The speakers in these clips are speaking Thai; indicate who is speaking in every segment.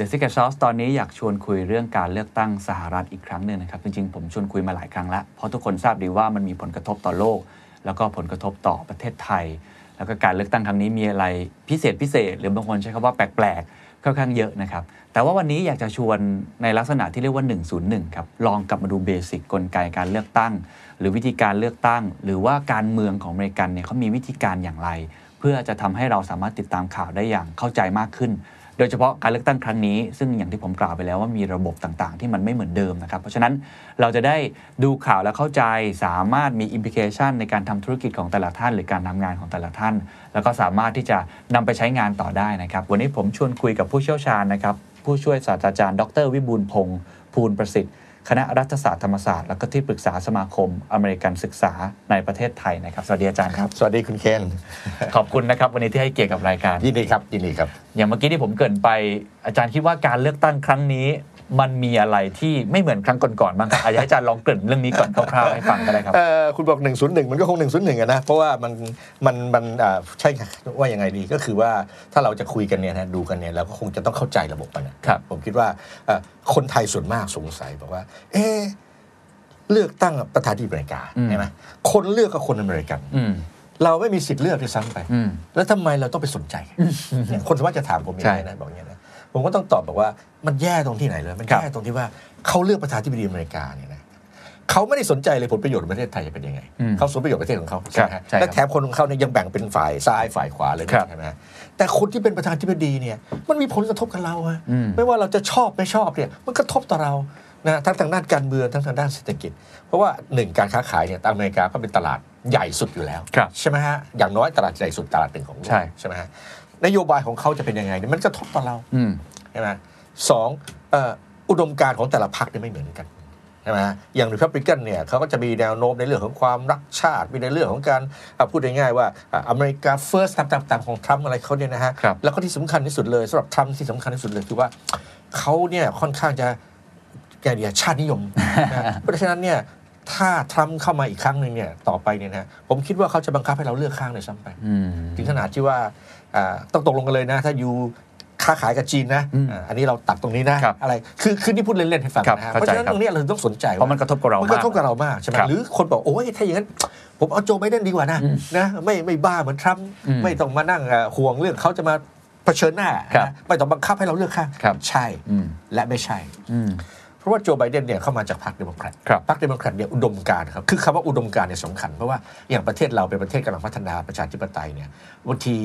Speaker 1: The Secret Sauce ตอนนี้อยากชวนคุยเรื่องการเลือกตั้งสหรัฐอีกครั้งหนึ่งนะครับ จริงๆ ผมชวนคุยมาหลายครั้งแล้ว เพราะทุกคนทราบดีว่ามันมีผลกระทบต่อโลก แล้วก็ผลกระทบต่อประเทศไทย แล้วก็การเลือกตั้งครั้งนี้มีอะไรพิเศษพิเศษ หรือบางคนใช้คำว่าแปลกๆค่อนข้างเยอะนะครับ แต่ว่าวันนี้อยากจะชวนในลักษณะที่เรียกว่า 101 ครับ ลองกลับมาดูเบสิกกลไกการเลือกตั้ง หรือวิธีการเลือกตั้ง หรือว่าการเมืองของอเมริกันเนี่ยเขามีวิธีการอย่างไร เพื่อจะทำให้เราสามารถติดตามข่าวได้อย่างเข้าใจมากขึ้น โดยเฉพาะการเลือกตั้งครั้งนี้ ซึ่งอย่างที่ผมกล่าวไปแล้วว่ามีระบบต่างๆ ที่มันไม่เหมือนเดิมนะครับ เพราะฉะนั้นเราจะได้ดูข่าวและเข้าใจสามารถมีอิมพิเคชันในการทำธุรกิจของแต่ละท่าน หรือการทำงานของแต่ละท่าน แล้วก็สามารถที่จะนำไปใช้งานต่อได้นะครับ วันนี้ผมชวนคุยกับผู้เชี่ยวชาญนะครับผู้ช่วยศาสตราจารย์ดรวิบูลย์พงศ์ภูลประสิทธิ์ คณะรัฐศาสตร์ธรรมศาสตร์และก็ที่ปรึกษาสมาคมอเมริกันศึกษาในประเทศไทยนะครับสวัสดีอาจารย์ครับ
Speaker 2: สวัสดีคุณเคน
Speaker 1: ขอบคุณนะครับวันนี้ที่ให้เกียรติกับรายการ
Speaker 2: ยินดีครับยินดีครับ
Speaker 1: อย่างเมื่อกี้ที่ผมเกรินไปอาจารย์คิดว่าการเลือกตั้งครั้งนี้ มันมีอะไรที่ไม่เหมือนครั้งก่อนๆบ้างครับอาจจะให้อาจารย์ลองเกริ่นเรื่องนี้ก่อนคร่าวๆให้ฟังก็ได้ครับ
Speaker 2: เอ่อคุณบอก 101 มันก็คง 101อะนะ เพราะว่ามันมันมันอ่าใช่ค่ะว่ายังไงดีก็คือว่าถ้าเราจะคุยกันเนี่ยนะดูกันเนี่ยเราก็คงจะต้องเข้าใจระบบมันนะครับ ผมคิดว่าเอ่อคนไทยส่วนมากสงสัยบอกว่า เอ๊ะเลือกตั้งประธานาธิบดีอเมริกาใช่ไหมคนเลือกกับคนอเมริกัน
Speaker 1: อืม
Speaker 2: เราไม่มีสิทธิ์เลือกด้วยซ้ำไป
Speaker 1: อืม
Speaker 2: แล้วทำไมเราต้องไปสนใจเนี่ยคนสามารถจะถามผมอย่าง
Speaker 1: ใช่
Speaker 2: นี้นะบอกอย่างนี้นะ ผมก็ต้องตอบบอกว่ามันแย่ตรงที่ไหนเลย มัน
Speaker 1: ครั
Speaker 2: แย่
Speaker 1: บ
Speaker 2: ตรงที่ว่าเขาเลือกประธานาธิบดีอเมริกาเนี่ยนะเขาไม่ได้สนใจเลยผลประโยชน์ของประเทศไทยจะเป็นยังไง เขาสนประโยชน์ประเทศของเขาใช่ไหม
Speaker 1: ครับ
Speaker 2: ฮะ
Speaker 1: ใช่ครับ
Speaker 2: และแถมคนของเขาเนี่ยยังแบ่งเป็นฝ่ายซ้ายฝ่ายขวาเลย
Speaker 1: ครับ
Speaker 2: ใช่ไหมฮะแต่คนที่เป็นประธานาธิบดีเนี่ยมันมีผลกระทบกับเราฮะ
Speaker 1: อืม
Speaker 2: ไม่ว่าเราจะชอบไม่ชอบเนี่ยมันกระทบต่อเรานะทั้งทางด้านการเมืองทั้งทางด้านเศรษฐกิจ เพราะว่าหนึ่งการค้าขายเนี่ยอเมริกาก็เป็นตลาดใหญ่สุดอยู่แล้ว
Speaker 1: ครับ
Speaker 2: ใช่ไหมฮะ อย่างน้อยตลาดใหญ่สุดตลาดหนึ่งของโลก
Speaker 1: ใช่
Speaker 2: ใช่ไหมฮะ นโยบายของเขาจะเป็นยังไงเนี่ยมันกระทบต่อเรา
Speaker 1: อืม
Speaker 2: ใช่ไหมสองเอ่ออุดมการณ์ของแต่ละพรรคเนี่ยไม่เหมือนกันใช่ไหมอย่างริพับลิกันเนี่ยเขาก็จะมีแนวโน้มในเรื่องของความรักชาติ มีในเรื่องของการอ่ะพูดง่ายๆว่าอ่ะอเมริกาเฟิร์สตามตามของทรัมป์อะไรเขาเนี่ยนะฮะ
Speaker 1: ครับ
Speaker 2: แล้วก็ที่สำคัญที่สุดเลยสำหรับทรัมป์ที่สำคัญที่สุดเลยคือว่าเขาเนี่ยค่อนข้างจะแกเดียชาตินิยมนะ เพราะฉะนั้นเนี่ยถ้าทรัมป์เข้ามาอีกครั้งหนึ่งเนี่ยต่อไปเนี่ยนะผมคิดว่าเขาจะบังคับให้เราเลือกข้างเลยซ้ำไป
Speaker 1: อืม
Speaker 2: ถึงขนาดที่ว่าอ่าต้องตกลงกันเลยนะ ถ้าอยู่ค้าขายกับจีนนะ
Speaker 1: อืม
Speaker 2: อ่าอันนี้เราตัดตรงนี้นะ
Speaker 1: ครับ
Speaker 2: อะไรคือคือนี่พูดเล่น ๆ ให้ฟัง
Speaker 1: ครับ
Speaker 2: นะฮะ
Speaker 1: เข้า
Speaker 2: เพราะ
Speaker 1: ใจ
Speaker 2: ฉะนั้น
Speaker 1: ครับ
Speaker 2: ตรงเนี้ยเราต้องสนใจ
Speaker 1: เพราะมันกระทบกับเรา
Speaker 2: น
Speaker 1: มาก
Speaker 2: กระทบกับเรามากใช่ไหม
Speaker 1: ครับ
Speaker 2: หรือคนบอก โอ้ยถ้าอย่างนั้น ผมเอาโจไบเดนดีกว่านะนะไม่ไม่บ้าเหมือนทรัมป์
Speaker 1: อืม
Speaker 2: ไม่ต้องมานั่งอ่าห่วงเรื่องเขาจะมาเผชิญหน้า
Speaker 1: ครับ
Speaker 2: นะไม่ต้องบังคับให้เราเลือกข้าง
Speaker 1: ครับ
Speaker 2: ใช่
Speaker 1: อืม
Speaker 2: และไม่ใช่
Speaker 1: อืม
Speaker 2: เพราะว่าโจไบเดนเนี่ยเข้ามาจากพรรคเดโมแครต
Speaker 1: ครับ
Speaker 2: พรรคเดโมแครตเนี่ยอุดมการณ์ครับ คือคำว่าอุดมการณ์เนี่ยสำคัญ เพราะว่าอย่างประเทศเราเป็นประเทศกำลังพัฒนาประชาธิปไตยเนี่ยบางที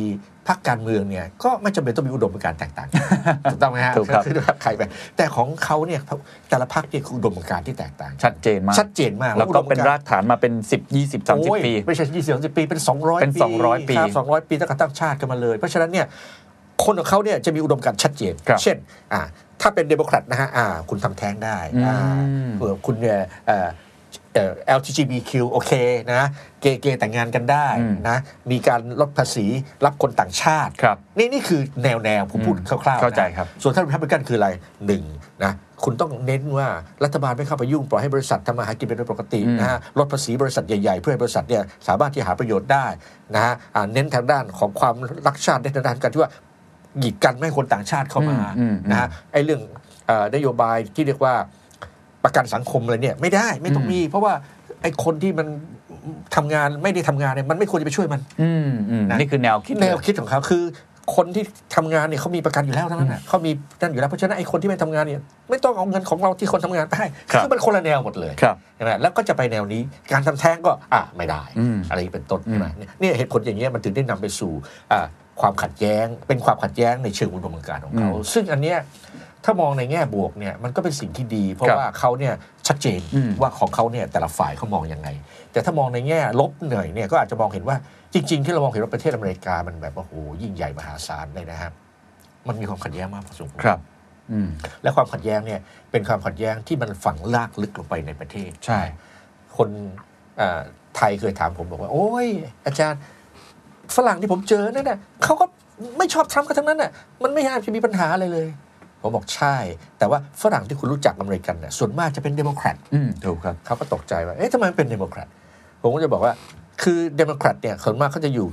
Speaker 2: พรรคการเมืองเนี่ยก็ไม่จำเป็นต้องมีอุดมการณ์แตกต่าง กัน ถูกต้องไหมฮะ
Speaker 1: ถูกครับ
Speaker 2: ขึ้นอยู่กับใครไปแต่ของเขาเนี่ยแต่ละพรรคเนี่ยคืออุดมการณ์ที่แตกต่าง
Speaker 1: ชัดเจนมาก
Speaker 2: ชัดเจนมาก
Speaker 1: แล้วก็เป็น
Speaker 2: อุดม
Speaker 1: ราร
Speaker 2: ณ์
Speaker 1: กฐานมาเป็น 10 20
Speaker 2: โอ้ย
Speaker 1: 30 ปี
Speaker 2: ไม่ใช่ยี่สิบสามสิบปีเป็นสองร้อย
Speaker 1: เป็น200ปี
Speaker 2: สองร้อยปีตั้งแต่ตั้งชาติกันมาเลย เพราะฉะนั้นเนี่ยคนของเขาเนี่ยจะมีอุดมการณ์ชัดเจน
Speaker 1: ครับ
Speaker 2: เช่นอ่าถ้าเป็นเดโมแครตนะฮะอ่าคุณทำแท้งได้
Speaker 1: อื
Speaker 2: อ่า
Speaker 1: ม
Speaker 2: เผื่อคุณเนี่ยเอ่อเอ่อ LGBTQ โอเคนะเกย์เกย์แต่งงานกันได้
Speaker 1: อืม
Speaker 2: นะมีการลดภาษีรับคนต่างชาติ
Speaker 1: ครับ
Speaker 2: นี่นี่คือแนวแนวผมพูด
Speaker 1: อืม
Speaker 2: คร่าวๆนะ
Speaker 1: เข้าใจครับ
Speaker 2: ส่วนถ้าริพับลิกันคืออะไรหนึ่งนะคุณต้องเน้นว่ารัฐบาลไม่เข้าไปยุ่งปล่อยให้บริษัททำมาหากินเป็นปกติ
Speaker 1: อืม
Speaker 2: นะฮะลดภาษีบริษัทใหญ่ๆ เพื่อให้บริษัทเนี่ยสามารถที่หาประโยชน์ได้นะฮะอ่าเน้นทางด้านของความรักชาติในทางด้านการที่ว่าหยีดกันไม่ให้คนต่างชาติเข้ามา
Speaker 1: อืมอืม
Speaker 2: นะฮะไอ้เรื่องเอ่อนโยบายที่เรียกว่าประกันสังคมอะไรเนี่ยไม่ได้ไม่ต้อง
Speaker 1: อืม
Speaker 2: มี เพราะว่าไอ้คนที่มันทำงานไม่ได้ทำงานเนี่ยมันไม่ควรจะไปช่วยมัน
Speaker 1: อืมอืม
Speaker 2: นะ
Speaker 1: นี่คือแนวคิด
Speaker 2: แนวคิดของเขาคือคนที่ทำงานเนี่ยเขามีประกันอยู่แล้วทั้งนั้นน่ะเขามีนั่นอยู่แล้วเพราะฉะนั้นไอ้คนที่ไม่ทำงานเนี่ยไม่ต้องเอาเงินของเราที่คนทำงานไปให้คือมันคนละแนวหมดเลย
Speaker 1: ครับ
Speaker 2: ใช่ไหมแล้วก็จะไปแนวนี้การทำแท้งก็อ่ะไม่ได้
Speaker 1: อืม
Speaker 2: อะไรเป็นต้นใช่ไหมเนี่ยเนี่ยเหตุผลอย่างเงี้ยมันถึงได้นำไปสู่อ่ะความขัดแย้ง เป็นความขัดแย้งในเชิงอุดมการณ์ของเขา
Speaker 1: อืม
Speaker 2: ซึ่งอันเนี้ยถ้ามองในแง่บวกเนี่ยมันก็เป็นสิ่งที่ดี เพราะ
Speaker 1: ครับ
Speaker 2: ว่าเขาเนี่ยชัดเจน
Speaker 1: อืม
Speaker 2: ว่าของเขาเนี่ยแต่ละฝ่ายเขามองยังไง แต่ถ้ามองในแง่ลบหน่อยเนี่ยก็อาจจะมองเห็นว่าจริง ๆ ที่เรามองเห็นว่าประเทศอเมริกามันแบบว่าโอ้โหยิ่งใหญ่มหาศาลเลยนะครับ มันมีความขัดแย้งมากพอสมควร
Speaker 1: ครับ อืม
Speaker 2: และความขัดแย้งเนี่ยเป็นความขัดแย้งที่มันฝังลากลึกลงไปในประเทศ
Speaker 1: ใช่
Speaker 2: คนเอ่อไทยเคยถามผมบอกว่า โอ้ย อาจารย์ฝรั่งที่ผมเจอนั่นน่ะเขาก็ไม่ชอบทรัมป์กันทั้งนั้นน่ะมันไม่น่าจะมีปัญหาอะไรเลย ผมบอกใช่ แต่ว่าฝรั่งที่คุณรู้จักอเมริกันเนี่ยส่วนมากจะเป็นเดโมแครต
Speaker 1: อืมถูกครับ
Speaker 2: เขาก็ตกใจว่า เอ๊ะทำไมมันเป็นเดโมแครตผมก็จะบอกว่าคือเดโมแครตเนี่ยส่วนมากเขาจะอยู่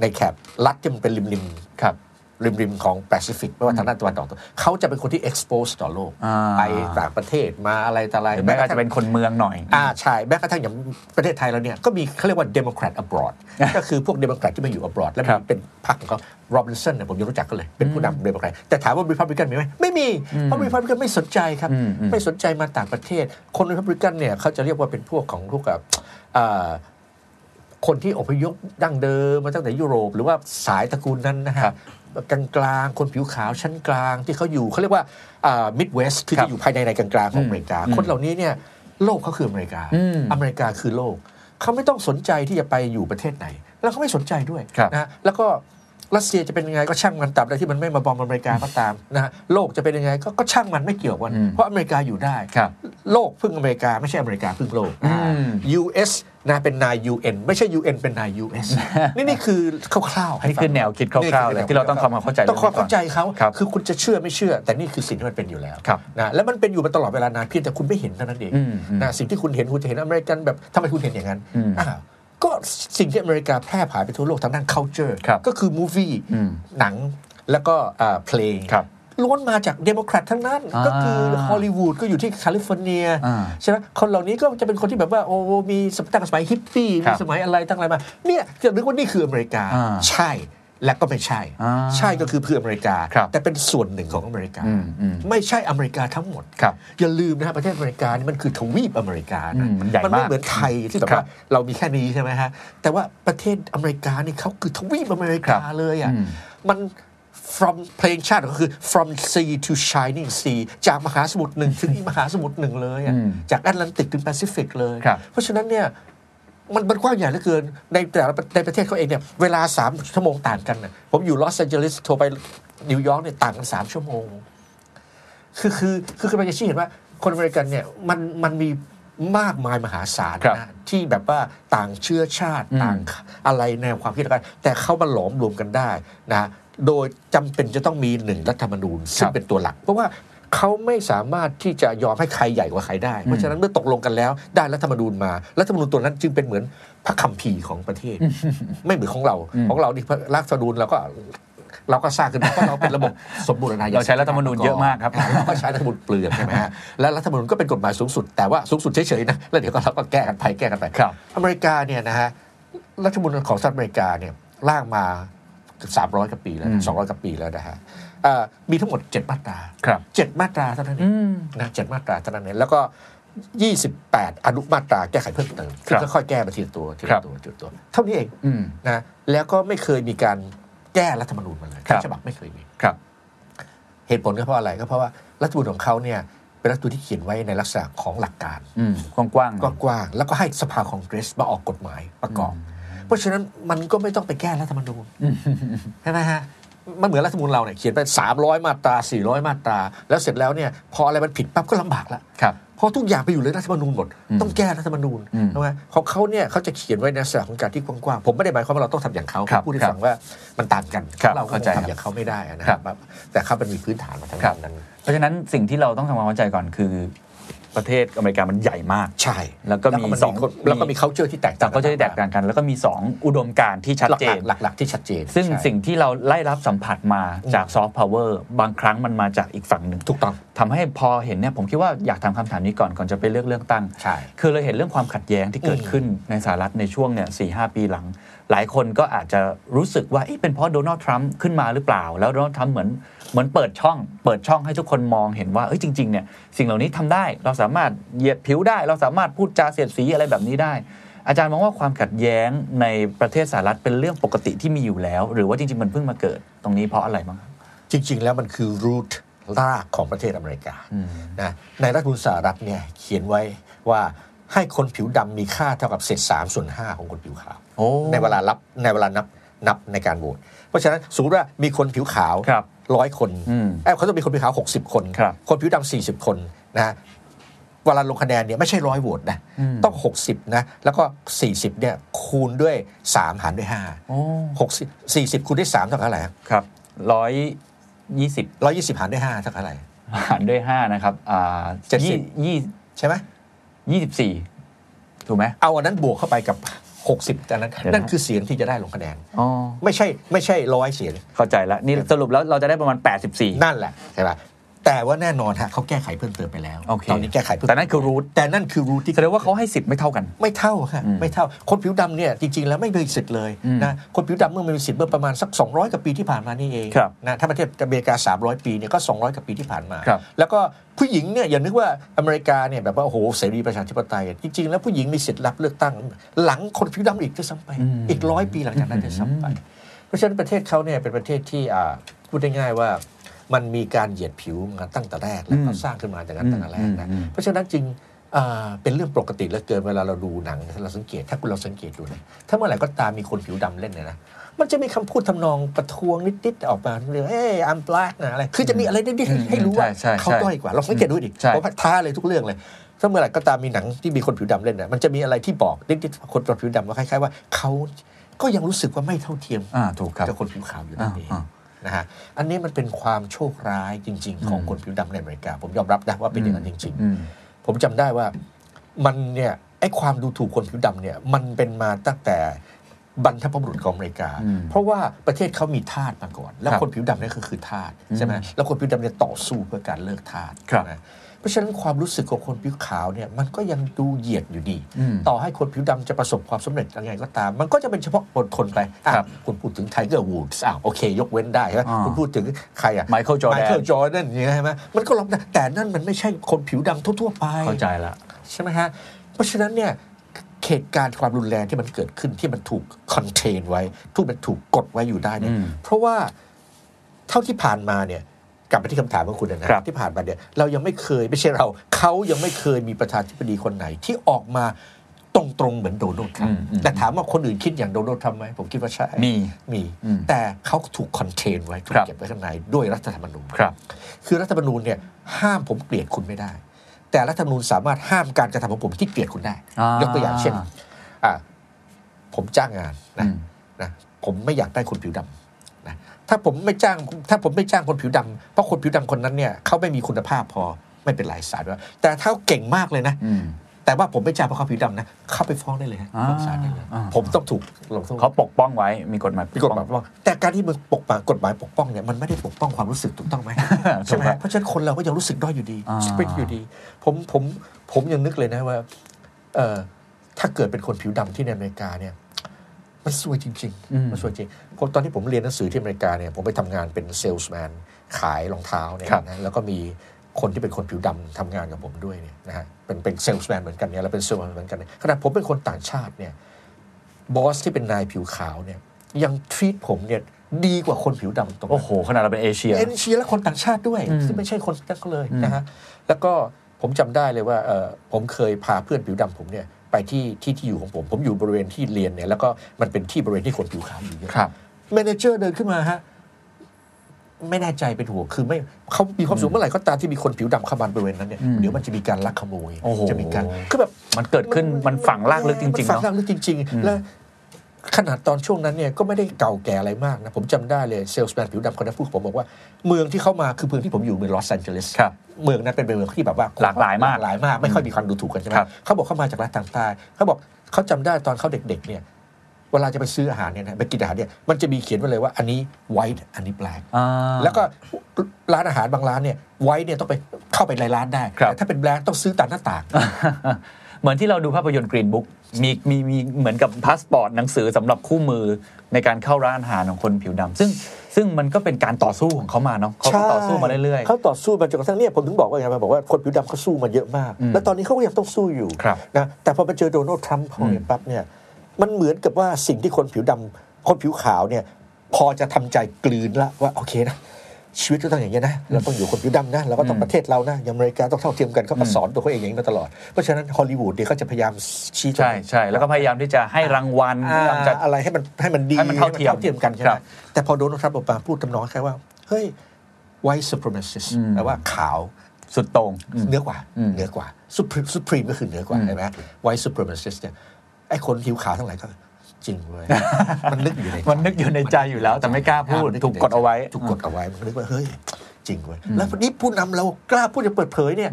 Speaker 2: ในแคบรัฐที่มันเป็นริมริม
Speaker 1: ครับ
Speaker 2: ริมริมๆของแปซิฟิกไม่ว่าทางด้านตะวันออกตกเขาจะเป็นคนที่ expose ต่อโลก
Speaker 1: อ่า
Speaker 2: ไปต่างประเทศมาอะไรต่ออะไร
Speaker 1: หรือแม้ก็จะเป็นคนเมืองหน่อย
Speaker 2: อ่าใช่แม้กระทั่งอย่างประเทศไทยเราเนี่ยก็มีเขาเรียกว่าเดโมแครต abroad ก็คือพวกเดโมแครตที่มาอยู่ abroad แล้ว
Speaker 1: ครับ
Speaker 2: เป็นพรรคของเขาโรบินสันเนี่ยผมยังรู้จักกันเลย เป็นผู้นำเดโมแครตแต่ถามว่าริพับลิกันมีไหมไม่มีเพราะริพับลิกันไม่สนใจครับ
Speaker 1: อืมอืม
Speaker 2: ไม่สนใจมาต่างประเทศ คนริพับลิกันเนี่ยเขาจะเรียกว่าเป็นพวกของพวกกับเอ่อคนที่อพยพดั้งเดิมมาตั้งแต่ยุโรป หรือว่าสายตระกูลนั้นนะฮะกลางๆคนผิวขาวชั้นกลางที่เขาอยู่เขาเรียกว่ามิดเวสคือ
Speaker 1: ครับ
Speaker 2: จะอยู่ภายในในกลางๆของอเมริกา
Speaker 1: อืม
Speaker 2: คนเหล่านี้เนี่ยโลกเขาคืออเมริกา
Speaker 1: อืม
Speaker 2: อเมริกาคือโลก เขาไม่ต้องสนใจที่จะไปอยู่ประเทศไหน แล้วเขาไม่สนใจด้วย
Speaker 1: ครับ
Speaker 2: นะฮะแล้วก็รัสเซียจะเป็นยังไงก็ช่างมันตามใดที่มันไม่มาบอมอเมริกาก็ตามนะฮะโลกจะเป็นยังไงก็ก็ช่างมันไม่เกี่ยวกัน
Speaker 1: อืม
Speaker 2: เพราะอเมริกาอยู่ได้
Speaker 1: ครับ
Speaker 2: โลกพึ่งอเมริกาไม่ใช่อเมริกาพึ่งโลก
Speaker 1: อืม
Speaker 2: อ่า US นะเป็นนาย UN ไม่ใช่ UN เป็นนาย US นี่นี่คือคร่าวๆให้
Speaker 1: นี่
Speaker 2: ฟัง
Speaker 1: คือแนวคิดคร่าวๆเลยที่เราต้องทำความเข้าใจ
Speaker 2: ต้องความเข้าใจเขา
Speaker 1: ครับ
Speaker 2: อคุณจะเชื่อไม่เชื่อ แต่นี่คือสิ่งที่มันเป็นอยู่แล้ว
Speaker 1: ครับ
Speaker 2: นะแล้วมันเป็นอยู่มาตลอดเวลานานเพียงแต่คุณไม่เห็นเท่านั้นเอง
Speaker 1: อืมอืม
Speaker 2: นะสิ่งที่คุณเห็นคุณจะเห็นอเมริกันแบบทำไมคุณเห็นอย่างนั้น
Speaker 1: อืม
Speaker 2: อ้าวก็สิ่งที่อเมริกาแพร่ผายไปทั่วโลกทางด้าน culture
Speaker 1: ครับ
Speaker 2: ก็คือ movie
Speaker 1: อืม
Speaker 2: หนังแล้วก็อ่าเพลง
Speaker 1: ครับ
Speaker 2: ล้วนมาจากเดโมแครตทั้งนั้น
Speaker 1: อ่า
Speaker 2: ก็คือฮอลลีวูดก็อยู่ที่แคลิฟอร์เนีย
Speaker 1: อ่า
Speaker 2: ใช่ไหมคนเหล่านี้ก็จะเป็นคนที่แบบว่า โอ้มีสมัยตั้งสมัยฮิปปี้
Speaker 1: ครั
Speaker 2: มี
Speaker 1: บ
Speaker 2: สมัยอะไรตั้งอะไรมา เนี่ยจะนึกว่านี่คืออเมริกา
Speaker 1: อ่า
Speaker 2: ใช่และก็ไม่ใช่
Speaker 1: อ่า
Speaker 2: ใช่ก็คือเพื่ออเมริกา
Speaker 1: ครับ
Speaker 2: แต่เป็นส่วนหนึ่งของอเมริกา
Speaker 1: อืมอืม
Speaker 2: ไม่ใช่อเมริกาทั้งหมด
Speaker 1: ครับ
Speaker 2: อย่าลืมนะฮะประเทศอเมริกานี่มันคือทวีปอเมริกานะ
Speaker 1: อืมมันใหญ่
Speaker 2: ไม่
Speaker 1: มาก
Speaker 2: เหมือนไทยที่แบบ
Speaker 1: ครับ
Speaker 2: ว่าเรามีแค่นี้ใช่ไหมฮะ แต่ว่าประเทศอเมริกานี่เขาคือทวีปอเมริกา
Speaker 1: ครับ
Speaker 2: เลยอ่ะ
Speaker 1: อืม
Speaker 2: มัน from เพลงชาติก็คือ from sea to shining sea จากมหาสมุทรหนึ่งถึงอีกมหาสมุทรหนึ่งเลยอะ
Speaker 1: อืม
Speaker 2: จากแอตแลนติกถึงแปซิฟิกเลย
Speaker 1: ครับ
Speaker 2: เพราะฉะนั้นเนี่ยมันมันกว้างใหญ่เหลือเกิน ในแต่ละในประเทศเขาเองเนี่ยเวลา 3 ชั่วโมงต่างกันนะผมอยู่ลอสแอนเจลิสโทรไปนิวยอร์กเนี่ยต่างกัน 3 ชั่วโมง คือคือคือกำลังจะชี้เห็นว่าคนอเมริกันเนี่ยมันมันมีมากมายมหาศาล
Speaker 1: ครับ
Speaker 2: นะที่แบบว่าต่างเชื้อชาติ
Speaker 1: อืม
Speaker 2: ต่าง อะไรแนวความคิดกัน แต่เขามาหลอมรวมกันได้นะโดยจำเป็นจะต้องมีหนึ่งรัฐธรรมนูญซึ่งเป็นตัวหลัก เพราะว่าเขาไม่สามารถที่จะยอมให้ใครใหญ่กว่าใครได้ เพราะฉะนั้นเมื่อตกลงกันแล้วได้รัฐธรรมนูญมารัฐธรรมนูญตัวนั้นจึงเป็นเหมือนพระคัมภีร์ของประเทศ ไม่เหมือนของเราของเรานี่พระรัฐธรรมนูญเราก็เราก็สร้างขึ้นมาเพราะเราเป็นระบบสมบูรณาญา
Speaker 1: เราใช้รัฐธรรมนูญเยอะมากครับ
Speaker 2: เราก็ใช้รัฐธรรมนูญเปลือกใช่ไหมฮะและรัฐธรรมนูญก็เป็นกฎหมายสูงสุดแต่ว่าสูงสุดเฉยๆนะแล้วเดี๋ยวก็เราก็แก้กันไปแก้กันไป
Speaker 1: ครับ
Speaker 2: อเมริกาเนี่ยนะฮะรัฐธรรมนูญของสหรัฐอเมริกาเนี่ยร่างมาเกือบสามร้อยกว่าปีแล้ว
Speaker 1: อืม
Speaker 2: สองร้อยกว่าปีแล้วนะฮะเอ่อมีทั้งหมดเจ็ดมาตรา
Speaker 1: ครับ
Speaker 2: เจ็ดมาตราเท่านั้นเอ
Speaker 1: อื
Speaker 2: ง
Speaker 1: ม
Speaker 2: นะเจ็ดมาตราเท่านั้นเองแล้วก็ยี่สิบแปดอนุมาตราแก้ไขเพิ่มเติม
Speaker 1: ครับ
Speaker 2: ค่อยๆแก้มาทีละตัวที
Speaker 1: ครั
Speaker 2: ละ
Speaker 1: บ
Speaker 2: ตัวทีละตัว เท่านี้เอง
Speaker 1: อืม
Speaker 2: นะแล้วก็ไม่เคยมีการแก้รัฐธรรมนูญมาเลย
Speaker 1: ครับ
Speaker 2: ฉบับไม่เคยมี
Speaker 1: ครับ
Speaker 2: เหตุผลก็เพราะอะไรก็เพราะว่ารัฐธรรมนูญของเขาเนี่ยเป็นรัฐธรรมนูญที่เขียนไว้ในลักษณะของหลักการ
Speaker 1: อืมกว้างๆหน่
Speaker 2: ก็
Speaker 1: อย
Speaker 2: กว้างแล้วก็ให้สภาคองเกรสมาออกกฎหมายประกอบ
Speaker 1: อื
Speaker 2: เพราะฉะนั้นมันก็ไม่ต้องไปแก้รัฐธรรมนู ญใช่ไหมฮะมันเหมือนรัฐธรรมนูญเราเนี่ยเขียนไป 300 มาตรา 400 มาตรา แล้วเสร็จแล้วเนี่ยพออะไรมันผิดปั๊บก็ลำบากละ
Speaker 1: ครับ
Speaker 2: เพราะทุกอย่างไปอยู่ในรัฐธรรมนูญหมด ต้องแก้รัฐธรรมนูญ
Speaker 1: อืม
Speaker 2: ใช่ไหมของเขาเนี่ยเขาจะเขียนไว้ในลักษณะของการที่กว้างๆผมไม่ได้หมายความว่าเราต้องทำอย่างเขา
Speaker 1: ครับ
Speaker 2: ผมพูดให้
Speaker 1: ครับ
Speaker 2: ฟังว่ามันต่างกัน
Speaker 1: ครับ
Speaker 2: เราก็
Speaker 1: เข้าใจ
Speaker 2: ทำอย่างเขาไม่ได้นะค
Speaker 1: ครั
Speaker 2: รับบ แต่เขาเป็นมีพื้นฐานมาทางด้านนั้น
Speaker 1: เพราะฉะนั้นสิ่งที่เราต้องทำความเข้าใจก่อนคือ ประเทศอเมริกามันใหญ่มาก
Speaker 2: ใช่
Speaker 1: แล้วก็มี
Speaker 2: น
Speaker 1: สอง
Speaker 2: คนแล้วก็มี culture ที่แตก
Speaker 1: แต่
Speaker 2: ต่าง
Speaker 1: ก็จะได้แตกต่างกัน แล้วก็มีสองอุดมการณ์ที่ชัดเจน
Speaker 2: หลักๆหลักๆที่ชัดเจน
Speaker 1: ซึ่ง
Speaker 2: ใช่
Speaker 1: สิ่งที่เราไล่รับสัมผัสมาจากซอฟต์พาวเวอร์บางครั้งมันมาจากอีกฝั่งหนึ่ง
Speaker 2: ถูกต้อง
Speaker 1: ทำให้พอเห็นเนี่ยผมคิดว่าอยากถามคำถามนี้ก่อนก่อนจะไปเลือกเรื่องตั้ง
Speaker 2: ใช่
Speaker 1: คือเราเห็นเรื่องความขัดแย้งที่เกิดขึ้นในสหรัฐในช่วงเนี่ยสี่ห้าปีหลัง หลายคนก็อาจจะรู้สึกว่าเอ๊ะเป็นเพราะโดนัลด์ทรัมป์ขึ้นมาหรือเปล่า แล้วโดนัลด์ทรัมป์เหมือนเหมือนเปิดช่อง เปิดช่องให้ทุกคนมองเห็นว่าเอ้ยจริงๆเนี่ยสิ่งเหล่านี้ทำได้เราสามารถเหยียดผิวได้ เราสามารถพูดจาเสียดสีอะไรแบบนี้ได้ อาจารย์มองว่าความขัดแย้งในประเทศสหรัฐเป็นเรื่องปกติที่มีอยู่แล้ว หรือว่าจริงๆมันเพิ่งมาเกิดตรงนี้เพราะอะไรบ้าง
Speaker 2: จริง ๆ แล้วมันคือรูทรากของประเทศอเมริกา
Speaker 1: อืม
Speaker 2: นะในรัฐธรรมนูญสหรัฐเนี่ยเขียนไว้ว่าให้คนผิวดำมีค่าเท่ากับเศษสามส่วนห้าของคนผิวขาว
Speaker 1: โอ้
Speaker 2: ในเวลารับในเวลานับนับในการโหวตเพราะฉะนั้นสมมติว่ามีคนผิวขาว
Speaker 1: ครับ
Speaker 2: ร้อยคน
Speaker 1: อืม
Speaker 2: เอ้ยเขาต้องมีคนผิวขาว60 คน
Speaker 1: ครับ
Speaker 2: นผิวดำ40 คนนะฮะเวลาลงคะแนนเนี่ยไม่ใช่ร้อยโหวตนะ
Speaker 1: อืม
Speaker 2: ต้อง 60นะแล้วก็ 40เนี่ยคูณด้วย 3 หารด้วย5
Speaker 1: โอ้
Speaker 2: 60 40 คูณด้วย3เท่ากับเท่าไหร่
Speaker 1: ครับร้อยยี่สิบ
Speaker 2: ร้อยยี่สิบหารด้วย5เท่ากับเท่าไหร่
Speaker 1: หารด้วยห้านะครับอ่า
Speaker 2: เจ็ดสิบ
Speaker 1: ยี่
Speaker 2: ใช่ไหม
Speaker 1: ยี่สิบสี่ถูกไหม
Speaker 2: เอาอันนั้นบวกเข้าไปกับ 60อันนั้น
Speaker 1: เดี๋ยวนะ
Speaker 2: นั่นคือเสียงที่จะได้ลงคะแนน
Speaker 1: อ๋อ
Speaker 2: ไม่ใช่ไม่ใช่ร้อยเสียง
Speaker 1: เข้าใจแล้วนี่สรุปแล้วเราจะได้ประมาณ 84
Speaker 2: นั่นแหละใช่ป่ะแต่ว่าแน่นอนฮะเขาแก้ไขเพิ่มเติมไปแล้ว
Speaker 1: โอเค
Speaker 2: ตอนนี้แก้ไขเพิ่ม
Speaker 1: แต่นั่นคือ root
Speaker 2: แต่นั่นคือรูทที่
Speaker 1: แสดงว่าเขาให้สิทธิ์ไม่เท่ากัน
Speaker 2: ไม่เท่าฮะ
Speaker 1: อืม
Speaker 2: ไม่เท่าคนผิวดำเนี่ยจริงๆแล้วไม่มีสิทธิ์เลย
Speaker 1: อืม
Speaker 2: นะคนผิวดำเมื่อมีสิทธิ์เมื่อประมาณสัก 200กว่าปีที่ผ่านมานี่เอง
Speaker 1: ครับ
Speaker 2: นะถ้าประเทศอเมริกา 300 ปีเนี่ยก็ 200กว่าปีที่ผ่านมา
Speaker 1: ครับ
Speaker 2: แล้วก็ผู้หญิงเนี่ยอย่านึกว่าอเมริกาเนี่ยแบบว่าโอ้โหเสรีประชาธิปไตยจริงๆแล้วผู้หญิงมีสิทธิ์รับเลือกตั้ง หลังคนผิวดำอีกด้วยซ้ำไป อีกร้อยปีหลังจากนั้นด้วยซ้ำไป เพราะฉะนั้นประเทศเขาเนี่ยเป็นประเทศที่อ่าพูดได้ง่ายว่ามันมีการเหยียดผิวมาตั้งแต่แรกแล้วก็
Speaker 1: อืม
Speaker 2: สร้างขึ้นมาจากนั้นตั้งแต่แรกนะ
Speaker 1: อืมอืม
Speaker 2: เพราะฉะนั้นจึงอ่าเป็นเรื่องปกติเหลือเกินเวลาเราดูหนังเราสังเกตถ้าคุณเราสังเกตดูนะถ้าเมื่อไหร่ก็ตามมีคนผิวดำเล่นเนี่ยนะมันจะมีคำพูดทำนองประท้วงนิดๆออกมาเรื่องเอ้ยอัมปลากนะอะไรคือจะมีอะไรนิดๆให้ให้รู้ว่า
Speaker 1: ใช่ใช่ใช่
Speaker 2: เขาด้อยกว่าเราสังเกตดูดิ
Speaker 1: ใช่
Speaker 2: เพราะว่าท้าเลยทุกเรื่องเลย ถ้าเมื่อไหร่ก็ตามมีหนังที่มีคนผิวดำเล่นเนี่ยมันจะมีอะไรที่บอกนิดๆคนผิวดำว่าคล้ายๆว่าเขาก็ยังรู้สึกว่าไม่เท่าเทียม
Speaker 1: อ่าถูกครับ
Speaker 2: กับคนผิวขาวอยู่นั่นเอง
Speaker 1: อ่า
Speaker 2: นะฮะ อันนี้มันเป็นความโชคร้ายจริง ๆ ของ
Speaker 1: อืม
Speaker 2: คนผิวดำในอเมริกา ผมยอมรับนะว่าเป็นอย่างนั้นจริง
Speaker 1: อืม
Speaker 2: ๆ ผมจำได้ว่ามันเนี่ยไอ้ความดูถูกคนผิวดำเนี่ยมันเป็นมาตั้งแต่บรรพบุรุษของอเมริกา
Speaker 1: อืม
Speaker 2: เพราะว่าประเทศเขามีทาสมาก่อน แล้ว
Speaker 1: ครับ
Speaker 2: คนผิวดำเนี่ยคือคือทาสใช่ไหม
Speaker 1: อืม
Speaker 2: แล้วคนผิวดำเนี่ยต่อสู้เพื่อการเลิกทาส
Speaker 1: ครับ
Speaker 2: นะเพราะฉะนั้นความรู้สึกของคนผิวขาวเนี่ยมันก็ยังดูเหยียดอยู่ดี
Speaker 1: อืม
Speaker 2: ต่อให้คนผิวดำจะประสบความสำเร็จยังไงก็ตาม มันก็จะเป็นเฉพาะคนคนไปอ่ะ
Speaker 1: ครับ
Speaker 2: คุณพูดถึงไทเกอร์วูดส์อ้าวโอเค ยกเว้นได้ใช่ไหม
Speaker 1: อ่า
Speaker 2: คุณพูดถึงใครอ่ะ
Speaker 1: Michael Jordan
Speaker 2: ไมเคิลจอร์แดนอย่างเงี้ยใช่ไหมมันก็รับได้แต่นั่นมันไม่ใช่คนผิวดำทั่วๆไป
Speaker 1: เข้าใจละ
Speaker 2: ใช่ไหมฮะ เพราะฉะนั้นเนี่ยเหตุการณ์ความรุนแรงที่มันเกิดขึ้นที่มันถูกคอนเทนไว้ทุกมันถูกกดไว้อยู่ได้เนี่ย
Speaker 1: อืม
Speaker 2: เพราะว่าเท่าที่ผ่านมาเนี่ยกลับไปที่คำถามของคุณนะฮะ
Speaker 1: ครับ
Speaker 2: ที่ผ่านมาเนี่ยเรายังไม่เคยไม่ใช่เราเขายังไม่เคยมีประธานธิบดีคนไหน ที่ออกมาตรงๆเหมือนโดนัลด์ทรัมป์แต่ถามว่าคนอื่นคิดอย่างโดนัลด์ทรัมป์ไหมผมคิดว่าใช่
Speaker 1: มี
Speaker 2: มี
Speaker 1: อืม
Speaker 2: แต่เขาถูกคอนเทนไว้ถูก
Speaker 1: ครับ
Speaker 2: เก็บไว้ข้างในด้วยรัฐธรรมนูญ
Speaker 1: ครับ
Speaker 2: คือรัฐธรรมนูญเนี่ยห้ามผมเกลียดคุณไม่ได้ แต่รัฐธรรมนูญสามารถห้ามการกระทำของผมที่เกลียดคุณได้
Speaker 1: อ่าย
Speaker 2: กตัวอย่างเช่นอ่าผมจ้างงานนะ
Speaker 1: อืม
Speaker 2: นะผมไม่อยากได้คนผิวดำนะถ้าผมไม่จ้างถ้าผมไม่จ้างคนผิวดำเพราะคนผิวดำคนนั้นเนี่ยเขาไม่มีคุณภาพพอไม่เป็นไรสารว่าแต่ถ้าเขาเก่งมากเลยนะ
Speaker 1: อืม
Speaker 2: แต่ว่าผมไม่จ้างเพราะเขาผิวดำนะเขาไปฟ้องได้เลยฮะ
Speaker 1: อ่า
Speaker 2: ฟ้องศาลได้เลย
Speaker 1: อ่า
Speaker 2: ผมต้องถูกลงโทษ
Speaker 1: เขาปกป้องไว้มีกฎหมาย
Speaker 2: มีกฎหมายปกป้องแต่การที่มึงปกป้องกฎหมายปกป้องเนี่ยมันไม่ได้ปกป้องความรู้สึกถูกต้องไหม ใช่ไหม
Speaker 1: ถูกครับ
Speaker 2: เพราะฉะนั้นคนเราก็ยังรู้สึกด้อยอยู่ดี
Speaker 1: อ่า
Speaker 2: สปริตอยู่ดี ผมผมผมยังนึกเลยนะว่าเอ่อถ้าเกิดเป็นคนผิวดำที่ในอเมริกาเนี่ยมันซวยจริงๆมันซวยจริงผมตอนที่ผมเรียนหนังสือที่อเมริกาเนี่ยผมไปทำงานเป็นเซลส์แมนขายรองเท้าเนี่ยนะแล้วก็มีคนที่เป็นคนผิวดำทำงานกับผมด้วยเนี่ยนะฮะเป็นเป็นเซลส์แมนเหมือนกันเนี่ยแล้วเป็นเซลส์แมนเหมือนกันเนี่ยขนาดผมเป็นคนต่างชาติเนี่ย บอสที่เป็นนายผิวขาวเนี่ยยังทรีตผมเนี่ยดีกว่าคนผิวดำตรง
Speaker 1: โอ้
Speaker 2: นั้น
Speaker 1: โห ขนาดเราเป็นเอเชีย
Speaker 2: เอ็นเชียและคนต่างชาติด้วย
Speaker 1: อืม
Speaker 2: ซึ่งไม่ใช่คนนั่นก็เลย
Speaker 1: อืม
Speaker 2: นะฮะแล้วก็ผมจำได้เลยว่าเอ่อผมเคยพาเพื่อนผิวดำผมเนี่ยไปที่ที่ที่อยู่ของผม ผมอยู่บริเวณที่เรียนเนี่ยแล้วก็มันเป็นที่บริเวณที่คนผิวขาวอยู่เยอะ
Speaker 1: ครับ
Speaker 2: เมเนเจอร์เดินขึ้นมาฮะ ไม่แน่ใจเป็นห่วงคือไม่เขามีความสูงเมื่อไหร่ก็ตามที่มีคนผิวดำเข้ามาบริเวณนั้นเนี่ย
Speaker 1: อืม
Speaker 2: เดี๋ยวมันจะมีการลักขโมย
Speaker 1: โอ้โห
Speaker 2: จะมีการคือแบบ
Speaker 1: มันเกิดขึ้นมันฝังลากลึกจริง ๆ
Speaker 2: มัฝั
Speaker 1: เนาะ
Speaker 2: งรากลึกจริง
Speaker 1: อืม
Speaker 2: ๆ แล้วขนาดตอนช่วงนั้นเนี่ยก็ไม่ได้เก่าแก่อะไรมากนะ ผมจำได้เลยเซลส์แมนผิวดำคนนั้นพูดกับผมบอกว่าเมืองที่เข้ามาคือเมืองที่ผมอยู่เมืองลอสแอนเจลิส
Speaker 1: ครับ
Speaker 2: เมืองนั้นเป็นเมืองที่แบบว่า
Speaker 1: หลากหลายมาก
Speaker 2: หลายมาก ไม่ค่อยมีความดูถูกกันใช่ไหม
Speaker 1: ครับ
Speaker 2: เขาบอกเขามาจากรัฐทางใต้เขาบอกเขาจำได้ตอนเขาเด็ก ๆ เนี่ยเวลาจะไปซื้ออาหารเนี่ยนะไปกินอาหารเนี่ยมันจะมีเขียนไว้เลยว่าอันนี้ white อันนี้ black
Speaker 1: อ่า
Speaker 2: แล้วก็ร้านอาหารบางร้านเนี่ยไว้เนี่ยต้องไปเข้าไปในร้านได้
Speaker 1: ครับ
Speaker 2: แต่ถ้าเป็นแบล็ต้องซื้อตามหน้าต่าง
Speaker 1: เหมือนที่เราดูภาพยนตร์กรีนบุ๊กมีมีมีเหมือนกับพาสปอร์ตหนังสือสำหรับคู่มือในการเข้าร้านอาหารของคนผิวดำซึ่งซึ่งมันก็เป็นการต่อสู้ของเขามาเนาะเขาก็
Speaker 2: ใช่
Speaker 1: ต่อสู้มาเรื่อย
Speaker 2: เขาต่อสู้มาจนกระทั่งเนี่ยผมถึงบอกว่าไงมาบอกว่าคนผิวดำเขาสู้มาเยอะมาก
Speaker 1: อืม
Speaker 2: และตอนนี้เขาก็ยังต้องสู้อยู่
Speaker 1: ครับ
Speaker 2: นะแต่พอมาเจอโดนัลด์ทรัมป์พอเนี่ยปั๊บเนี่ยมันเหมือนกับว่าสิ่งที่คนผิวดำคนผิวขาวเนี่ยพอจะทำใจกลืนละว่าโอเคนะชีวิตก็ต้องอย่างนี้ยนะเราต้องอยู่คนผิวดำนะเราก็ต้องประเทศเรานะอย่างอเมริกาต้องเท่าเทียมกันเขาก็สอนตัวเขาเองอย่างนี้มาตลอดเพราะฉะนั้นฮอลลีวูดเนี่ยเขาจะพยายามชี้
Speaker 1: ๆ ใช่ใช่แล้วก็พยายามที่จะให้รางวัล
Speaker 2: อ่าย
Speaker 1: พายามจะ
Speaker 2: อะไรให้มันให้มันดี
Speaker 1: ให้มันเท่าเทียม
Speaker 2: กันใช่ไห
Speaker 1: ครั
Speaker 2: ม
Speaker 1: บ
Speaker 2: แต่พอโดนัลด์ทรัมป์ออกมาพูดทำนองแค่ว่าเฮ้ย white supremacist
Speaker 1: อืม
Speaker 2: แปลว่าขาว
Speaker 1: สุดโต่งอืม
Speaker 2: เหนื้อกว่า
Speaker 1: อืม
Speaker 2: เหนื้อกว่า supreme supreme ก็คือเหนื้อกว่า
Speaker 1: อืม
Speaker 2: ใช่ไหม white supremacist เนี่ยไอ้คนผิวขาวทั้งหลายก็จริง เว้ยมันนึกอยู่ในใจ
Speaker 1: มันนึกอยู่ในใจอยู่แล้ว แต่ไม่กล้าพูด ถูกกดเอาไว้
Speaker 2: ถูกกดเอาไว้มันนึกว่าเฮ้ยจริงเว้ยแล้ววันนี้ผู้นำเรากล้าพูดจะเปิดเผยเนี่ย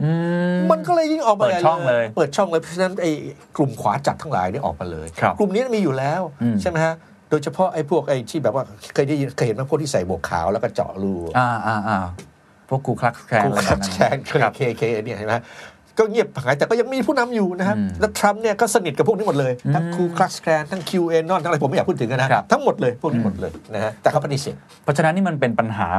Speaker 1: ม
Speaker 2: มันก็เลยยิ่งออกมา
Speaker 1: เปิดช่องเลย
Speaker 2: เปิดช่องเลยเพราะฉะนั้นไอ้กลุ่มขวาจัดทั้งหลายเนี่ยออกมาเลย
Speaker 1: ครับ
Speaker 2: กลุ่มนี้มีอยู่แล้ว
Speaker 1: อืม
Speaker 2: ใช่ไหมฮะโดยเฉพาะไอ้พวกไอ้ที่แบบว่าเคยได้ยินเคยเห็นไหมพวกที่ใส่หมวกขาวแล้วก็เจาะรู
Speaker 1: อ่าอ่าอ่าพวกกูคลักแคลน
Speaker 2: กู
Speaker 1: อะไร
Speaker 2: ขั
Speaker 1: แบบ
Speaker 2: บ
Speaker 1: นั้น
Speaker 2: แชนเคเคเนี่ยเห็นไหมฮะก็เงียบหายแต่ก็ยังมีผู้นำอยู่นะครับ
Speaker 1: อืม
Speaker 2: แล้วทรัมป์เนี่ยก็สนิทกับพวกนี้หมดเลยทั้ง
Speaker 1: อืม
Speaker 2: คูคลักแคนทั้งคิวเอนอนทั้งอะไรผมไม่อยากพูดถึงนะครับ ทั้งหมดเลยพวกนี้หมดเลยนะฮะแต่เขาปฏิเสธ
Speaker 1: เพราะฉะนั้นนี่มันเป็นปัญหา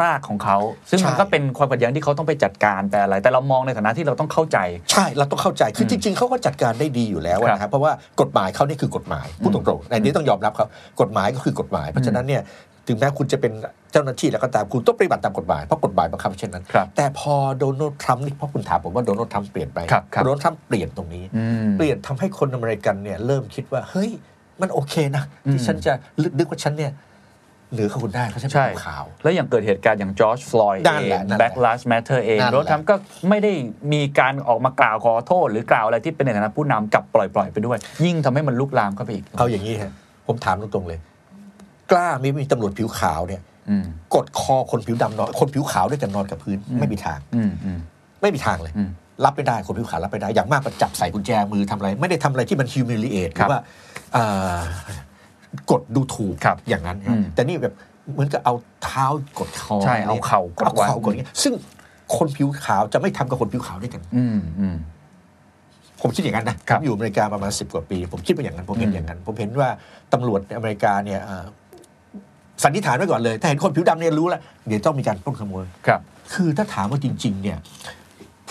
Speaker 1: รากของเขา ซึ่งมัน
Speaker 2: ใช่
Speaker 1: ก็เป็นความขัดแย้งที่เขาต้องไปจัดการแต่อะไร แต่เรามองในฐานะที่เราต้องเข้าใจ
Speaker 2: ใช่ เราต้องเข้าใจ คือจริง ๆ เขาก็จัดการได้ดีอยู่แล้วนะครับ เพราะว่ากฎหมายเขานี่คือกฎหมายพูดตรงๆในนี้ต้องยอมรับเขากฎหมายก็คือกฎหมาย เพราะฉะนั้นเนี่ยถึงแม้คุณจะเป็นเจ้าหน้าที่แล้วก็ตามคุณต้องปฏิบัติตามกฎหมายเพราะกฎหมายบังคับเช่นนั้น
Speaker 1: ครับ
Speaker 2: แต่พอโดนัลด์ทรัมป์นี่เพราะคุณถามผมว่าโดนัลด์ทรัมป์เปลี่ยนไป
Speaker 1: ครับครับ
Speaker 2: โดนัลด์ทรัมป์เปลี่ยนตรงนี้
Speaker 1: อืม
Speaker 2: เปลี่ยนทำให้คนอเมริกันเนี่ยเริ่มคิดว่าเฮ้ยมันโอเคนะ
Speaker 1: อื
Speaker 2: ที่
Speaker 1: ม
Speaker 2: ฉันจะนึกว่าฉันเนี่ยเหนือกว่าคุณได้เพราะฉันเป็
Speaker 1: ใช่
Speaker 2: นขาว
Speaker 1: แล้วอย่างเกิดเหตุการณ์อย่างจอร์จฟลอยด์
Speaker 2: นั่น
Speaker 1: เอ
Speaker 2: แหละ
Speaker 1: ง
Speaker 2: นั่นแหละ
Speaker 1: Black Lives Matter เอง
Speaker 2: นั่นแหละ
Speaker 1: โดนัลด์ทรัมป์ก็ไม่ได้มีการออกมากล่าวขอโทษ หรือกล่าวอะไรที่เป็นในฐานะผู้นำกลับปล่อยปล่อยๆไปด้วย ยิ่งทำให้มันลุกลามเข้าไปอีก
Speaker 2: เอาอย่างนี้ฮะผมถามตรงๆเลย กล้ามีมีตำรวจผิวขาวเนี่ย
Speaker 1: อืม
Speaker 2: กดคอคนผิวดำนอนคนผิวขาวด้วยกันนอนกับพื้นไม่มีทาง
Speaker 1: อืมอืม
Speaker 2: ไม่มีทางเลย
Speaker 1: อืม
Speaker 2: รับไม่ได้คนผิวขาวรับไม่ได้ อย่างมากก็จับใส่กุญแจมือทำอะไร ไม่ได้ทำอะไรที่มัน humiliate ห
Speaker 1: ครับ
Speaker 2: รือว่าเอ่อกดดูถูก
Speaker 1: ครับ
Speaker 2: อย่างนั้น
Speaker 1: อืม
Speaker 2: แต่นี่แบบเหมือนกับเอาเท้ากดคอ
Speaker 1: ใช่เอาเข่ากด
Speaker 2: เอาเข่า
Speaker 1: ไว้
Speaker 2: กดอย่างเงี้ยซึ่งคนผิวขาวจะไม่ทำกับคนผิวขาวด้วยกัน
Speaker 1: อืมอืม
Speaker 2: ผมคิดอย่างนั้นนะครับ ผมอยู่อเมริกาประมาณสิบกว่าปี ผมคิดว่าอย่างนั้น ผมเห็
Speaker 1: อื
Speaker 2: น
Speaker 1: ม
Speaker 2: อย่างนั้น ผมเห็นว่าตำรวจในอเมริกาเนี่ยเอ่อสันนิษฐานไว้ก่อนเลย ถ้าเห็นคนผิวดำเนี่ยรู้แล้ว เดี๋ยวต้องมีการปล้นขโมย
Speaker 1: ครับ
Speaker 2: คือถ้าถามว่าจริง ๆ เนี่ย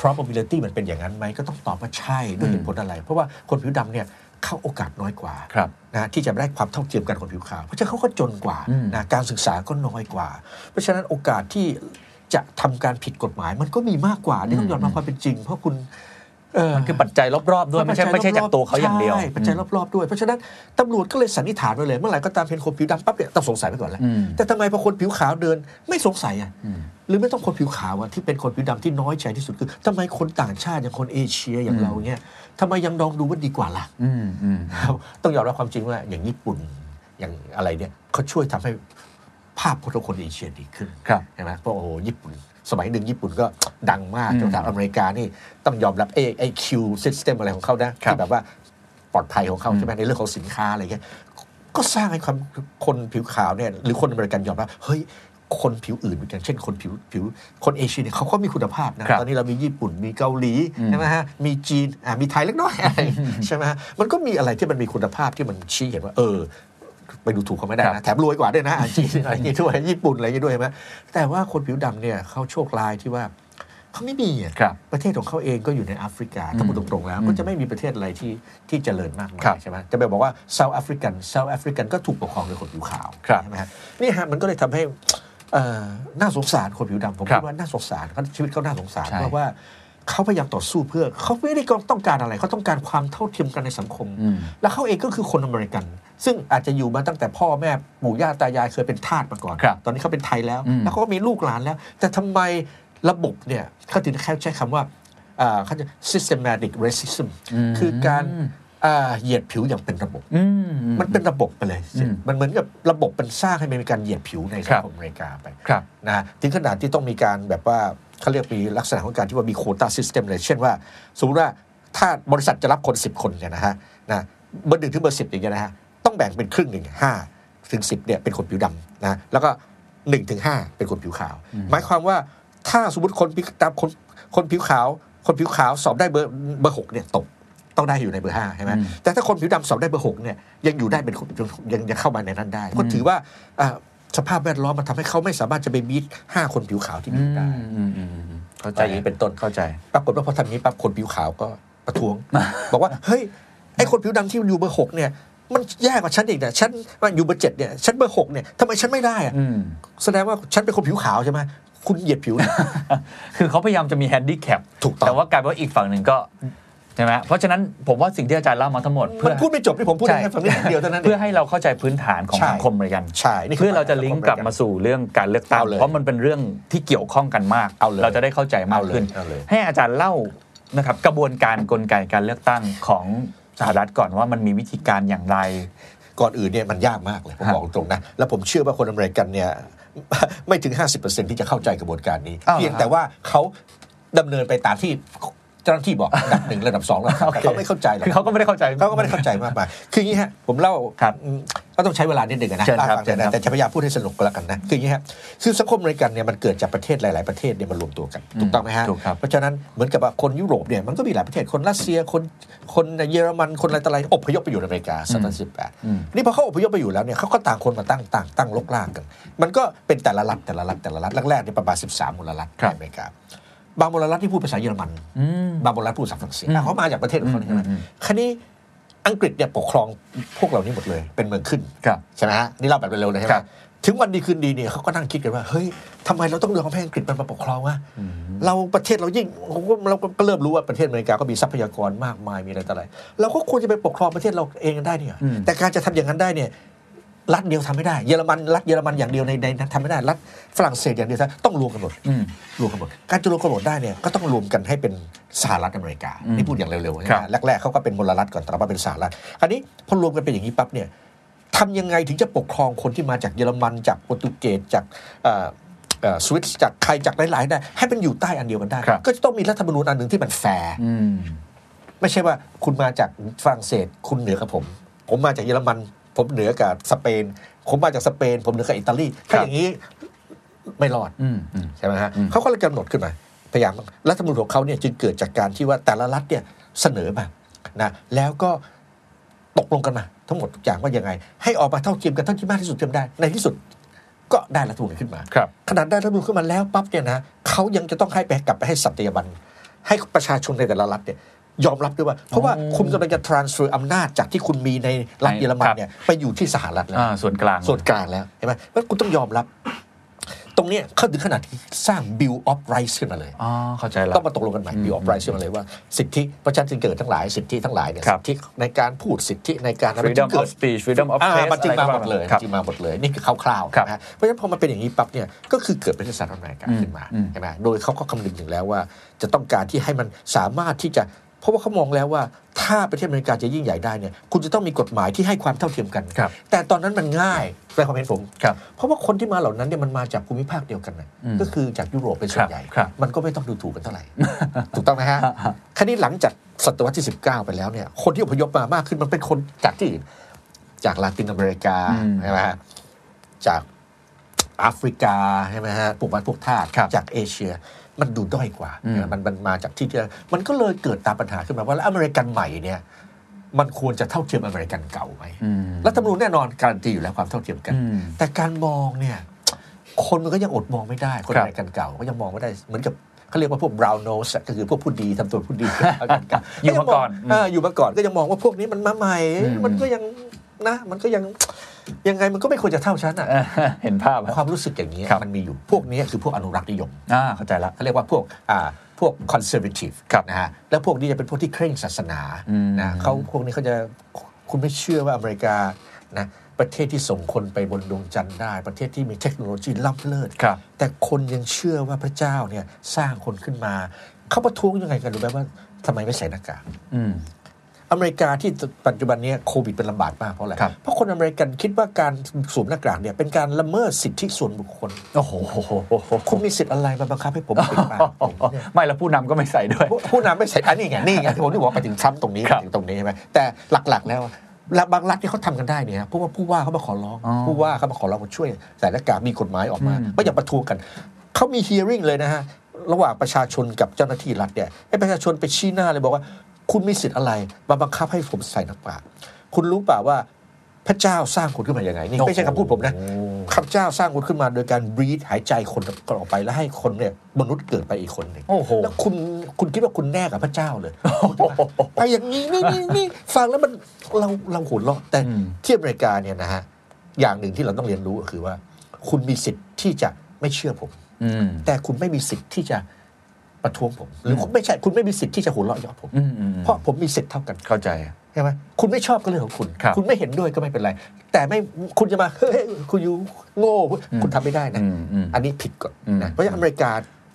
Speaker 2: probability มันเป็นอย่างนั้นไหมก็ต้องตอบว่าใช่ด้วยเหตุผลอะไร เพราะว่าคนผิวดำเนี่ยเข้าโอกาสน้อยกว่า
Speaker 1: ครับ
Speaker 2: นะที่จะได้ความเท่าเทียมกันของผิวขาว เพราะฉะนั้นเขาก็จนกว่า
Speaker 1: อืม
Speaker 2: นะการศึกษาก็น้อยกว่า เพราะฉะนั้นโอกาสที่จะทำการผิดกฎหมาย มันก็มีมากกว่านี่ต้องยอมรับ
Speaker 1: อืม
Speaker 2: ความเป็นจริง เพราะคุณเอ่อ
Speaker 1: คือปัจจัยรอบๆด้วยไม่ใช่ไม่ใช่จากตัวเขาอย่างเดียว
Speaker 2: ใช่ปัจจัยรอบๆด้วย เพราะฉะนั้นตำรวจก็เลยสันนิษฐานไว้เลย เมื่อไหร่ก็ตามเห็นคนผิวดำปั๊บเนี่ยต้องสงสัยไปก่อนแล้ว
Speaker 1: อืม
Speaker 2: แต่ทำไมพอคนผิวขาวเดินไม่สงสัยอ่ะ
Speaker 1: อืม
Speaker 2: หรือไม่ต้องคนผิวขาวอ่ะที่เป็นคนผิวดำที่น้อยใจที่สุดคือทำไมคนต่างชาติอย่างคนเอเชียอย่าง
Speaker 1: อืม
Speaker 2: เราเนี่ยทำไมยังดองดูว่าดีกว่าล่ะ
Speaker 1: อืมอืม
Speaker 2: ครับต้องยอมรับความจริงว่าอย่างญี่ปุ่นอย่างอะไรเนี่ยเขาช่วยทำให้ภาพพจน์ของคนเอเชียดีขึ้น
Speaker 1: ครับ
Speaker 2: ใช่ไหมเพราะโอ้โหญี่ปุ่น สมัยหนึ่งญี่ปุ่นก็ดังมาก
Speaker 1: อืม
Speaker 2: จนกระทั่งอเมริกานี่ต้องยอมรับไอ้ไอ้คิวซิสเต็มอะไรของเขานะครับ ที่แบบว่าปลอดภัยของเขา
Speaker 1: อืม
Speaker 2: ใช่ไหมในเรื่องของสินค้าอะไรเงี้ยก็สร้างให้ความคนผิวขาวเนี่ยหรือคนอเมริกันยอมรับเฮ้ยคนผิวอื่นอย่างเช่นคนผิวผิวคนเอเชียเนี่ยเขาก็มีคุณภาพนะ
Speaker 1: ครับ
Speaker 2: ตอนนี้เรามีญี่ปุ่นมีเกาหลี
Speaker 1: อืม
Speaker 2: ใช่ไหมฮะมีจีนอ่ะมีไทยเล็ก น้อย ใช่ไหมฮะมันก็มีอะไรที่มันมีคุณภาพที่มันชี้เห็นว่า เออ ไปดูถูกเขาไม่ได้
Speaker 1: ครั
Speaker 2: นะ
Speaker 1: บ
Speaker 2: แถมรวยกว่าด้วย นะอ่ะจีนอะไรอย่างงี้ด้วยญี่ปุ่นอะไรอย่างงี้ด้วยใช่ไหมแต่ว่าคนผิวดำเนี่ยเขาโชคร้ายที่ว่าเขาไม่มีอ่ะ
Speaker 1: ครับ
Speaker 2: ประเทศของเขาเองก็อยู่ในแอฟริกาถ้าพูดตรงๆแล้ว ก็จะไม่มีประเทศอะไรที่ที่เจริญมากมา
Speaker 1: ครับ
Speaker 2: ยใช่ไหมจะไปบอกว่าเซาท์แอฟริกันเซาท์แอฟริกันก็ถูกปกครองโดยคนผิวขาว
Speaker 1: ครับ
Speaker 2: ใช่ไหมฮะนี่ฮะมันก็เลยทำให้เอ่อน่าสงสารคนผิวดำผม
Speaker 1: ครั
Speaker 2: คิ
Speaker 1: บ
Speaker 2: ดว่าน่าสงสารเขาชีวิตเขาน่าสงสาร
Speaker 1: ใช่
Speaker 2: เพราะว่า เขาพยายามต่อสู้เพื่อ เขาไม่ได้ต้องการอะไร เขาต้องการความเท่าเทียมกันในสังคม
Speaker 1: อืม
Speaker 2: และเขาเองก็คือคนอเมริกัน ซึ่งอาจจะอยู่มาตั้งแต่พ่อแม่ปู่ย่าตายายเคยเป็นทาสมาก่อน
Speaker 1: ครับ
Speaker 2: ตอนนี้เขาเป็นไทยแล้ว
Speaker 1: อืม
Speaker 2: แล้วเขาก็มีลูกหลานแล้ว แต่ทำไมระบบเนี่ยเขาถึงแค่ใช้คำว่าอ่าเขาจะ systematic racism
Speaker 1: อืม
Speaker 2: คือการอ่าเหยียดผิวอย่างเป็นระบบ
Speaker 1: อืมอืม
Speaker 2: มันเป็นระบบไปเลย
Speaker 1: อืม
Speaker 2: มันเหมือนกับระบบมันสร้างให้มันมีการเหยียดผิวในสั
Speaker 1: ครั
Speaker 2: ง
Speaker 1: บ
Speaker 2: คมอเมริกาไป
Speaker 1: ครับ
Speaker 2: นะถึงขนาดที่ต้องมีการแบบว่าเขาเรียกมีลักษณะของการที่ว่ามีโคต้าซิสเต็มเลย เช่นว่า สมมติว่าถ้าบริษัทจะรับคน 10 คนเนี่ยนะฮะนะเบอร์หนึ่งถึงเบอร์สิบอย่างเงี้ยนะฮะต้องแบ่งเป็นครึ่งหนึ่งห้าถึงสิบเนี่ยเป็นคนผิวดำนะแล้วก็หนึ่งถึงห้าเป็นคนผิวขาว หมายความว่าถ้าสมมติคนผิวตามคนคนผิวขาว คนผิวขาวสอบได้เบอร์เบอร์หกเนี่ยตกต้องได้อยู่ในเบอร์ห้าใช่ไหม
Speaker 1: อืม
Speaker 2: แต่ถ้าคนผิวดำสอบได้เบอร์หกเนี่ยยังอยู่ได้เป็นคนยังยังเข้ามาในนั้นได้ก็ถือว่าอ่า สภาพแวดล้อมมันทำให้เขาไม่สามารถจะไปมีดห้าคนผิวขาวที่
Speaker 1: อื
Speaker 2: มี
Speaker 1: ม
Speaker 2: ได้
Speaker 1: อืมอืมอืมเข้าใจ
Speaker 2: อะไรอย่างนี้เป็นต้น
Speaker 1: เข้าใจ
Speaker 2: ปรากฏว่าพอทำอย่างนี้ปั๊บคนผิวขาวก็ประ ท้วง บอกว่าเฮ้ยไอคนผิวดำที่อยู่เบอร์หกเนี่ยมันแย่กว่าฉันอีกเนี่ยฉันว่าอยู่เบอร์เจ็ดเนี่ยฉันเบอร์หกเนี่ยทำไมฉันไม่ได้อะ
Speaker 1: อืม
Speaker 2: แสดงว่าฉันเป็นคนผิวขาวใช่ไหม คุณเหยียดผิวเนี่ย
Speaker 1: คือเขาพยายามจะมีแฮนดิแคป
Speaker 2: ถูกต้อง
Speaker 1: แต่ว่ากลายเป็นว่าอีกฝั่งหนึ่งก็ ใช่ไหมเพราะฉะนั้นผมว่าสิ่งที่อาจารย์เล่ามาทั้งหมด เพื่
Speaker 2: มั
Speaker 1: อน
Speaker 2: พูดไม่จบที่ผมพูดได้แค่คำนี้อย่างเดียวเท่านั้นเอ
Speaker 1: เพื่อง ให้เราเข้าใจพื้นฐานของ
Speaker 2: ใช่
Speaker 1: สังคมอเมริกัน
Speaker 2: ใช่นี่คื
Speaker 1: เพื่อเราจะลิงก์กลับมาสู่เรื่องการเลือกตั้ง
Speaker 2: เอาเลย
Speaker 1: เพราะมันเป็นเรื่องที่เกี่ยวข้องกันมาก
Speaker 2: เอาเลย
Speaker 1: จะได้เข้าใจมากขึ้น
Speaker 2: เอาเลยเอาเลย
Speaker 1: ให้อาจารย์เล่านะครับกระบวนการกลไกการเลือกตั้งของสหรัฐก่อนว่ามันมีวิธีการอย่างไร
Speaker 2: ก่อนอื่นเนี่ยมันยากมากเลยผม
Speaker 1: ฮะ
Speaker 2: บอกตรงๆนะ แล้วผมเชื่อว่าคนอเมริกันเนี่ย ไม่ถึง 50%ที่จะเข้าใจกระบวนการนี้
Speaker 1: อ้าว
Speaker 2: เพียงแต่ว่าเขาดำเนินไปตามที่เจ้าหน้าที่บอกระดับหนึ่งระดับสองระดับสา ม
Speaker 1: โอเค
Speaker 2: แต่เขาไม่เข้าใจหรอก
Speaker 1: คือเขาก็ไม่ได้เข้าใจ
Speaker 2: เขาก็ไม่ได้เข้าใจมากมายคืออย่างนี้ฮะผมเล่า
Speaker 1: ครับ
Speaker 2: อืมก็ต้องใช้เวลานิดหนึ่งอะนะ
Speaker 1: เชิญครับ
Speaker 2: ล่าฟัง
Speaker 1: เชิญครับ
Speaker 2: แต่จะพยายามพูดให้สนุกก็แล้วกันนะคืออย่างนี้ฮะคือสังคมอเมริกันเนี่ยมันเกิดจากประเทศหลาย ๆ ประเทศเนี่ยมารวมตัวกัน
Speaker 1: อืม
Speaker 2: ถูกต้องไหมฮะ
Speaker 1: ถูกครับ
Speaker 2: เพราะฉะนั้นเหมือนกับว่าคนยุโรปเนี่ยมันก็มีหลายประเทศคนรัสเซียคนคนเยอรมันคนอะไรต่ออะไรอพยพไปอยู่ในอเมริกาศตวรรษที่สิบแปด
Speaker 1: อืม
Speaker 2: นี่พอเขาอพยพไปอยู่แล้วเนี่ยเขาก็ต่างคนมาตั้งต่างตั้งลกลากกัน มันก็เป็นแต่ละรัฐแต่ละรัฐแต่ละรัฐแรกๆเนี่ยประมาณ 13 มูลรัฐ
Speaker 1: ครั
Speaker 2: ใน
Speaker 1: บ
Speaker 2: อเมริกาบางมูลรัฐที่พูดภาษาเยอรมัน
Speaker 1: อืม
Speaker 2: บางมูลรัฐพูดภาษาฝรั่งเศส
Speaker 1: อืม
Speaker 2: อ่ะเขามาจากประเทศของเขาใช่ไหม
Speaker 1: อืมอืม
Speaker 2: คันนี้อังกฤษเนี่ยปกครองพวกเหล่านี้หมดเลยเป็นเมืองขึ้น
Speaker 1: ครับ
Speaker 2: ใช่ไหมฮะนี่เล่าแบบเร็วๆเลยใช่
Speaker 1: ค
Speaker 2: ไหม
Speaker 1: รับ
Speaker 2: ถึงวันดีคืนดีเนี่ยเขาก็นั่งคิดกันว่าเฮ้ยทำไมเราต้องยอมให้อังกฤษมันมาปกครองวะ
Speaker 1: อืม
Speaker 2: เราประเทศเรายิ่งโอ้โหเราก็เริ่มรู้ว่าประเทศอเมริกาก็มีทรัพยากรมากมายมีอะไรต่ออะไรเราก็ควรจะไปปกครองประเทศเราเองกันได้เนี่ย
Speaker 1: อืม
Speaker 2: แต่การจะทำอย่างนั้นได้เนี่ยรัฐเดียวทำไม่ได้เยอรมันรัฐเยอรมันอย่างเดียวในในนั้นทำไม่ได้รัฐฝรั่งเศสอย่างเดียวทำต้องรวมกันหมด
Speaker 1: อืม
Speaker 2: รวมกันหมดการจะรวมกันหมดได้เนี่ยก็ต้องรวมกันให้เป็นสหรัฐอเมริกา
Speaker 1: อืม
Speaker 2: นี่พูดอย่างเร็ว
Speaker 1: ค
Speaker 2: ๆ
Speaker 1: รั
Speaker 2: นะ
Speaker 1: บ
Speaker 2: ฮะแรกๆเขาก็เป็นมลรัฐก่อนแต่ว่าเป็นสหรัฐอันนี้พอรวมกันเป็นอย่างนี้ปั๊บเนี่ยทำยังไงถึงจะปกครองคนที่มาจากเยอรมัน จากโปรตุเกสจากเอ่อเอ่อสวิตจากใครจากหลายๆได้ให้มันอยู่ใต้อันเดียวกันได้
Speaker 1: ครับ
Speaker 2: ก็จะต้องมีรัฐธรรมนูญอันหนึ่งที่มันแฟร์
Speaker 1: อืม
Speaker 2: ไม่ใช่ว่าคุณมาจากฝรั่งเศส คุณเหนือกับผม ผมมาจากเยอรมัน ผมเหนือกับสเปน ผมมาจากสเปน ผมเหนือกับอิตาลี
Speaker 1: ครั
Speaker 2: ถ้า
Speaker 1: บ
Speaker 2: อย่างนี้ไม่รอด
Speaker 1: อืมอืม
Speaker 2: ใช่ไหมฮะ
Speaker 1: อืม
Speaker 2: เขาก็เลยกำหนดขึ้นมา พยายามรัฐธรรมนูญของเขาเนี่ยจึงเกิดจากการที่ว่าแต่ละรัฐเนี่ยเสนอมานะแล้วก็ตกลงกันมา ทั้งหมดทุกอย่างว่ายังไง ให้ออกมาเท่าเทียมกันเท่าที่มากที่สุดเทียมได้ ในที่สุดก็ได้รัฐธรรมนูญขึ้นมา
Speaker 1: ครับ
Speaker 2: ขนาดได้รัฐธรรมนูญขึ้นมาแล้วปั๊บเนี่ยนะเขายังจะต้องให้ไปกลับไปให้สัตยาบัน ให้ประชาชนในแต่ละรัฐเนี่ยยอมรับด้วยว่า เพราะว่าคุณกำลังจะ transfer อำนาจจากที่คุณมีในรัฐเยอรมันเนี่ยไปอยู่ที่สหรัฐแล้ว
Speaker 1: อ่าส่วนกลาง
Speaker 2: ส่วนกลางแล้วเห็นไหมว่าคุณต้องยอมรับ ตรงเนี้ยเขาถึงขนาดที่สร้าง Bill of Rights ขึ้นมาเลย
Speaker 1: อ๋อ เข้าใจละ
Speaker 2: ต้องมาตกลงกันใหม่ Bill of Rights ขึ้นมาเลยว่า สิทธิประชาชนเกิดทั้งหลายสิทธิทั้งหลายเนี่ย
Speaker 1: ครั
Speaker 2: สิ
Speaker 1: บ
Speaker 2: ทธิในการพูดสิทธิในการอะไร
Speaker 1: freedom
Speaker 2: ที่เกิ
Speaker 1: of
Speaker 2: ด
Speaker 1: speech freedom of
Speaker 2: อ่า
Speaker 1: press
Speaker 2: มันจึงมาหมดเลย
Speaker 1: ครับ
Speaker 2: จึงมาหมดเลยนี่คือคร่าว
Speaker 1: ครับ
Speaker 2: ๆนะฮะเพราะฉะนั้นพอมันเป็นอย่างนี้ปั๊บเนี่ยก็คือเกิดเป็นสหรัฐอเมริกา
Speaker 1: อืม
Speaker 2: ขึ้นมา
Speaker 1: อืม
Speaker 2: ใช่ไหมโดยเขาก็คำนึงถึงแล้วว่า จะต้องการที่ให้มันสามารถที่จะ เพราะว่าเขามองแล้วว่าถ้าประเทศอเมริกาจะยิ่งใหญ่ได้เนี่ยคุณจะต้องมีกฎหมายที่ให้ความเท่าเทียมกัน
Speaker 1: ครับ
Speaker 2: แต่ตอนนั้นมันง่ายในความเห็นผม
Speaker 1: ครับ
Speaker 2: เพราะว่าคนที่มาเหล่านั้นเนี่ยมันมาจากภูมิภาคเดียวกันนะ
Speaker 1: อืม
Speaker 2: ก็คือจากยุโรปเป็นส่วนใหญ่
Speaker 1: ครับครับ
Speaker 2: มันก็ไม่ต้องดูถูกกันเท่าไหร่ ถูกต้องไหม ฮะ
Speaker 1: ฮะฮะ
Speaker 2: คันนี้หลังจากศตวรรษที่ 19 ไปแล้วเนี่ยคนที่อพยพมามากขึ้นมันเป็นคนจากที่อื่นจากลาตินอเมริกา
Speaker 1: อืม
Speaker 2: ใช่ไหมฮะจากแอฟริกาใช่ไหมฮะพวกมันพวกทาส
Speaker 1: ครับ
Speaker 2: จากเอเชีย มันดูด้อยกว่า
Speaker 1: อืม
Speaker 2: มันมันมาจากที่ที่มันก็เลยเกิดตามปัญหาขึ้นมาว่าแล้วอเมริกันใหม่เนี่ยมันควรจะเท่าเทียมอเมริกันเก่าไหม
Speaker 1: อืม
Speaker 2: รัฐธรรมนูญแน่นอนการันตีอยู่แล้วความเท่าเทียมกัน
Speaker 1: อืม
Speaker 2: แต่การมองเนี่ย คนมันก็ยังอดมองไม่ได้ คน
Speaker 1: ครับ
Speaker 2: อเมริกันเก่าก็ยังมองไม่ได้เหมือนกับเขาเรียกว่าพวก brown nose อะก็คือพวกผู้ดีทำตัวผู้ดี อเมริกันเก่า
Speaker 1: อยู่มาก่อน
Speaker 2: เอออยู่มาก่อนก็ยังมองว่าพวกนี้มันมาใหม่
Speaker 1: อืม
Speaker 2: มันก็ยังนะ มันก็ยังยังไงมันก็ไม่ควรจะเท่าฉันอะ
Speaker 1: เออเห็นภาพอะ
Speaker 2: ความรู้สึกอย่างนี้ย
Speaker 1: ครับ
Speaker 2: มันมีอยู่พวกนี้คือพวกอนุรักษ์นิยม
Speaker 1: อ่า เข้าใจละ
Speaker 2: เขาเรียกว่าพวกอ่าพวก conservative
Speaker 1: ครับ
Speaker 2: นะฮะแล้วพวกนี้จะเป็นพวกที่เคร่งศาสนา
Speaker 1: อืม
Speaker 2: นะเขาพวกนี้เขาจะคุณไม่เชื่อว่าอเมริกานะประเทศที่ส่งคนไปบนดวงจันทร์ได้ ประเทศที่มีเทคโนโลยีล้ำเลิศ
Speaker 1: ครับ
Speaker 2: แต่คนยังเชื่อว่าพระเจ้าเนี่ยสร้างคนขึ้นมา เขาประท้วงยังไงกันรู้ไหมว่าทำไมไม่ใส่หน้ากาก
Speaker 1: อืม
Speaker 2: อเมริกาที่ปัจจุบันเนี้โควิดเป็นลำบากมากเพราะอะไร
Speaker 1: ครับ
Speaker 2: เพราะคนอเมริกันคิดว่าการสวมหน้ากากเนี่ยเป็นการละเมิดสิทธิส่วนบุคคล
Speaker 1: โอ้โห
Speaker 2: คุณมีสิทธิ์อะไรมาบังคับให้ผมปิดปากผมเนี่ย
Speaker 1: ไม่แล้วผู้นำก็ไม่ใส่ด้วย
Speaker 2: ผู้ผู้นำไม่ใส่อันนี้ไงนี่ไงที่ผมที่บอกไปถึงทรัมป์ตรงนี้
Speaker 1: ครับ
Speaker 2: ถึงตรงนี้ใช่ไหมแต่หลักๆ แล้วแล้วบางรัฐที่เขาทำกันได้เนี่ยเพราะว่าผู้ว่าเขามาขอร้อง
Speaker 1: อ๋อ
Speaker 2: ผู้ว่าเขามาขอร้องมาช่วยใส่หน้ากากมีกฎหมายออกมา
Speaker 1: อืม
Speaker 2: ไม่อยากประท้วงกันเขามี hearing เลยนะฮะระหว่างประชาชนกับเจ้าหน้าที่รัฐเนี่ยให้ประชาชนไปชี้หน้าเลยบอกว่า คุณมีสิทธิ์อะไรมาบังคับให้ผมใส่หน้ากากคุณรู้เปล่าว่าพระเจ้าสร้างคุณขึ้นมาอย่างไงนี่ไม่ใช่คำพูดผมนะ
Speaker 1: โอ้
Speaker 2: ข้าพเจ้าสร้างคนขึ้นมาโดยการบรีดหายใจคนออกไปแล้วให้คนเนี่ยมนุษย์เกิดไปอีกคนหนึ่ง
Speaker 1: โอ้โห
Speaker 2: แล้วคุณคุณคิดว่าคุณแน่กับพระเจ้าเลยไปอย่างนี้นี่นี่นี่ฟังแล้วมันเราเราโหดร้อนแต่
Speaker 1: อืม
Speaker 2: ที่อเมริกาเนี่ยนะฮะอย่างหนึ่งที่เราต้องเรียนรู้ก็คือว่า คุณมีสิทธิ์ที่จะไม่เชื่อผม
Speaker 1: อืม
Speaker 2: แต่คุณไม่มีสิทธิ์ที่จะ ประท้วงผม หรือคุณไม่ใช่คุณไม่มีสิทธิ์ที่จะหัวเราะเยาะผม
Speaker 1: อืมอืม
Speaker 2: เพราะผมมีสิทธิ์เท่ากัน
Speaker 1: เข้าใจ
Speaker 2: ใช่ไหมคุณไม่ชอบก็เรื่องของคุณ
Speaker 1: ครับ
Speaker 2: ณไม่เห็นด้วยก็ไม่เป็นไร แต่ไม่คุณจะมาเฮ้ยคุณอยู่โง่คุณทำไม่ได้นะ
Speaker 1: อืมอืม
Speaker 2: อันนี้ผิดกฎ
Speaker 1: อื
Speaker 2: นะ
Speaker 1: ม
Speaker 2: เพราะฉะนั้นอเมริกา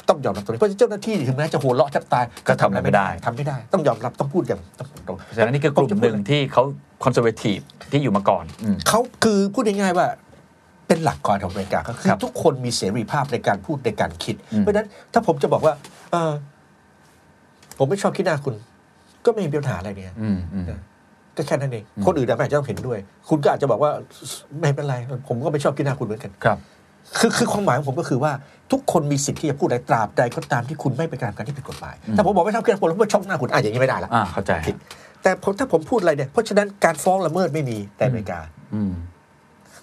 Speaker 2: ต้องยอมรับตรงนี้เพราะฉะนั้นเจ้าหน้าที่ถึงแม้จะหัวเราะแทบตาย
Speaker 1: ก็ทำอะไรไม่ได้
Speaker 2: ทำไม่ได้ ต้องยอมรับต้องพูดอย่างตรงๆ
Speaker 1: ฉะนั้นนี่คือกลุ่มหนึ่งที่เขาคอนเซอร์เวทีฟที่อยู่มาก่อนอืม
Speaker 2: เขาคือพูดง่ายๆว่าเป็นหลักการของอเมริกาก็คือ
Speaker 1: ครับ
Speaker 2: ทุกคนมีเสรีภาพในการพูดในการคิด
Speaker 1: อืม
Speaker 2: เพราะฉะนั้นถ้าผมจะบอกว่าเออผมไม่ชอบขี้หน้าคุณ ก็ไม่มีปัญหาอะไรเนี่ย
Speaker 1: อืมอืม
Speaker 2: ก็แค่นั้นเอง คนอื่นอาจจะต้องเห็นด้วย คุณก็อาจจะบอกว่าไม่เป็นไร ผมก็ไม่ชอบขี้หน้าคุณเหมือนกัน
Speaker 1: ครับ
Speaker 2: คือคือความหมายของผมก็คือว่าทุกคนมีสิทธิ์ที่จะพูดอะไรตราบใดก็ตามที่คุณไม่ไปกระทำการที่ผิดกฎหมายถ้าผมบอกไม่ชอบขี้หน้าคุณแล้วไม่ชอบหน้าคุณอ่ะอย่างนี้ไม่ได้ละ
Speaker 1: อ่าเข้าใจ
Speaker 2: ผิดแต่ผมถ้าผมพูดอะไรเนี่ยเพราะฉะนั้นการฟ้องละเมิดไม่มีแต่อเมริกา
Speaker 1: อืม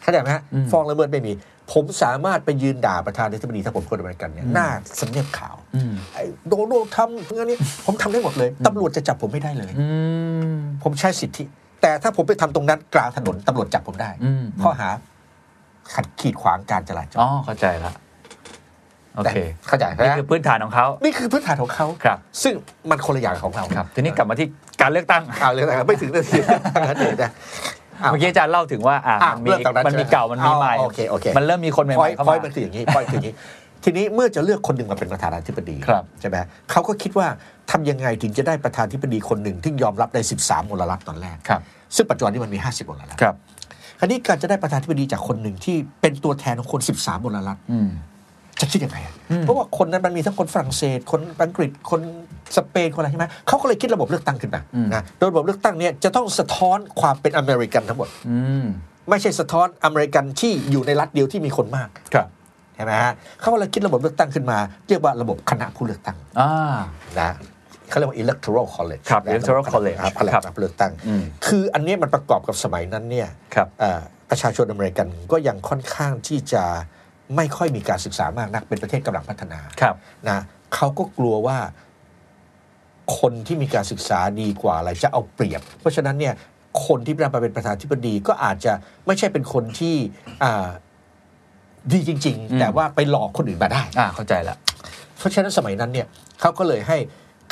Speaker 2: เข้าใจไหมฮะ
Speaker 1: อืม
Speaker 2: ฟ้องละเมิดไม่มี ผมสามารถไปยืนด่าประธานาธิบดีถ้าผมคนอเมริกันเนี่ยหน้าสำเนียงขาว
Speaker 1: อืม
Speaker 2: ไอ้โดโดทำเงี้ยนี่ผมทำได้หมดเลยตำรวจจะจับผมไม่ได้เลย
Speaker 1: อืม
Speaker 2: ผมใช้สิทธิ แต่ถ้าผมไปทำตรงนั้นกลางถนนตำรวจจับผมได้
Speaker 1: อืม
Speaker 2: ข้อหาขัดขีดขวางการจราจร
Speaker 1: อ๋อเข้าใจละโอ
Speaker 2: แต่
Speaker 1: เค
Speaker 2: เข้าใจ
Speaker 1: นี่
Speaker 2: ไหม
Speaker 1: คือพื้นฐานของเขา
Speaker 2: นี่คือพื้นฐานของเขา
Speaker 1: ครับ
Speaker 2: ซึ่งมันคนละอย่างของเรา
Speaker 1: ครับ ทีนี้กลับมาที่การเลือกตั้ง
Speaker 2: เอาเลยนะไม่ถึงนาทีนั้นเองนะาว
Speaker 1: เมื่อกี้อาจารย์เล่าถึงว่าอ่ะ
Speaker 2: อ่ะ
Speaker 1: มันมี
Speaker 2: เริ่มจากนั้น
Speaker 1: มันมี
Speaker 2: ใช่ไหม
Speaker 1: เก่ามันมีใหม่
Speaker 2: อ๋อโอเคโอเค
Speaker 1: มันเริ่มมีคนใหม่
Speaker 2: พอย
Speaker 1: ๆเข้า
Speaker 2: พ
Speaker 1: มา
Speaker 2: อยมันคืออย่างนี้พอยคืออย่างนี้ ทีนี้เมื่อจะเลือกคนหนึ่งมาเป็นประธานาธิบดี
Speaker 1: ครับ
Speaker 2: ใช่ไหมเขาก็คิดว่าทำยังไงถึงจะได้ประธานาธิบดีคนหนึ่งที่ยอมรับได้ 13มลรัฐตอนแรก
Speaker 1: ครับ
Speaker 2: ซึ่งปัจจุบันนี้มันมี 50มลรัฐ
Speaker 1: ครับ
Speaker 2: คราวนี้การจะได้ประธานาธิบดีจากคนหนึ่งที่เป็นตัวแทนของคน 13มลรัฐ
Speaker 1: อืม
Speaker 2: จะคิดยังไงอะเพราะว่าคนนั้นมันมีทั้งคนฝรั่งเศส คนอังกฤษคนสเปนคนอะไรใช่ไหมเขาก็เลยคิดระบบเลือกตั้งขึ้นมา
Speaker 1: อืม
Speaker 2: นะโดยระบบเลือกตั้งเนี่ยจะต้องสะท้อนความเป็นอเมริกันทั้งหมด
Speaker 1: อืม
Speaker 2: ไม่ใช่สะท้อนอเมริกันที่อยู่ในรัฐเดียวที่มีคนมาก
Speaker 1: ครับ
Speaker 2: ใช่ไหมฮะเขาเลยคิดระบบเลือกตั้งขึ้นมา เรียกว่าระบบคณะผู้เลือกตั้ง
Speaker 1: อ่า
Speaker 2: นะเขาเรียกว่า electoral college
Speaker 1: ครับ
Speaker 2: นะ
Speaker 1: electoral
Speaker 2: ะบบ
Speaker 1: college
Speaker 2: ครับคณะ
Speaker 1: ครับ
Speaker 2: ผู้เลือกตั้ง
Speaker 1: อืม
Speaker 2: คืออันเนี้ยมันประกอบกับสมัยนั้นเนี่ย
Speaker 1: ครับ
Speaker 2: เอ่อประชาชนอเมริกันก็ยังค่อนข้างที่จะไม่ค่อยมีการศึกษามากนักเป็นประเทศกำลังพัฒนา
Speaker 1: ครับ
Speaker 2: นะเขาก็กลัวว่าคนที่มีการศึกษาดีกว่าอะไรจะเอาเปรียบ เพราะฉะนั้นเนี่ยคนที่ได้มาเป็นประธานาธิบดีก็อาจจะไม่ใช่เป็นคนที่อ่าดีจริง
Speaker 1: อืม
Speaker 2: ๆ แต่ว่าไปหลอกคนอื่นมาได้
Speaker 1: อ่าเข้าใจละ
Speaker 2: เพราะฉะนั้นสมัยนั้นเนี่ยเขาก็เลยให้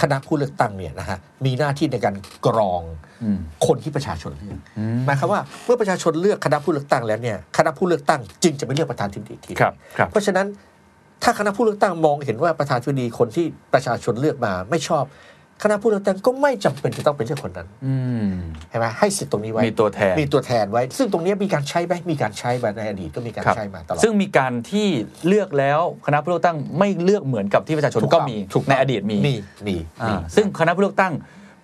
Speaker 2: คณะผู้เลือกตั้งเนี่ยนะฮะมีหน้าที่ในการกรอง
Speaker 1: อืม
Speaker 2: คนที่ประชาชนเลือก
Speaker 1: อืม
Speaker 2: หมายความว่าเมื่อประชาชนเลือกคณะผู้เลือกตั้งแล้วเนี่ยคณะผู้เลือกตั้งจึงจะไปเลือกประธานทิบดีอีกที
Speaker 1: ครับครับ
Speaker 2: เพราะฉะนั้นถ้าคณะผู้เลือกตั้งมองเห็นว่าประธานทิบดีคนที่ประชาชนเลือกมาไม่ชอบ คณะผู้เลือกตั้งก็ไม่จำเป็นจะต้องเป็นเลือกคนนั้น
Speaker 1: อืม
Speaker 2: ใช่ไหมให้สิทธิ์ตรงนี้ไว้
Speaker 1: มีตัวแทน
Speaker 2: มีตัวแทนไว้ ซึ่งตรงเนี้ยมีการใช้ไหมมีการใช้มาในอดีตก็มีการ
Speaker 1: ครับ
Speaker 2: ใช้มาตลอด
Speaker 1: ซึ่งมีการที่เลือกแล้วคณะผู้เลือกตั้งไม่เลือกเหมือนกับที่ประชาชน
Speaker 2: ถูกต้
Speaker 1: ก็
Speaker 2: อง
Speaker 1: มี
Speaker 2: ถูกต้อง
Speaker 1: ในอดีตมี
Speaker 2: มีมี
Speaker 1: อ่า
Speaker 2: มี
Speaker 1: ซึ่งคณะผู้เลือกตั้ง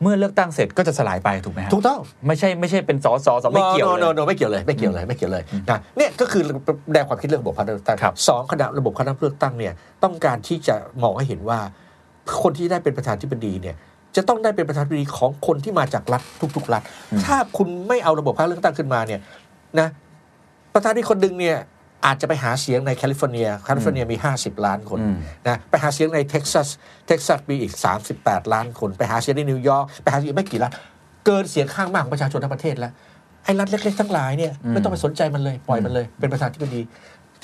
Speaker 1: เมื่อเลือกตั้งเสร็จก็จะสลายไปถูกไหมฮะ
Speaker 2: ถูกต้อง
Speaker 1: ไม่ใช่ไม่ใช่เป็นสอสอสอไม่เกี่ยว
Speaker 2: โน
Speaker 1: เล
Speaker 2: โน
Speaker 1: ย
Speaker 2: โนไม่เกี่ยวเลยไม่เกี่ยวเลยไม่เกี่ยวเลยนะเนี่ยก็คือแนวความคิดเรื่องระบบคณะเลือกตั้ง
Speaker 1: ครับ
Speaker 2: สองคณะระบบคณะเลือกตั้งเนี่ยต้องการที่จะมองให้เห็นว่า คนที่ได้เป็นประธานธิบดีเนี่ยจะต้องได้เป็นประธานธิบดีของคนที่มาจากรัฐทุก ๆ รัฐ ถ้าคุณไม่เอาระบบคณะเลือกตั้งขึ้นมาเนี่ยนะประธานที่คนดึงเนี่ยอาจจะไปหาเสียงในแคลิฟอร์เนียแคลิฟอร์เนียมี 50 ล้านคน
Speaker 1: อืม
Speaker 2: นะไปหาเสียงในเท็กซัสเท็กซัสมีอีก 38 ล้านคน ไปหาเสียงในนิวยอร์กไปหาเสียงไม่กี่รัฐเกินเสียงข้างมากของประชาชนทั้งประเทศแล้ว ไอ้รัฐเล็กๆทั้งหลายเนี่ยไม่ต้องไปสนใจมันเลยปล่อยมันเลย เป็นประธานที่ดี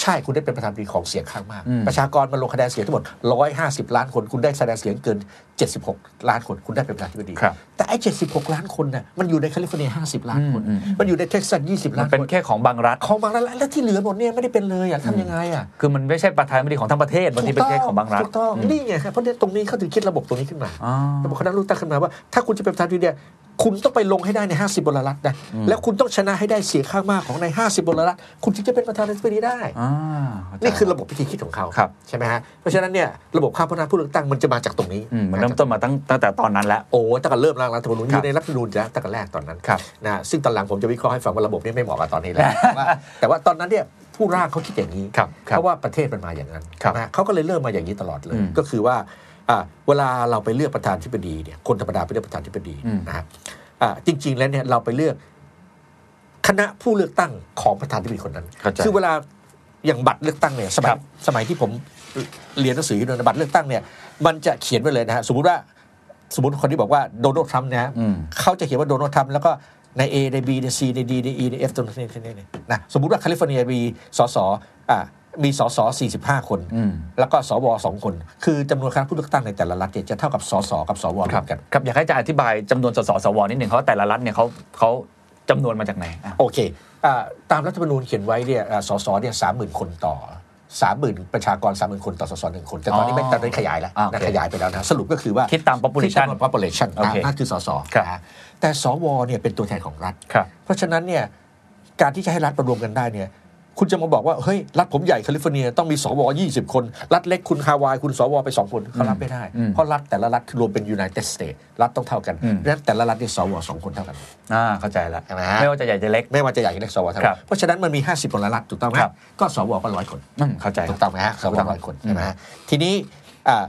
Speaker 2: ใช่คุณได้เป็นประธานดีของเสียงข้างมาก
Speaker 1: อืม
Speaker 2: ประชากรมันลงคะแนนเสียงทั้งหมด 150 ล้านคนคุณได้คะแนนเสียงเกิน 76 ล้านคนคุณได้เป็นประธานที่ดี
Speaker 1: ครับ
Speaker 2: แต่ไอ้ 76 ล้านคนน่ะมันอยู่ในแคลิฟอร์เนีย 50 ล้านคน
Speaker 1: อืมอืม
Speaker 2: มันอยู่ในเท็กซัส 20
Speaker 1: มั
Speaker 2: ล้าน น
Speaker 1: เป็น
Speaker 2: คน
Speaker 1: แค่ของบางรัฐ
Speaker 2: ของบางรัฐแล้วที่เหลือหมดเนี่ยไม่ได้เป็นเลยอ่ะทำยังไงอ่ะ
Speaker 1: คือมันไม่ใช่ประธานาธิบดีของทั้งประเทศบางทีเป็นแค่ของบางรัฐ
Speaker 2: ถูกต้องนี่ไงครับเพราะเนี่ยตรงนี้เขาถึงคิดระบบตรงนี้ขึ้นมา
Speaker 1: อ๋อ
Speaker 2: ระบบคณะลูกตั้งขึ้นมาว่า ถ้าคุณจะเป็นประธานาธิบดีเนี่ยคุณต้องไปลงให้ได้ใน 50 บลรัฐนะแล้วคุณต้องชนะให้ได้เสียงข้างมากของใน 50 บลรัฐคุณถึงจะเป็นประธานาธิบดีได้
Speaker 1: อ่าเข้าใจ
Speaker 2: นี่คือระบบวิธีคิดของเขา
Speaker 1: ครับ
Speaker 2: ใช่ไหมฮะเพราะฉะนั้นเนี่ยระบบข้าพนักผู้เลือกตั้งมันจะมาจากตรงนี้
Speaker 1: อืมมันเริ่มต้นมาตั้งตั้งแต่ตอนนั้นแล้ว
Speaker 2: โอ้ตั้งแต่เริ่มร่างรัฐธรรมนูญอ
Speaker 1: ครับ
Speaker 2: ยู่ในรัฐธรรมนูญแล้วตั้งแต่แรกตอนนั้น
Speaker 1: ครับ
Speaker 2: นะซึ่งตอนหลังผมจะวิเคราะห์ให้ฟังว่าระบบนี้ไม่เหมาะกับตอนนี้แล้ว แต่ว่าแต่ว่าตอนนั้นเนี่ยผู้ร่างเขาคิดอย่างนี้
Speaker 1: ครับครับ
Speaker 2: เพราะว่าประเทศมันมาอย่างนั้น
Speaker 1: ครับ
Speaker 2: นะเขาก็เลยเริ่มมาอย่างนี้ตลอดเล
Speaker 1: อื
Speaker 2: ย
Speaker 1: ม
Speaker 2: ก็คือว่าอ่ะเวลาเราไปเลือกประธานธิบดีเนี่ยคนธรรมดาไปเลือกประธานธิบดี
Speaker 1: อืม
Speaker 2: นะฮะอ่ะจริง ๆ แล้วเนี่ยเราไปเลือกคณะผู้เลือกตั้งของประธานธิบดีคนนั้น
Speaker 1: เข้าใจ
Speaker 2: คือเวลาอย่างบัตรเลือกตั้งเนี่ยสมั
Speaker 1: ค
Speaker 2: ย
Speaker 1: รับ
Speaker 2: สมัยที่ผมเรียนหนังสืออยู่เนยบัตรเลือกตั้งเนี่ยมันจะเขียนไว้เลยนะฮะสมมติว่าสมมติคนที่บอกว่าโดนัลด์ทรัมป์นะฮะ
Speaker 1: อืม
Speaker 2: เขาจะเขียนว่าโดนัลด์ทรัมป์แล้วก็ใน A ใน B ใน C ใน D ใน E ใน F ตรงนี้นตรงนี้นะสมมติว่าแคลิฟอร์เนียมีสสอ่า มีสส45 คน
Speaker 1: อืม
Speaker 2: แล้วก็สวสองคน คือจำนวนครั้งผู้เลือกตั้งในแต่ละรัฐเนี่ยจะเท่ากับสสกับสวร
Speaker 1: ครั
Speaker 2: ว
Speaker 1: บ
Speaker 2: มกัน
Speaker 1: ครับอยากให้อาจะอธิบายจำนวนสสสวนิดหนึ่งเขาแต่ละรัฐเนี่ยเขาเขาจำนวนมาจากไหนอ่ะ
Speaker 2: โอเคอ่าตามรัฐธรรมนูญเขียนไว้เนี่ยอ่าสสเนี่ยสามหมื่นคนต่อสามหมื่นประชากรสามหมื่นคนต่อสสหนึ่งคน แต่ตอนนี้ไม่
Speaker 1: อ๋อ
Speaker 2: ตอนนี้ขยายแล้ว
Speaker 1: อ่าโอ
Speaker 2: นะ
Speaker 1: เค
Speaker 2: ขยายไปแล้วนะ สรุปก็คือว่า
Speaker 1: คิดตาม population
Speaker 2: คิดตาม population
Speaker 1: โอ
Speaker 2: ตาม
Speaker 1: เค
Speaker 2: นั่นคือสส
Speaker 1: ครับ
Speaker 2: นะแต่สวเนี่ยเป็นตัวแทนของรัฐ
Speaker 1: ครับ
Speaker 2: เพราะฉะนั้นเนี่ยการที่จะให้รัฐมารวมกันได้เนี่ยคุณจะมาบอกว่าเฮ้ยรัฐผมใหญ่แคลิฟอร์เนียต้องมีสว20 คน รัฐเล็กคุณฮาวายคุณสวไป 2 คนเขารับไม่ได้
Speaker 1: อืม
Speaker 2: เพราะรัฐแต่ละรัฐคือรวมเป็นยูไนเต็ดสเตทรัฐต้องเท่ากัน
Speaker 1: อืม
Speaker 2: ดังนั้นแต่ละรัฐเนี่ยสวสองคนเท่ากัน
Speaker 1: อ่าเข้าใจแล้ว
Speaker 2: ใช่ไหมฮะ
Speaker 1: ไม่ว่าจะใหญ่จะเล็ก
Speaker 2: ไม่ว่าจะใหญ่ก็ได้สวเท่า
Speaker 1: ครั
Speaker 2: นั้
Speaker 1: บ
Speaker 2: นเพราะฉะนั้นมันมี 50 คนละรัฐถูกต้องไหม
Speaker 1: ครับ
Speaker 2: ก็สวก็ร้อยคน
Speaker 1: อืมเข้าใจค
Speaker 2: ถู
Speaker 1: รับ
Speaker 2: กต้องไหมฮะสว
Speaker 1: ถูกต้อง
Speaker 2: ร้อยคน
Speaker 1: อืม
Speaker 2: ใช่ไหมฮะทีนี้อ่า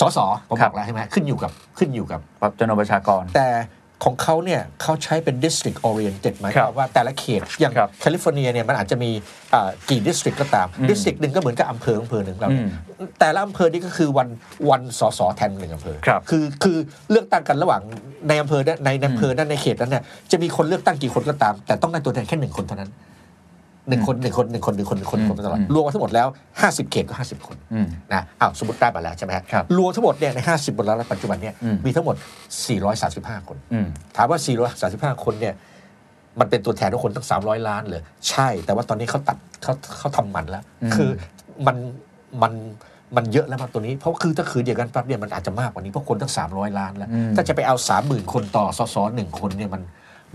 Speaker 2: สสผม
Speaker 1: ครับ บ
Speaker 2: อกแล้วใช่ไหมขึ้นอยู่กับขึ้นอยู่กับ
Speaker 1: ครับจำนวนประชากร
Speaker 2: แต่ของเขาเนี่ยเขาใช้เป็น district oriented หมาย
Speaker 1: ค
Speaker 2: ครับ วามว่าแต่ละเขตอย่าง
Speaker 1: ครับ
Speaker 2: แคลิฟอร์เนียเนี่ยมันอาจจะมีอ่ากี่ district ก็ตาม
Speaker 1: อืม
Speaker 2: district หนึ่งก็เหมือนกับอำเภออำเภอหนึ่งเรา
Speaker 1: อื
Speaker 2: เนี่ย
Speaker 1: ม
Speaker 2: แต่ละอำเภอนี่ก็คือวันวันสสแทนหนึ่งอำเภอ
Speaker 1: ครับ
Speaker 2: คือคือเลือกตั้งกันระหว่างในอำเภอเนี่ยในในอำเภอนั้นในเขตนั้นเนี่ยจะมีคนเลือกตั้งกี่คนก็ตาม แต่ต้องได้ตัวแทนแค่หนึ่งคนเท่านั้นหนึ่งคนหนึ่งคนหนึ่งคนหนึ่งคนหนึ่งคนหนึ่งคนตลอด
Speaker 1: อืม
Speaker 2: รวมมาทั้งหมดแล้ว 50 เขตก็ 50 คน
Speaker 1: อืม
Speaker 2: นะอ้าวสมมติได้มาแล้วใช่ไหมฮะ
Speaker 1: ครับ
Speaker 2: วมทั้งหมดเนี่ยใน 50 บนร้านปัจจุบันเนี่ย
Speaker 1: อืม
Speaker 2: มีทั้งหมด 435 คน
Speaker 1: อืม
Speaker 2: ถามว่า 435 คนเนี่ยมันเป็นตัวแทนทุกคนตั้ง 300 ล้านเลย ใช่ แต่ว่าตอนนี้เขาตัดเขาเขาทำมันแล้ว
Speaker 1: อืม
Speaker 2: คือมันมันมันเยอะแล้วมากตัวนี้ เพราะคือถ้าคืนเดียวกันปั๊บเนี่ยมันอาจจะมากกว่านี้เพราะคนตั้ง 300 ล้านแล้ว ถ้าจะไปเอา 30,000 คนต่อสสหนึ่งคนเนี่ยมัน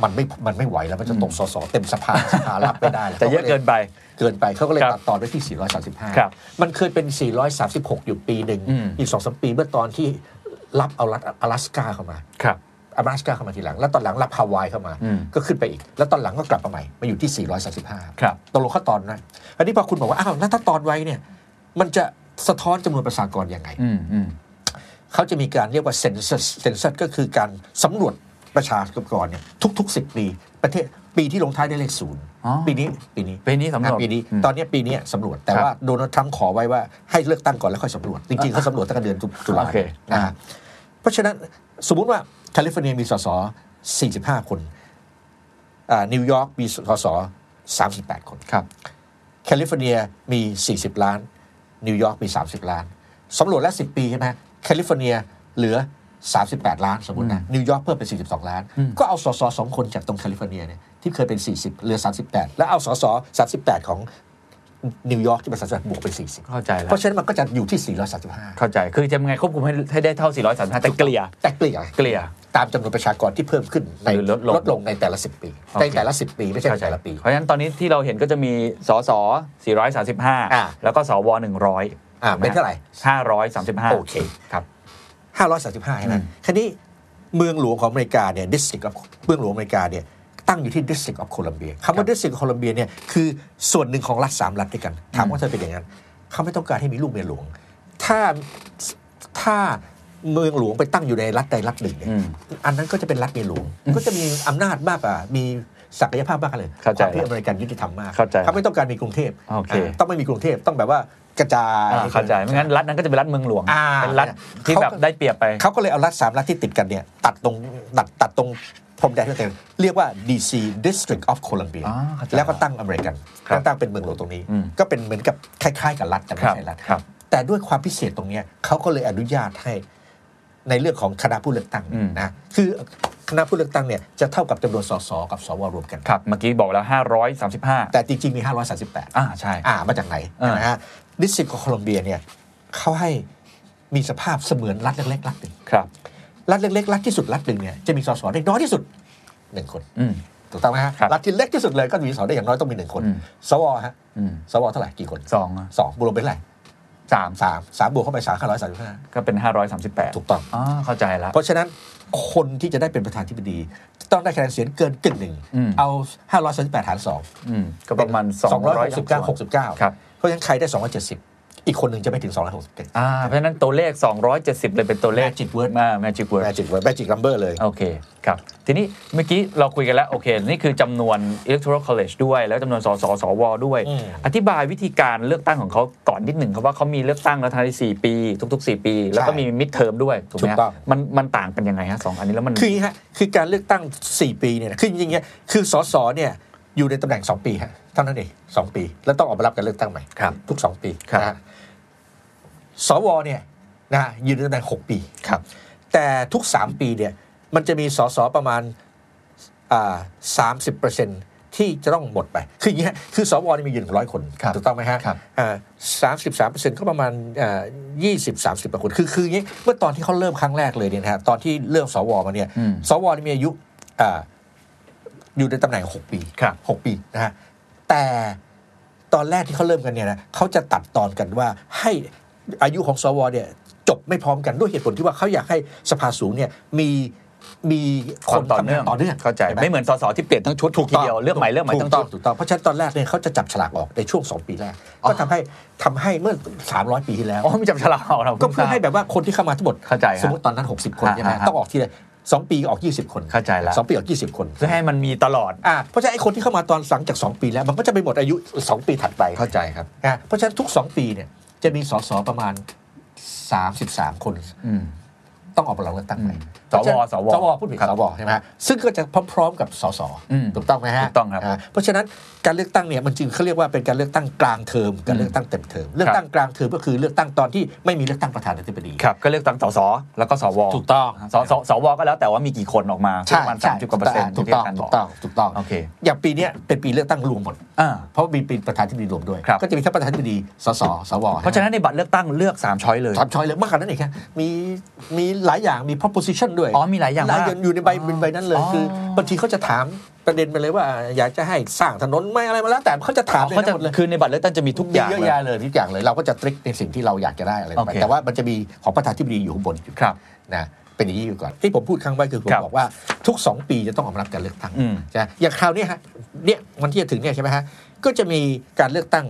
Speaker 2: มันไม่มันไม่ไหวแล้วมันจะตกสสเต็มสภาสภารับไม่ได้แล้ว
Speaker 1: จะเยอะเกินไป
Speaker 2: เกินไปเขาก็เลย
Speaker 1: ครับ
Speaker 2: ตัดตอนไว้ที่
Speaker 1: ครับ
Speaker 2: 435 มันเคยเป็น 436 อยู่ปีหนึ่ง
Speaker 1: อืม
Speaker 2: อีก2อสปีเมื่อตอนที่รับเอารัฐ阿拉斯กาเข้ามา
Speaker 1: ครับ
Speaker 2: 阿拉สกาเข้ามาทีหลัง แล้วตอนหลังรับฮาวายเข้ามา
Speaker 1: อืม
Speaker 2: ก็ขึ้นไปอีก แล้วตอนหลังก็กลับมาใหม่ มาอยู่ที่ 435
Speaker 1: ครับ
Speaker 2: ตกลงขั้นตอนนะอันนี้พอคุณบอกว่า อ้าวแล้วถ้าตอนไว้เนี่ย มันจะสะท้อนจำนวนประชากรยังไง
Speaker 1: อืมอืม
Speaker 2: เขาจะมีการเรียกว่าเซนเซอร์เซนเซอร์ก็คือการสำรวจประชากรเนี่ยทุก ๆ 10 ปี ประเทศปีที่ลงท้ายด้วยเลขศูนย์
Speaker 1: อ๋อ
Speaker 2: ปีนี้ปีนี้
Speaker 1: ปีนี้สำหรับ
Speaker 2: อ่ะปีนี้ตอนเนี้ยปีเนี้ยสำรวจแต่ว่าโดนัลด์ทรัมป์ขอไว้ว่าให้เลือกตั้งก่อนแล้วค่อยสำรวจ จริงๆเขาสำรวจตั้งแต่เดือนตุตุลา
Speaker 1: โอเค
Speaker 2: นะฮะเพราะฉะนั้นสมมุติว่าแคลิฟอร์เนียมีสส45 คนอ่านิวยอร์กมีสส38 คน
Speaker 1: ครับ
Speaker 2: แคลิฟอร์เนียมี 40 ล้าน นิวยอร์กมี 30 ล้าน สำรวจแล้ว 10 ปีใช่ไหมแคลิฟอร์เนียเหลือ 38 ล้านสมมตินะ นิวยอร์กเพิ่มเป็น 42 ล้าน ก็เอาสสสองคนจากตรงแคลิฟอร์เนียเนี่ยที่เคยเป็น 40 เหลือ 38 แล้วเอาสส38 ของนิวยอร์กที่เป็น38บวกเป็น 40
Speaker 1: เข้าใจแล้ว
Speaker 2: เพราะฉะนั้นมันก็จะอยู่ที่ 435
Speaker 1: เข้าใจคือจะยังไงควบคุมให้ให้ได้เท่า 435แต่เกลี่ย
Speaker 2: แต่เกลี่ย
Speaker 1: เกลี่ย
Speaker 2: ตามจำนวนประชากรที่เพิ่มขึ้นใน
Speaker 1: หรือลดลง
Speaker 2: ในแต่ละ 10 ปี
Speaker 1: โอเค
Speaker 2: ในแต่ละ 10 ปีไม่ใช่
Speaker 1: เข้า
Speaker 2: ใน
Speaker 1: ใจ
Speaker 2: แต่ละปี
Speaker 1: เพราะฉะนั้นตอนนี้ที่เราเห็นก็จะมีสส
Speaker 2: อ่ะ
Speaker 1: 435 แล้วก็สว 100
Speaker 2: อ่าเป็นเท่าไหร่
Speaker 1: 535
Speaker 2: โอเค
Speaker 1: ครับ
Speaker 2: 535ใช่ไหม
Speaker 1: อืม
Speaker 2: คันนี้เมืองหลวงของอเมริกาเนี่ยดิสตริกเมืองหลวงอเมริกาเนี่ยตั้งอยู่ที่ District of Columbia คำ
Speaker 1: ครั
Speaker 2: ว่า
Speaker 1: บ
Speaker 2: District of Columbia เนี่ยคือส่วนหนึ่งของรัฐสามรัฐด้วยกัน ถามว่าเธอเป็นอย่างนั้นเขาไม่ต้องการให้มีลูกเมียหลวง ถ้าถ้าเมืองหลวงไปตั้งอยู่ในรัฐใดรัฐหนึ่งเนี่ย
Speaker 1: อืม
Speaker 2: อันนั้นก็จะเป็นรัฐเมียหลวง ก็จะมีอำนาจมากกว่ามีศักยภาพมากกว่าเลย
Speaker 1: เข้าใจ
Speaker 2: ความที่อเมริกันยุติธรรมมาก
Speaker 1: เข้าใจ
Speaker 2: เขาไม่ต้องการมีกรุงเทพ
Speaker 1: โอเค
Speaker 2: อ่าต้องไม่มีกรุงเทพต้องแบบว่ากระจาย
Speaker 1: อ่าเข้าใจไม่งั้นรัฐนั้นก็จะเป็นรัฐเมืองหลวง
Speaker 2: อ่า
Speaker 1: เป็นรัฐที่
Speaker 2: เขา
Speaker 1: แบบ
Speaker 2: ก็
Speaker 1: ได้เปรียบไป
Speaker 2: เขาก็เลยเอารัฐสามรัฐที่ติดกันเนี่ยตัดตรงตัดตัดตรงพรมแดนที่เต็มเรียกว่า DC District of Columbia
Speaker 1: อ่าเข้าใจ
Speaker 2: แล้วก็ตั้งอเมริกัน
Speaker 1: ครับ
Speaker 2: ตั้งเป็นเมืองหลวงตรงนี้
Speaker 1: อืม
Speaker 2: ก็เป็นเหมือนกับคล้ายๆกับรัฐแต่ไม่ใช่รัฐ
Speaker 1: ครับ
Speaker 2: แต่ด้วยความพิเศษตรงเนี้ยเขาก็เลยอนุญาตให้ในเรื่องของคณะผู้เลือกตั้งเนี่ยนะคือคณะผู้เลือกตั้งเนี่ยจะเท่ากับจำนวนสสกับสวรวมกัน
Speaker 1: ครับ เมื่อกี้บอกแล้ว 535
Speaker 2: แต่จริงๆมี 538
Speaker 1: อ่าใช่
Speaker 2: อ่ามาจากไหน
Speaker 1: อ่าน
Speaker 2: นะฮะดิสติกของโคลอมเบียเนี่ยเขาให้มีสภาพเสมือนรัฐเล็กๆรัฐหนึ่ง
Speaker 1: ครับ
Speaker 2: รัฐเล็กๆรัฐที่สุดรัฐหนึ่งเนี่ยจะมีสสได้น้อยที่สุดหนึ่งคน
Speaker 1: อืม
Speaker 2: ถูกต้องไหมฮะ
Speaker 1: ครับ
Speaker 2: รัฐที่เล็กที่สุดเลยก็มีสสได้อย่างน้อยต้องมีหนึ่งคน
Speaker 1: อืม
Speaker 2: สวฮะ
Speaker 1: อืม
Speaker 2: สวเท่าไหร่กี่คน
Speaker 1: สองอ่ะ
Speaker 2: สองบวกเป็นเท่าไหร่
Speaker 1: สาม
Speaker 2: สามสามบวกเข้าไปสามห้าร้อยสามสิบห้า
Speaker 1: ก็เป็น 538
Speaker 2: ถูกต้อง
Speaker 1: อ๋อเข้าใจแล้ว
Speaker 2: เพราะฉะนั้นคนที่จะได้เป็นประธานที่ปดีต้องได้คะแนนเสียงเกินกึ่งหนึ่ง
Speaker 1: อืม
Speaker 2: เอาห้าร้อยสามสิบแปดหารสอง
Speaker 1: อืมก็ประมาณ
Speaker 2: สองร้อยหกสิบเก้าหกสิบเก้า
Speaker 1: ครับ
Speaker 2: เพราะฉะนั้นใครได้สองร้อยเจ็ดสิบอีกคนหนึ่งจะไม่ถึงสองร้อยหกสิบเจ็ด
Speaker 1: อ่าเพราะฉะนั้นตัวเลข 270 เลยเป็นตัวเลข
Speaker 2: Magic word
Speaker 1: อ่า magic word
Speaker 2: แมจิกเวิร์ดแมจิกลัมเบอร์เลย
Speaker 1: โอเคครับ ทีนี้เมื่อกี้เราคุยกันแล้ว โอเค นี่คือจำนวน electoral college ด้วย แล้วจำนวนสสสวด้วย
Speaker 2: อืม
Speaker 1: อธิบายวิธีการเลือกตั้งของเขาก่อนนิดหนึ่งครับว่าเขามีเลือกตั้งแล้วทันทีสี่ปี ทุก ๆ 4 ปี แล้วก็
Speaker 2: ใช่
Speaker 1: มี mid term ด้วยถูกไหม
Speaker 2: ถู
Speaker 1: ฮะ
Speaker 2: กต้อง
Speaker 1: มันมันต่างกันยังไงฮะสองอันนี้แล้วมัน
Speaker 2: คืออย่างนี้ฮะคือการเลือกตั้ง 4 ปีเนี่ยนะคือจริงๆเนี่ยคือสสเนี่ยอยู่ในตำแหน่ง 2 ปีฮะ เท่านั้นเองสองปี แล้วต้องออกมารับการเลือกตั้งใหม่
Speaker 1: ครับ
Speaker 2: ทุกสองปี
Speaker 1: ครับ
Speaker 2: นะฮะสวเนี่ยนะฮะยืนตำแหน่งหกปี
Speaker 1: ครับ
Speaker 2: แต่ทุกสามปีเนี่ยมันจะมีสสประมาณสามสิบเปอร์เซ็นที่จะต้องหมดไป คืออย่างเงี้ยคือสวนี่มีอยู่หนึ่งร้อยคน
Speaker 1: ครับ
Speaker 2: ถูกต้องไหมฮะ
Speaker 1: ครับ
Speaker 2: สามสิบสามเปอร์เซ็นต์ก็ประมาณยี่สิบสามสิบกว่าคนคือคืออย่างงี้เมื่อตอนที่เขาเริ่มครั้งแรกเลยเนี่ยนะฮะตอนที่เรื่องสวมาเนี่ย
Speaker 1: อืม
Speaker 2: สวนี่มีอายุอ่าอยู่ในตำแหน่งหกปี
Speaker 1: ครับ
Speaker 2: หกปีนะฮะแต่ตอนแรกที่เขาเริ่มกันเนี่ยนะเขาจะตัดตอนกันว่าให้อายุของสวเนี่ยจบไม่พร้อมกันด้วยเหตุผลที่ว่าเขาอยากให้สภาสูงเนี่ยมีมี
Speaker 1: ค
Speaker 2: คน น
Speaker 1: ต่อ
Speaker 2: ทำ
Speaker 1: เนื่อง
Speaker 2: ต่อเนื่อง
Speaker 1: เข้าใจ
Speaker 2: ช่ไหม
Speaker 1: ไม่เหมือนสสที่เปลี่ยนทั้งชุด
Speaker 2: ถูก
Speaker 1: ที
Speaker 2: ต้อง
Speaker 1: เดียวเลือกใหม่เลือกใหม่
Speaker 2: ถู
Speaker 1: ทั้ง
Speaker 2: ต้
Speaker 1: ชุ
Speaker 2: อง
Speaker 1: ด
Speaker 2: ถูกต้องเพราะฉะนั้นตอนแรกเนี่ยเขาจะจับฉลากออกในช่วง 2 ปีแรก
Speaker 1: อ๋อ
Speaker 2: ก็ทำให้ทำให้เมื่อ 300 ปีที่แล้ว
Speaker 1: อ๋อมันจับฉลากเอาเรา
Speaker 2: ก็เพื่
Speaker 1: ท
Speaker 2: อ
Speaker 1: ราบ
Speaker 2: ให้แบบว่าคนที่เข้ามาทั้งหมด
Speaker 1: เข้าใจฮะ
Speaker 2: สมมติตอนนั้น 60 คนใช่ไหม
Speaker 1: อ่าฮะ
Speaker 2: ต้องออกทีละสองปีออก 20 คน
Speaker 1: เข้าใจแล้ว
Speaker 2: สองปีออก 20 คน
Speaker 1: เพื่อให้มันมีตลอด
Speaker 2: อ่าเพราะฉะนั้นไอ้คนที่เข้ามาตอนหลังจาก 2 ปีแล้วมันก็จะไปหมดอายุ 2 ปีถัดไป
Speaker 1: เข้าใจครับ
Speaker 2: อ่าเพราะฉะนั้นทุก 2 ปีเนี่ยจะมีสสประมาณ 33 คน
Speaker 1: อืม
Speaker 2: ต้องออกมาลงเลือกตั้งใหม่
Speaker 1: อืม
Speaker 2: เพราะฉะนั้น
Speaker 1: สว
Speaker 2: สวพูดผิด
Speaker 1: ครับ
Speaker 2: สวใช่ไหมฮะซึ่งก็จะพร้อมๆกับสส
Speaker 1: อืม
Speaker 2: ถูกต้องไหมฮะ
Speaker 1: ถูกต้องครับ
Speaker 2: อ่าเพราะฉะนั้นการเลือกตั้งเนี่ยมันจึงเขาเรียกว่าเป็นการเลือกตั้งกลางเทอมการเลือกตั้งเต็มเทอมเลือกตั้งกลางเทอมก็คือเลือกตั้งตอนที่ไม่มีเลือกตั้งประธานาธิบดี
Speaker 1: ครับก็เลือกตั้งสสแล้วก็สว
Speaker 2: ถูกต้อง
Speaker 1: สสสวก็แล้วแต่ว่ามีกี่คนออกมา
Speaker 2: ใช่
Speaker 1: ประมาณสา
Speaker 2: ใช่
Speaker 1: มจุดกว่าเปอร์เซ็นต์
Speaker 2: ถูกต้อง
Speaker 1: ที่าจารย์บ
Speaker 2: ถู
Speaker 1: อก
Speaker 2: ต้องถูกต้อง
Speaker 1: โอเค
Speaker 2: อย่างปีเนี้ยเป็นปีเลือกตั้งรวมหมด
Speaker 1: อ่า
Speaker 2: เพราะมีปีประธานาธิบดีรวมด้วย
Speaker 1: ครับ
Speaker 2: ก็จะมีทั้งประธานาธิบดีสสสว
Speaker 1: เพราะฉะนั้นในบัตรเลือกตั้งเลือก 3 ช้อยเลย
Speaker 2: สามช้อยเลยมากกว่านั้นอีกครับมีมีหลายอย่างมี proposition ด้วย
Speaker 1: อ๋อมีหลายอย่าง
Speaker 2: ลาย
Speaker 1: มาก
Speaker 2: อยู่ในใบเป็นใบนั้นเลย
Speaker 1: อ๋อ
Speaker 2: คือบางทีเขาจะถามประเด็นไปเลยว่า อยากจะให้สร้างถนนไหม่อะไรมาแล้วแต่เขาจะถาม
Speaker 1: เขาจะ
Speaker 2: ในนั้นหมดเลย
Speaker 1: คือในบัตรเลือกตั้งจะมีทุก
Speaker 2: มี
Speaker 1: อย่าง
Speaker 2: เยอะ
Speaker 1: เลย
Speaker 2: แยะเลยทุกอย่างเลยเราก็จะตริกในสิ่งที่เราอยากจะได้อะไร
Speaker 1: โอ
Speaker 2: ไป
Speaker 1: เค
Speaker 2: แต่ว่ามันจะมีของประธานที่ดีอยู่ข้างบนอยู่
Speaker 1: ครับ
Speaker 2: นะเป็นอย่างนี้อยู่ก่อนที่ผมพูดครั้งไว้คือผม
Speaker 1: ครับ
Speaker 2: บอกว่าทุก 2 ปีจะต้องออกมารับการเลือกตั้ง
Speaker 1: อืม
Speaker 2: ใช่ไหมอย่างคราวเนี้ยฮะเนี่ยวันที่จะถึงเนี่ยใช่ไหมฮะก็จะมีการเลือกตั้ง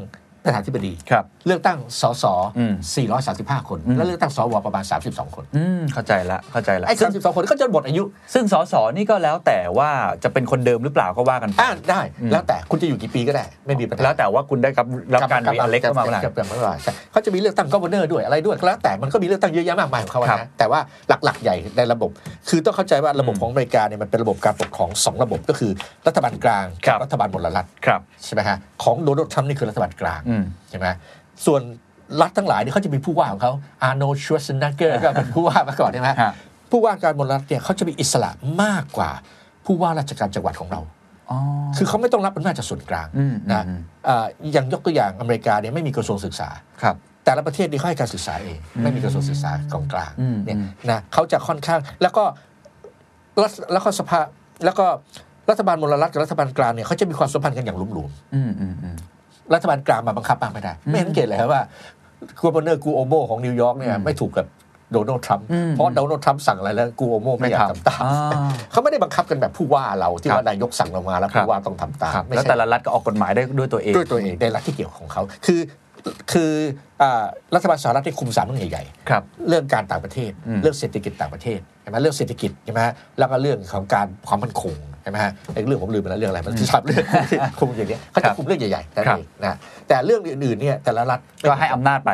Speaker 2: ประธานที่ดี
Speaker 1: ครับ
Speaker 2: เลือกตั้งสส
Speaker 1: อืม
Speaker 2: 435 คน
Speaker 1: อืม
Speaker 2: แล้วเลือกตั้งสวประมาณ 32 คน
Speaker 1: อืมเข้าใจละเข้าใจละ
Speaker 2: ไอ้
Speaker 1: ซึ่ง
Speaker 2: 32 คนก็จะหมดอายุ
Speaker 1: ซึ่งสสนี่ก็แล้วแต่ว่าจะเป็นคนเดิมหรือเปล่าก็ว่ากันไป
Speaker 2: อ่าได้
Speaker 1: อืม
Speaker 2: แล้วแต่คุณจะอยู่กี่ปีก็ได้ ไม่มีปัญหา
Speaker 1: แล้วแต่ว่าคุณได้รับรับการรีอเล็กเข้ามาเมื่อไหร่
Speaker 2: กับกับเมื่อไหร่ใช่เขาจะมีเลือกตั้งก o เนอร์ด้วยอะไรด้วยก็แล้วแต่มันก็มีเลือกตั้งเยอะแยะมากมายของเขาอะ
Speaker 1: ครั
Speaker 2: นะ
Speaker 1: บ
Speaker 2: แต่ว่าหลักๆ ใหญ่ในระบบ คือต้องเข้าใจว่าระบบ
Speaker 1: อืม
Speaker 2: ของอเมริกาเนี่ยมันเป็นระบบการปกครองสองระบบก็คือรัฐบาลกลาง
Speaker 1: ครับ
Speaker 2: รัฐบาลบนรัฐ
Speaker 1: ครับ
Speaker 2: ใช่ไหมฮะของโดนัลด์ทรัมป์นี่คือรัฐบาลกลาง
Speaker 1: อืม
Speaker 2: ใช่ไหมส่วนรัฐทั้งหลายเนี่ยเขาจะมีผู้ว่าของเขาอาร์โนชวัสนักเกอร์ก็เป็นผู้ว่ามาก่อนใช่ไหม
Speaker 1: ฮะ
Speaker 2: ผู้ว่าการบนรัฐเนี่ยเขาจะมีอิสระมากกว่า ผู้ว่าราชการจังหวัดของเรา
Speaker 1: อ๋อ
Speaker 2: คือเขาไม่ต้องรับอำนาจจากส่วนกลาง
Speaker 1: อืม
Speaker 2: นะ
Speaker 1: อืม
Speaker 2: เอ่ออย่างยกตัวอย่างอเมริกาเนี่ยไม่มีกระทรวงศึกษา
Speaker 1: ครับ
Speaker 2: แต่ละประเทศนี่เขาให้การศึกษาเองไม่มีกระทรวงศึกษาของกลาง
Speaker 1: อืม
Speaker 2: เนี่ย
Speaker 1: อืม
Speaker 2: นะเขาจะค่อนข้างแล้วก็รัฐแล้วก็สภาแล้วก็รัฐบาลมลรัฐกับรัฐบาลกลางเนี่ยเขาจะมีความสัมพันธ์กันอย่างหลุม
Speaker 1: อืมอืมอืม
Speaker 2: ๆรัฐบาลกลางมาบังคับมางไม่ได้ ไม่สังเกตเลยครับว่ากัวเนอร์กูโอโมของนิวยอร์กเนี่ย
Speaker 1: อืม
Speaker 2: ไม่ถูกกับโดนัลด์ทรัมป์
Speaker 1: อืม
Speaker 2: เพราะโดนัลด์ทรัมป์สั่งอะไรแล้วกูโอโมไม่อยากทำตาม
Speaker 1: อ่า
Speaker 2: เขาไม่ได้บังคับกันแบบผู้ว่าเราที่
Speaker 1: ครับ
Speaker 2: ว่านายกสั่งเรามาแล้ว
Speaker 1: ครับ
Speaker 2: ผู้ว่าต้องทำตาม
Speaker 1: ครับ
Speaker 2: ไม่
Speaker 1: แล้ว
Speaker 2: ใช่
Speaker 1: แต่ละรัฐก็ออกกฎหมายได้ด้วยตัวเอง
Speaker 2: ด้วยตัวเองในรัฐที่เกี่ยวของเขา คือคืออ่ารัฐบาลสหรัฐได้คุมสามเรื่องใหญ่
Speaker 1: ครับ
Speaker 2: ๆ เรื่องการต่างประเทศ
Speaker 1: อืม
Speaker 2: เรื่องเศรษฐกิจต่างประเทศใช่ไหมเรื่องเศรษฐกิจใช่ไหมแล้วก็เรื่องของการความมั่นคงใช่ไหมฮะไอ้เรื่องผมลืมไปแล้วเรื่องอะไรมัน สามเรื่อง คุมอย่างเนี้ยเขา
Speaker 1: ครั
Speaker 2: จะ
Speaker 1: บ
Speaker 2: คุมเรื่องใหญ่ๆแต่
Speaker 1: ครับ
Speaker 2: เองนะแต่เรื่องอื่นๆเนี่ยแต่ละรัฐ
Speaker 1: ก็ให้อำนาจไป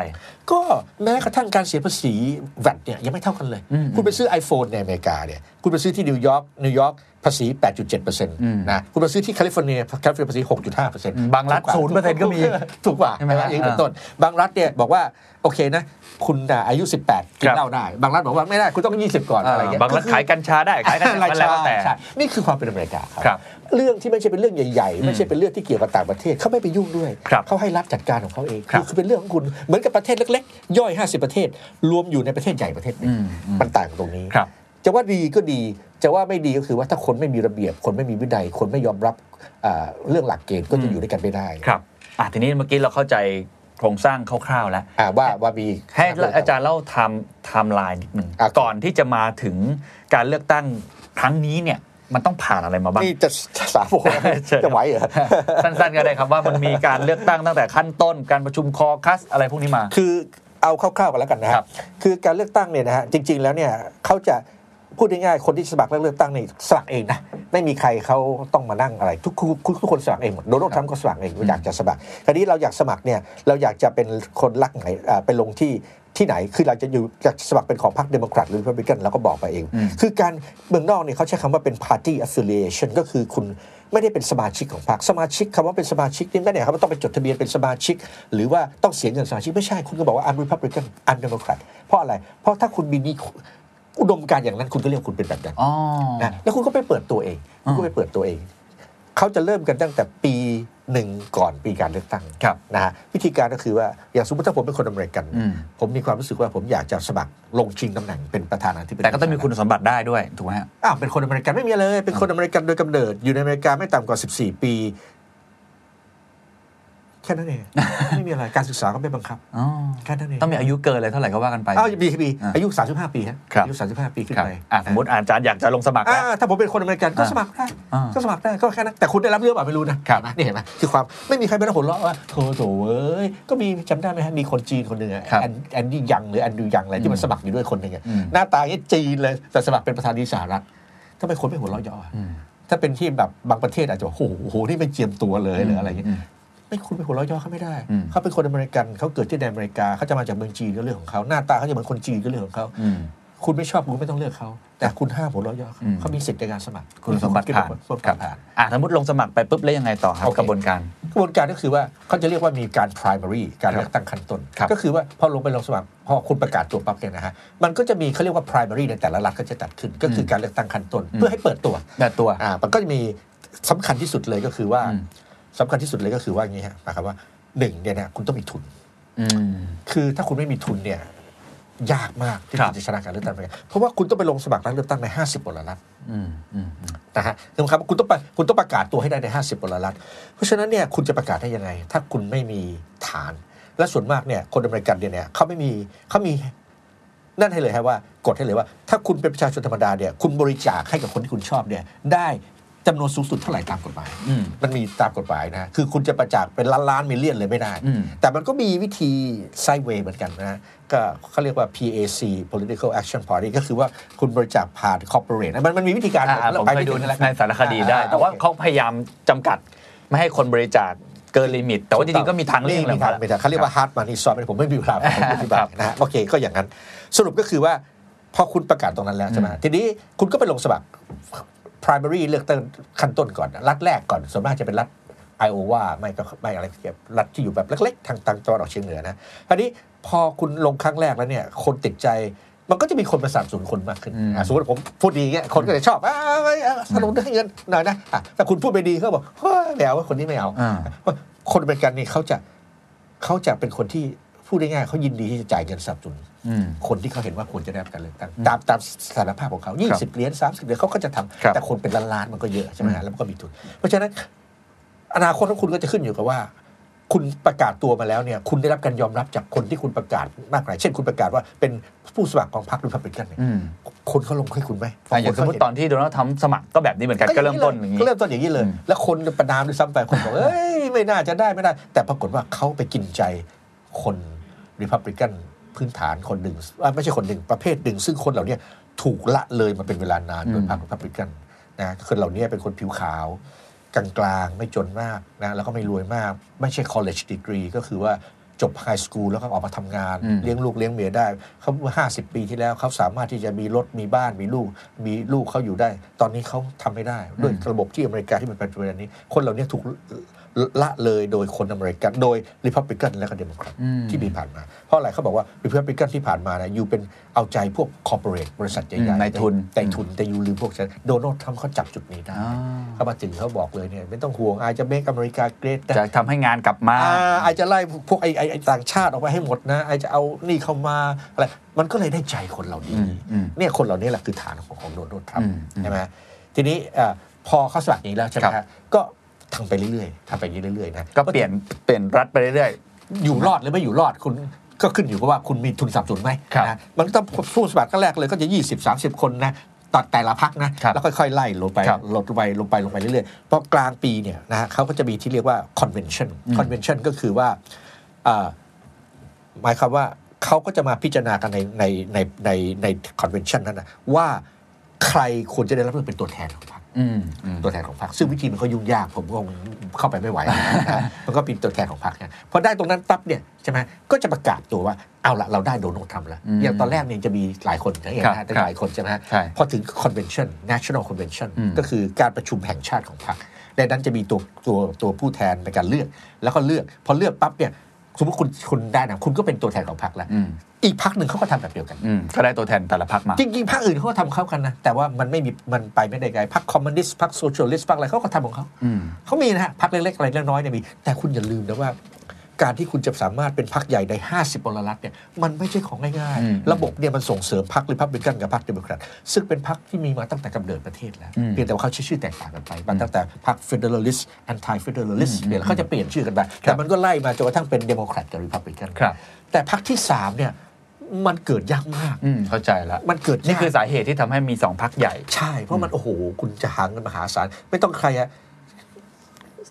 Speaker 2: ก็แม้กระทั่งการเสียภาษีแวดเนี่ยยังไม่เท่ากันเลย
Speaker 1: อืม
Speaker 2: คุณไปซื้อ iPhone ในอเมริกาเนี่ยคุณไปซื้อที่นิวยอร์กนิวยอร์กภาษี 8.7%
Speaker 1: ม
Speaker 2: นะคุณไปซื้อที่แคลิฟอร์เนียแคลิฟอร์เนียภาษี6.5%
Speaker 1: บางรัฐ
Speaker 2: ถูกกว่า
Speaker 1: ศูนย์เปอร์เซ็นต์ก็มี
Speaker 2: ถูกกว่า
Speaker 1: ใช่ไหมฮะ
Speaker 2: อย่างนี้เป็นต้น บางรัฐเนี่ยบอกว่า โอเคนะ คุณอ่ะอายุ 18 กิ
Speaker 1: คน รับ
Speaker 2: เหล้าได้ บางรัฐบอกว่าไม่ได้ คุณต้อง 20 ก่อนอะไรเงี้ย
Speaker 1: บางรัฐขายกัญชาได้ขายกัญชา
Speaker 2: ก็
Speaker 1: อะ
Speaker 2: คือ
Speaker 1: ไรก็แต่
Speaker 2: ใช่นี่คือความเป็นอเมริกาค
Speaker 1: ครั
Speaker 2: รับ เรื่องที่ไม่ใช่เป็นเรื่องใหญ่ ๆ ไม่ใช่เป็นเรื่องที่เกี่ยวกับต่างประเทศเขาไม่ไปยุ่งด้วย
Speaker 1: ครับ
Speaker 2: เขาให้รัฐจัดการของเขาเอง
Speaker 1: ครับ
Speaker 2: คือเป็นเรื่องของคุณเหมือนกับประเทศเล็กๆ ย่อย 50 ประเทศ รวมอยู่ในประเทศใหญ่ประเทศหนึง
Speaker 1: อืมอืม
Speaker 2: มันต่างกันตรงนี้
Speaker 1: ครับ
Speaker 2: จะว่าดีก็ดี จะว่าไม่ดีก็คือว่าถ้าคนไม่มีระเบียบ คนไม่มีวินัย คนไม่ยอมรับอ่าเรื่องหลักเกณฑ์ก็จะอยู่ด้วยกันไม่ได้
Speaker 1: ครับอ่ะทีนี้เมื่อกี้เราเข้าใจโครงสร้างคร่าวๆแล้ว
Speaker 2: อ่าว่าว่ามี
Speaker 1: ให้อาจารย์เล่าไทำไทม์ไลน์นิดหนึ่ง
Speaker 2: อ่ะ
Speaker 1: ก่อนที่จะมาถึงการเลือกตั้งครั้งนี้เนี่ย มันต้องผ่านอะไรมาบ้าง
Speaker 2: นี่จะสาโบ
Speaker 1: ใช่
Speaker 2: จะไหวเหรอ
Speaker 1: สั้นๆก็ได้ครับว่ามันมีการเลือกตั้งตั้งแต่ขั้นต้นการประชุมคอคัสอะไรพวกนี้มา
Speaker 2: คือเอาคร่าวๆกันแล้วกันนะ
Speaker 1: ค
Speaker 2: ฮะ
Speaker 1: รับ
Speaker 2: คือการเลือกตั้งเนี่ยนะฮะจริง ๆ แล้วเนี่ยเขาจะ พูดง่ายๆคนที่สมัครเลือกตั้งนี่สมัครเองนะไม่มีใครเขาต้องมานั่งอะไรทุกทุกทุกคนสมัครเองหมดโดนัลด์ทรัมป์ก็สมัครเองอยากจะสมัครคราวนี้เราอยากสมัครเนี่ยเราอยากจะเป็นคนรักไหนอ่าไปลงที่ที่ไหนคือเราจะอยู่อยากจะสมัครเป็นของพรรคเดโมแครตหรือ r ิพับลิกันแล้วก็บอกไปเอง
Speaker 1: อืม
Speaker 2: คือการเมืองนอกเนี่ยเขาใช้คำว่าเป็น party affiliation ก็คือคุณไม่ได้เป็นสมาชิกของพรรคสมาชิกคำว่าเป็นสมาชิกนี่ไม่ได้ครับว่าต้องไปจดทะเบียนเป็นสมาชิก หรือว่าต้องเสียเงินสมาชิกไม่ใช่คุณก็บอกว่า I'm Republican I'm Democrat เพราะอะไร เพราะถ้าคุณมีมีอุดมการณ์อย่างนั้นคุณก็เรียกคุณเป็นแบบนั้น
Speaker 1: อ๋อ
Speaker 2: นะแล้วคุณก็ไปเปิดตัวเองคุณก็ไปเปิดตัวเอง เขาจะเริ่มกันตั้งแต่ปีหนึ่งก่อนปีการเลือกตั้ง
Speaker 1: ครับ
Speaker 2: นะฮะวิธีการก็คือว่าอย่างสมมติถ้าผมเป็นคนอเมริกัน
Speaker 1: อืม
Speaker 2: ผมมีความรู้สึกว่าผมอยากจะสมัครลงชิงตำแหน่งเป็นประธานาธิบดี
Speaker 1: แต่ก็ต้องมีคุณสมบัติได้ด้วยถูกไหมฮะ
Speaker 2: อ้าวเป็นคนอเมริกันไม่มีอะไรเลย เป็นคนอเมริกันโดยกำเนิด อยู่ในอเมริกาไม่ต่ำกว่า 14 ปี แค่นั้นเอง ไม่มีอะไรการศึกษาก็ไม่บังคับ
Speaker 1: อ๋อ
Speaker 2: แค่นั้นเอง
Speaker 1: ต้องมีอายุเกินเลยเท่าไหร่ก็ว่ากันไป
Speaker 2: อ้าวมีมี
Speaker 1: อ่ะ
Speaker 2: อายุ 35 ปีฮะ
Speaker 1: ครับ
Speaker 2: อายุ 35 ปีขึ้น
Speaker 1: ครับ
Speaker 2: ไป
Speaker 1: อ่ะสมมติอาจารย์อยากจะลงสมัคร
Speaker 2: อ่า
Speaker 1: แล้ว
Speaker 2: ถ้าผมเป็นคนอเมริกันก็
Speaker 1: อ่ะ
Speaker 2: สมัครได้
Speaker 1: อ่า
Speaker 2: ก็สมัครได้ก็แค่นั้นแต่คุณได้รับเรื่องเปล่าไม่รู้นะครับ นะนี่เห็นไหมคือความไม่มีใครเป็นหัวเราะว่าโถโถเว้ยก็มีจำได้ไหมฮะมีคนจีนคนหนึ่งอะ
Speaker 1: ครับ
Speaker 2: แอนแอนดี้ยังหรือแอนดูยังอะไรที่มันสมัครอยู่ด้วยคนหนึ่งอะ
Speaker 1: อืม
Speaker 2: หน้าตาเนี่ยจีนเลยแต่สมัครเป็นประธานดีสหรัฐทำไมคนไม่หัวเราะเยาะอะ
Speaker 1: อืม
Speaker 2: ถ้าเป็นที่แบบบางประเทศอาจจะบอกโอ้โหโอ้โห นี่ไม่เจียมตัวเลยหรืออะไรอย่างเงี้ย
Speaker 1: ม
Speaker 2: ไม่คุณเป็นคนร้อยย่อเขาไม่ได้
Speaker 1: อืม
Speaker 2: เขาเป็นคนอเมริกันเขาเกิดที่ในอเมริกาเขาจะมาจากเมืองจีนก็เรื่องของเขาหน้าตาเขาจะเหมือนคนจีนก็เรื่องของเขา
Speaker 1: อืม
Speaker 2: คุณไม่ชอบคุณไม่ต้องเลือกเขาแต่คุณห้ามผมร้อยย่อเขา
Speaker 1: อืม
Speaker 2: เขามีสิทธิ์ในการสมัคร
Speaker 1: คุณสมบัติผ่าน
Speaker 2: คุณสม
Speaker 1: ค
Speaker 2: บั
Speaker 1: รับ
Speaker 2: ติผ่าน
Speaker 1: อ่ะสมมติลงสมัครไปปุ๊บแล้วยังไงต่อครับ
Speaker 2: โอเค
Speaker 1: กระบวนการ
Speaker 2: กระบวนการก็คือว่าเขาจะเรียกว่ามีการ primary การ
Speaker 1: ครับ
Speaker 2: เลือกตั้งขั้นต้น
Speaker 1: ครับ
Speaker 2: ก็คือว่าพอลงไปลงสมัครพอคุณประกาศตัวปั๊บเนี่ยนะฮะมันก็จะมีเขาเรียกว่า primary ในแต่ละรัฐก็จะจัดขึ้น ก็คืออ
Speaker 1: ม
Speaker 2: การเลือกตั้งขั้นต้นเพื่อให้เปิดตัว
Speaker 1: แบบตัว
Speaker 2: อ่ามันก็จะมีสำคัญที่สุดเลยก็คือว่า
Speaker 1: อืม
Speaker 2: สำคัญที่สุดเลยก็คือว่าอย่างนี้ฮะหมายความว่าหนึ่งเนี่ยนะคุณต้องมีทุน
Speaker 1: อืม
Speaker 2: คือถ้าคุณไม่มีทุนเนี่ยยากมากที่
Speaker 1: ครับ
Speaker 2: คุณจะชนะการเลือกตั้งไปเพราะว่าคุณต้องไปลงสมัครรับเลือกตั้งใน 50กว่ารัฐ
Speaker 1: อืมอืมอืม
Speaker 2: นะฮะถูกไหมครับคุณต้องไปคุณต้องประกาศตัวให้ได้ใน 50กว่ารัฐเพราะฉะนั้นเนี่ยคุณจะประกาศได้ยังไง ถ้าคุณไม่มีฐาน และส่วนมากเนี่ยคนอเมริกันเนี่ยเขาไม่มีเขามีนั่นให้เลยฮะว่ากดให้เลยว่า ถ้าคุณเป็นประชาชนธรรมดาเนี่ยคุณบริจาคให้กับคนที่คุณชอบเนี่ยได้จำนวนสูงสุดเท่าไหร่ตามกฎหมาย
Speaker 1: อืม
Speaker 2: มันมีตามกฎหมายนะ คือคุณจะประจักษ์เป็นล้านล้านมิลเลียนเลยไม่ได้
Speaker 1: อืม
Speaker 2: แต่มันก็มีวิธีไซด์เวย์เหมือนกันนะ ก็เขาเรียกว่า PAC political action party ก็คือว่าคุณบริจาคผ่าน corporate นะมันมันมีวิธีการ
Speaker 1: อ่ะอ่ะผม
Speaker 2: ไป
Speaker 1: เคยดู
Speaker 2: ถึง
Speaker 1: ในสารคดีได้
Speaker 2: อ่
Speaker 1: แต่ว่า
Speaker 2: โอค
Speaker 1: เขาพยายามจำกัดไม่ให้คนบริจาคเกินลิมิต แต่ว่าจริงๆก็มีทางเลี่ยงแหละ
Speaker 2: มีทางมีทางเขาเรียกว่า hard money soft ผมไม่มีเวลาผมอธิบายนะฮะโอเคก็อย่างนั้น สรุปก็คือว่า พอคุณประกาศตรงนั้นแล้วใช่ไหมทีนี้คุณก็ไปลงสมัคร primary เลือกตั้งขั้นต้นก่อนนะรัฐแรกก่อนส่วนมากจะเป็นรัฐไอโอวาไม่ก็ไม่อะไรเกี่ยวกับรัฐที่อยู่แบบเล็กๆ ทางตะวันออกเฉียงเหนือนะอันนี้พอคุณลงครั้งแรกแล้วเนี่ย คนติดใจมันก็จะมีคนมาสนับสนุนคนมากขึ้น
Speaker 1: อืม
Speaker 2: อ่ะสมมติผมพูดดีอย่างเงี้ยคนก็จะชอบอ่าเอ้ยเอ้ยสนุนให้เงินหน่อยนะอ่ะแต่คุณพูดไปดีเขาบอกเฮ้ยไม่เอาคนนี้ไม่เอา
Speaker 1: อ่า
Speaker 2: คนอเมริกันนี่เขาจะเขาจะเป็นคนที่พูดง่ายๆเขายินดีที่จะจ่ายเงินสนับสนุน
Speaker 1: อืม
Speaker 2: คนที่เขาเห็นว่าควรจะได้รับการเลือกตั้งตามตามสถานภาพของเขา
Speaker 1: ครับ
Speaker 2: 20 เหรียญ 30 เหรียญเขาก็จะทำ
Speaker 1: ครับ
Speaker 2: แต่คนเป็นล้านล้านๆมันก็เยอะใช่ไหมฮะแล้วมันก็มีทุน เพราะฉะนั้น อนาคตของคุณก็จะขึ้นอยู่กับว่า คุณประกาศตัวมาแล้วเนี่ย คุณได้รับการยอมรับจากคนที่คุณประกาศมากไหนเช่นคุณประกาศว่าเป็นผู้สมัครของพรรคหรือพรรคเป็นกันเนี่ย
Speaker 1: อืม
Speaker 2: คนเขาลงให้คุณไหม
Speaker 1: อ่ะอย่างสมมติตอนที่โดนัลด์ทรัมป์สมัครก็แบบนี้เหมือนกัน
Speaker 2: ไอ้
Speaker 1: ก็เริ่มต้นอย่างนี้
Speaker 2: ก็เริ่มต้นอย่างนี้เลย
Speaker 1: อืม
Speaker 2: แล้วคนประนามด้วยซ้ำไปคนบอกเอ้ยไม่น่าจะได้ไม่ได้ แต่ปรากฏว่าเขาไปกินใจคนริพับลิกันพื้นฐานคนหนึ่งอ่ะไม่ใช่คนหนึ่งประเภทหนึ่ง ซึ่งคนเหล่าเนี้ยถูกละเลยมาเป็นเวลานานโดยพรรคริพับลิกันนะคนเหล่าเนี้ยเป็นคนผิวขาวกลางๆ ไม่จนมากนะแล้วก็ไม่รวยมาก ไม่ใช่ college degree ก็คือว่าจบไฮสคูลแล้วก็ออกมาทำงาน
Speaker 1: อืม
Speaker 2: เลี้ยงลูกเลี้ยงเมียได้เขาเมื่อ50 ปีที่แล้วเขาสามารถที่จะมีรถมีบ้านมีลูก มีลูกเขาอยู่ได้ ตอนนี้เขาทำไม่ได้ ด้วยระบบที่อเมริกาที่มันเป็นแบบนี้ คนเหล่านี้ถูกละเลยโดยคนอเมริกัน โดยริพับลิกันและก็เดโมแครต
Speaker 1: อืม
Speaker 2: ที่มีผ่านมา เพราะอะไรเขาบอกว่าริพับลิกันที่ผ่านมานะอยู่เป็นเอาใจพวกคอร์ปอเรทบริษัทให
Speaker 1: อื
Speaker 2: ญ่
Speaker 1: ม
Speaker 2: ๆ
Speaker 1: นายทุน
Speaker 2: แต่ทุนแต่อยู่ลืมพวกฉันโดนัลด์ทรัมป์เขาจับจุดนี้ได้
Speaker 1: อ่า
Speaker 2: เขามาถึงเขาบอกเลยเนี่ยไม่ต้องห่วงอาจจะเมกอเมริกาเกรด
Speaker 1: จะทำให้งานกลับมา
Speaker 2: อ่าไอจะไล่พวกไอไอ้ไอต่างชาติออกไปให้หมดนะไอจะเอานี่เข้ามาอะไรมันก็เลยได้ใจคนเหล่านี้
Speaker 1: อืมอืม
Speaker 2: เนี่ยคนเหล่านี้แหละคือฐานของของโดนัลด์ทรัม
Speaker 1: อื
Speaker 2: ป์
Speaker 1: มอืม
Speaker 2: ใช่ไหมทีนี้อ่าพอเขาสมัครอย่างนี้แล้วใช่ไหม
Speaker 1: ครับ
Speaker 2: ฮะก็ทำไปเรื่อยๆทำไปอย่างนี้เรื่อยๆนะ
Speaker 1: ก็เปลี่ยนเปลี่ยนรัฐไปเรื่อย
Speaker 2: อยู่รอดหรือไม่อยู่รอดคุณก็ขึ้นอยู่กับว่าคุณมีทุนสนับสนุนไหม
Speaker 1: ครับ
Speaker 2: นะมันก็ต้องผู้สมัครก็แรกเลยก็จะ 20 30 คนนะตัดแต่ละพักนะครับ แล้วค่อยๆไล่ลงไป
Speaker 1: ครับ
Speaker 2: ลดลงไปลงไปลงไปเรื่อยๆเพราะกลางปีเนี่ยนะฮะเขาก็จะมีที่เรียกว่า convention
Speaker 1: อืม
Speaker 2: convention ก็คือว่าอ่า หมายความว่าเขาก็จะมาพิจารณากันในในในในในคอนเวนชันนั้นนะว่า ใครควรจะได้รับเลือกเป็นตัวแทนของพรรค
Speaker 1: อืมอืม
Speaker 2: ตัวแทนของพรรคซึ่งวิธีมันก็ยุ่งยากผมก็คงเข้าไปไม่ไหว นะครับ มันก็เป็นตัวแทนของพรรคเนี่ยพอได้ตรงนั้นปั๊บเนี่ยใช่ไหมก็จะประกาศตัวว่าเอาละเราได้โดนัลด์ทำแล้ว
Speaker 1: อืม
Speaker 2: อย่างตอนแรกเนี่ยจะมีหลายคนนะเอง
Speaker 1: ครับ
Speaker 2: นะฮะแต่หลายคนใช่ไหมฮะ
Speaker 1: ใช่
Speaker 2: พอถึง convention national convention
Speaker 1: อืม
Speaker 2: ก็คือการประชุมแห่งชาติของพรรคในนั้นจะมีตัวตัวตัวผู้แทนในการเลือก แล้วก็เลือกพอเลือกปั๊บเนี่ยสมมติคุณคุณได้นะคุณก็เป็นตัวแทนของพรรคแล้ว
Speaker 1: อืม
Speaker 2: อีกพรรคหนึ่งเขาก็ทำแบบเดียวกัน
Speaker 1: อืมก็ได้ตัวแทนแต่ละพักมา
Speaker 2: จริงๆพรรคอื่นเขาก็ทำเข้ากันนะ แต่ว่ามันไม่มีมันไปไม่ได้ไกลพรรคคอมมิวนิสต์พรรคโซเชียลิสต์พรรคอะไรเขาก็ทำของเขา
Speaker 1: อืม
Speaker 2: เขามีนะฮะพรรคเล็กๆอะไรน้อยๆเนี่ยมี แต่คุณอย่าลืมนะว่า การที่คุณจะสามารถเป็นพรรคใหญ่ใน 50บรรัฐเนี่ยมันไม่ใช่ของง่าย
Speaker 1: อืม
Speaker 2: ๆ ระบบเนี่ยมันส่งเสริมพรรคริพับลิกันกับพรรคเดโมแครตซึ่งเป็นพรรคที่มีมาตั้งแต่กำเนิดประเทศแล้ว
Speaker 1: อืม
Speaker 2: เพียงแต่ว่าเขาใช้ชื่อแตกต่างกันไปมันตั้งแต่พรรคเฟเดอรัลิสต์แอนตี้เฟเดอรัลิสต์เนี่ยแล้วเขาจะเปลี่ยนชื่อกันไปแต่มันก็ไล่มาจนกระทั่งเป็นเดโมแครตกับริพับลิกัน
Speaker 1: ครับ
Speaker 2: แต่พรรคที่สามเนี่ยมันเกิดยากมาก
Speaker 1: อืมเข้าใจละ
Speaker 2: มันเกิด
Speaker 1: นี่
Speaker 2: ยาก
Speaker 1: คือสาเหตุที่ทำให้มีสองพักใหญ่
Speaker 2: ใช่ เพราะมัน โอ้โห คุณจะหาเงินมหาศาล ไม่ต้องใครอะ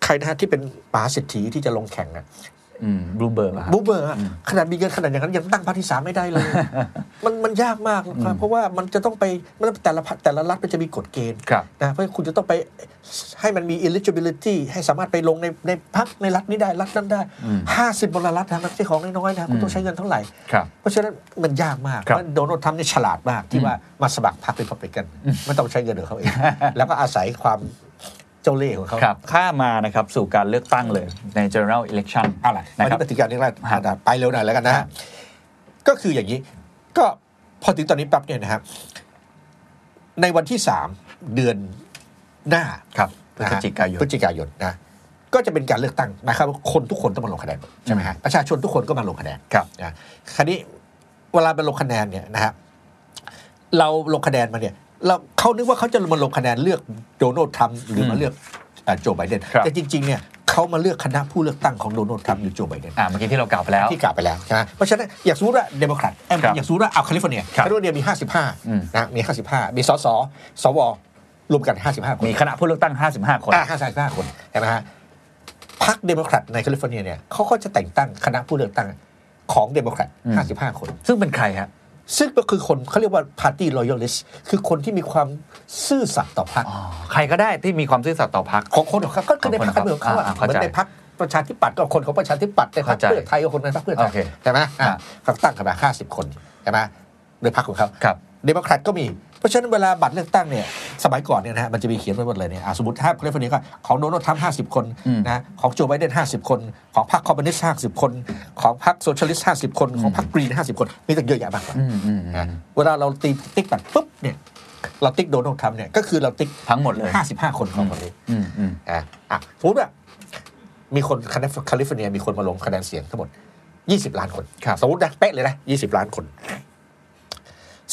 Speaker 2: ใครนะฮะที่เป็นมหาเศรษฐีที่จะลงแข่งอะ
Speaker 1: อืมบลูเบิร์กอะฮะ
Speaker 2: บูเบอร์อะขนาดมีเงินขนาดอย่างนั้นยังตั้งพรรคที่สามไม่ได้เลย มันมันยากมากนะครับเพราะว่ามันจะต้องไปมันแต่ละพรรคแต่ละรัฐมันจะมีกฎเกณฑ์
Speaker 1: ครับ
Speaker 2: นะเพราะคุณจะต้องไปให้มันมี eligibility ให้สามารถไปลงในในพรรคในรัฐนี้ได้รัฐนั้นได้ห้าสิบบนละรัฐนะมันไม่ใช่ของน้อยๆนะคุณต้องใช้เงินเท่าไหร่
Speaker 1: ครับ
Speaker 2: เพราะฉะนั้นมันยากมาก
Speaker 1: ครับ
Speaker 2: เพราะโดนัลด์ทรัมป์เนี่ยฉลาดมากที่ว่ามาสมัครพรรคเป็นพับลิกันไม่ต้องใช้เงินของ เขาเอง แล้วก็อาศัยความเจ้าเล่ห์ของเขา
Speaker 1: ครับข้ามมานะครับสู่การเลือกตั้งเลยใน general election
Speaker 2: เอาล่ะ
Speaker 1: นะ
Speaker 2: มา
Speaker 1: ครับ
Speaker 2: ที่ปฏิกิริยานี้แรกนะครับไปเร็วหน่อยแล้วกันนะฮะก็คืออย่างนี้ ก็พอถึงตอนนี้ปั๊บเนี่ยนะครับในวันที่สามเดือนหน้า
Speaker 1: ครับพฤ
Speaker 2: นะ
Speaker 1: ศ
Speaker 2: ฮะ
Speaker 1: จิกายน
Speaker 2: พฤศจิกายนนะก็จะเป็นการเลือกตั้งหมายความว่าคนทุกคนต้องมาลงคะแนนหมดใช่ไหมฮะประชาชนทุกคนก็มาลงคะแนน
Speaker 1: ครับ
Speaker 2: นะคราวนี้เวลามาลงคะแนนเนี่ยนะครับเราลงคะแนนมาเนี่ยเราเขานึกว่าเขาจะมาลงคะแนนเลือกโดนัลด์ทรัมป์หรือมาเลือกเอ่อโจไบเดน
Speaker 1: ครับ
Speaker 2: แต่จริงๆเนี่ยเขามาเลือกคณะผู้เลือกตั้งของโดนัลด์ทรัมป์หรือโจไบเดน
Speaker 1: อ่าเมื่อกี้ที่เรากล่าวไปแล้ว
Speaker 2: ที่กล่าวไปแล้วใช่ไหมเพราะฉะนั้นอยากสมมติว่าเดโมแครตเอ้ย
Speaker 1: ครับ
Speaker 2: อยากสมมติว่าเอาแคลิฟอร์เนีย
Speaker 1: ครั
Speaker 2: แค
Speaker 1: บ
Speaker 2: ลิฟอร์เนียมี
Speaker 1: อืม
Speaker 2: 55นะมี 55 มีสสสวรวมกัน 55คน
Speaker 1: มีคณะผู้เลือกตั้ง 55 คน
Speaker 2: อ่า55คนใช่ไหมฮะพรรคเดโมแครตในแคลิฟอร์เนียเนี่ยเขาก็จะแต่งตั้งคณะผู้เลือกตั้งของเดโมแครต
Speaker 1: อืม
Speaker 2: 55 คน
Speaker 1: ซึ่งเป็นใครฮะ
Speaker 2: ซึ่งก็คือคนเขาเรียกว่า Party Loyalist คือคนที่มีความซื่อสัตย์ต่อพรรค
Speaker 1: อ๋อ ใครก็ได้ที่มีความซื่อสัตย์ต่อพรรค
Speaker 2: ของคนของเขาก็คือในพรรคการเมืองเขาอะ
Speaker 1: อ่าอ่า
Speaker 2: เห
Speaker 1: เข้าใจ
Speaker 2: มือนในพรรคประชาธิปัตย์ก็คนของประชาธิปัตย์ในพรรค
Speaker 1: เข้าใจ
Speaker 2: เพื่อไทยก็คนในพรรคเพื่อไทย
Speaker 1: โอเค
Speaker 2: ใช่ไหมอ่ะ
Speaker 1: อ่า
Speaker 2: เขาตั้งกันมาห้าสิบคนใช่ไหมโดยพรรคของเขา
Speaker 1: ครับ
Speaker 2: เดโมแครตก็มี เพราะฉะนั้นเวลาบัตรเลือกตั้งเนี่ยสมัยก่อนเนี่ยนะฮะมันจะมีเขียนไว้หมดเลยเนี่ยอ่ะสมมติถ้าแคลิฟอร์เนียก็ของโดนัลด์ทรัมป์ห้าสิบคนนะของโจไบเดนห้าสิบคน ของพรรคคอมมิวนิสต์ห้าสิบคนของพรรคโซเชียลิสต์ห้าสิบคนของพรรคกรีนห้าสิบคนมีตั้งเยอะแยะมากมาย
Speaker 1: อืมอืม
Speaker 2: นะเวลาเราตีติ๊กแบบปุ๊บเนี่ยเราติ๊กโดนัลด์ทรัมป์เนี่ยก็คือเราติ๊ก
Speaker 1: ทั้งหมดเลย
Speaker 2: 55 คนของคนนี้
Speaker 1: อืมอืม
Speaker 2: อ่ะอ่ะสมมติว่ามีคนแคลิฟแคลิฟอร์เนียมีคนมาลงคะแนนเสียงทั้งหมด 20 ล้านคนสมมตินะเป๊ะเลยนะ 20 ล้านคน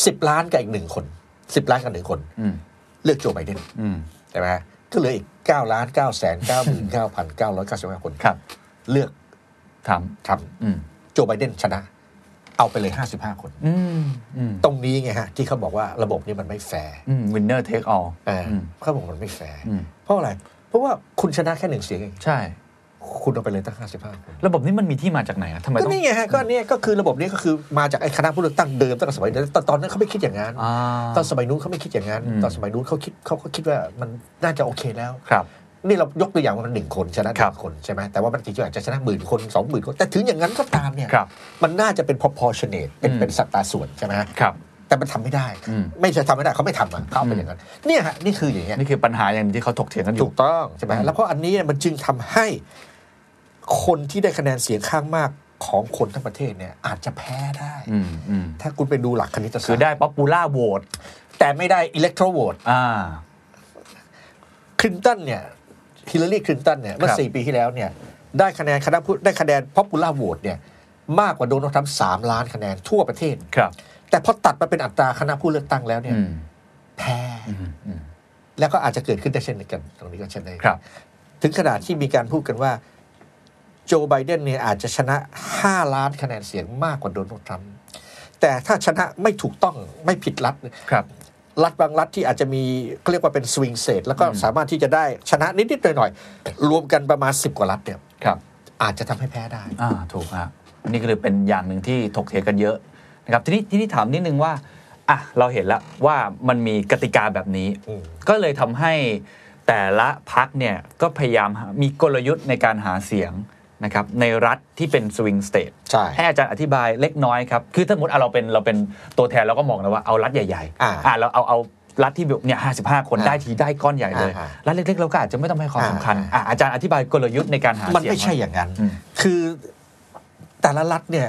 Speaker 2: 10 ล้านกับอีกหนึ่งคน 10 ล้านกับหนึ่งคน
Speaker 1: อืม
Speaker 2: เลือกโจไบเดน
Speaker 1: อืม
Speaker 2: ใช่ไหมฮะก็เหลืออีก9ล้าน9แสน9หมื่น9พัน995คน
Speaker 1: ครับ
Speaker 2: เลือก
Speaker 1: ทำ
Speaker 2: ทรัมป์
Speaker 1: อืม
Speaker 2: โจไบเดนชนะ เอาไปเลย 55 คน
Speaker 1: อืมอืม
Speaker 2: ตรงนี้ไงฮะที่เขาบอกว่าระบบนี้มันไม่แฟร์
Speaker 1: อืมวินเนอร์เทคออล
Speaker 2: เอออ
Speaker 1: ม
Speaker 2: เขาบอกมันไม่แฟร์
Speaker 1: อืม
Speaker 2: เพราะอะไร เพราะว่าคุณชนะแค่หนึ่งเสียงเอง
Speaker 1: ใช่
Speaker 2: คุณเอาไปเลยตั้ง 55คน
Speaker 1: ระบบนี้มันมีที่มาจากไหนอะทำไม
Speaker 2: ก็
Speaker 1: ต้อง
Speaker 2: นี่ไงฮะก็เนี่ยก็คือระบบนี้ก็คือมาจากไอ้คณะผู้เลือกตั้งเดิมตั้งแต่สมัยนั้นแต่ตอนนั้นเขาไม่คิดอย่างนั้น
Speaker 1: อ่า
Speaker 2: ตอนสมัยนู้นเขาไม่คิดอย่างนั้น
Speaker 1: อืม
Speaker 2: ตอนสมัยนู้นเขาคิดเขาก็คิดว่ามันน่าจะโอเคแล้ว
Speaker 1: ครับ
Speaker 2: นี่เรายกตัวอย่างว่ามันหนึ่งคนชนะห
Speaker 1: ครั
Speaker 2: นึ่
Speaker 1: บ
Speaker 2: งคนใช่ไหมแต่ว่ามันจริงๆอาจจะชนะหมื่นคนสองหมื่นคนแต่ถึงอย่างนั้นก็ตามเนี่ย
Speaker 1: ครับ
Speaker 2: มันน่าจะเป็น proportionate เป็น
Speaker 1: อืม
Speaker 2: เป็นสัตราส่วนใช่ไหมฮะ
Speaker 1: ครับ
Speaker 2: แต่มันทำไม่ได้
Speaker 1: อืม
Speaker 2: ไม่ใช่ทำไม่ได้เขาไม่ทำอ่ะเขาเอาไปอย่างนั้นเนี่ยฮะนี่คืออย่างเงี้ย
Speaker 1: นี่คือปัญหาอย่างหนึ่งที่เขาถกเถียงกันอ
Speaker 2: ถู
Speaker 1: ยู่
Speaker 2: กต้องใช่ไหม
Speaker 1: อืม
Speaker 2: แล้วก็อันนี้เนี่ยมันจึงทำให้คนที่ได้คะแนนเสียงข้างมากของคนทั้งประเทศเนี่ย อาจจะแพ้ได้
Speaker 1: อืมอืม
Speaker 2: ถ้าคุณไปดูหลักคณิตศา
Speaker 1: คือ
Speaker 2: สตร์
Speaker 1: ได้ป๊อปปูล่าโหวต
Speaker 2: แต่ไม่ได้อิเล็กโทรโหวต
Speaker 1: อ่า
Speaker 2: คลินตันเนี่ยฮิลลารีคลินตันเนี่ยเมื่อ
Speaker 1: ครับ
Speaker 2: สี่ปีที่แล้วเนี่ย ได้คะแนนคณะผู้ได้คะแนนพ o อปูล่าโหวตเนี่ย มากกว่าโดนัลด์ทรัมป์สามล้านคะแนนทั่วประเทศ
Speaker 1: ครับ
Speaker 2: แต่พอตัดมาเป็นอัตราคณะผู้เลือกตั้งแล้วเนี่ย
Speaker 1: อืม
Speaker 2: แพ้
Speaker 1: อืมอืม
Speaker 2: แล้วก็อาจจะเกิดขึ้นได้เช่นเดียวกันตรงนี้ก็เช่นเดียวกัน
Speaker 1: ครับ
Speaker 2: ถึงขนาดที่มีการพูดกันว่า โจไบเดนเนี่ยอาจจะชนะ 5 ล้านคะแนนเสียงมากกว่าโดนัลด์ทรัมป์แต่ถ้าชนะไม่ถูกต้องไม่ผิดรัฐ
Speaker 1: ครับ
Speaker 2: รัฐบางรัฐที่อาจจะมีเขาเรียกว่าเป็นสวิงเ t ตแล้วก็สามารถที่จะได้ชนะนิด ๆ หน่อย ๆ รวมกันประมาณ 10 กว่ารัฐเนี่ย
Speaker 1: ครับ
Speaker 2: อาจจะทำให้แพ้ได้
Speaker 1: อ่า ถูกฮะนี่ก็เลยเป็นอย่างหนึ่งที่ถกเถียงกันเยอะนะครับ ทีนี้ ทีนี้ถามนิดนึงว่า อ่ะเราเห็นแล้วว่ามันมีกติกาแบบนี้
Speaker 2: อืม
Speaker 1: ก็เลยทำให้แต่ละพักเนี่ยก็พยายามหามีกลยุทธ์ในการหาเสียงนะครับในรัฐที่เป็นสวิงสเตท
Speaker 2: ใช่
Speaker 1: ให้อาจารย์อธิบายเล็กน้อยครับ คือถ้าสมมติอ่ะเราเป็นเราเป็นตัวแทนเราก็มองนะว่าเอารัฐใหญ่ๆ
Speaker 2: อ่า
Speaker 1: ะเราเอาเอารัฐที่แบบเนี่ยห้คน
Speaker 2: อ่า
Speaker 1: ได้ทีได้ก้อนใหญ่เลย
Speaker 2: อ่า
Speaker 1: รัฐเล็กๆเราก็อาจจะไม่ต้องให้ความ
Speaker 2: อ่า
Speaker 1: สำคัญอ่ะอาจารย์อธิบายกลยุทธ์ในการหาเสียง
Speaker 2: มันไม่ใช่อย่างนั้น
Speaker 1: อืม
Speaker 2: คือแต่ละรัฐเนี่ย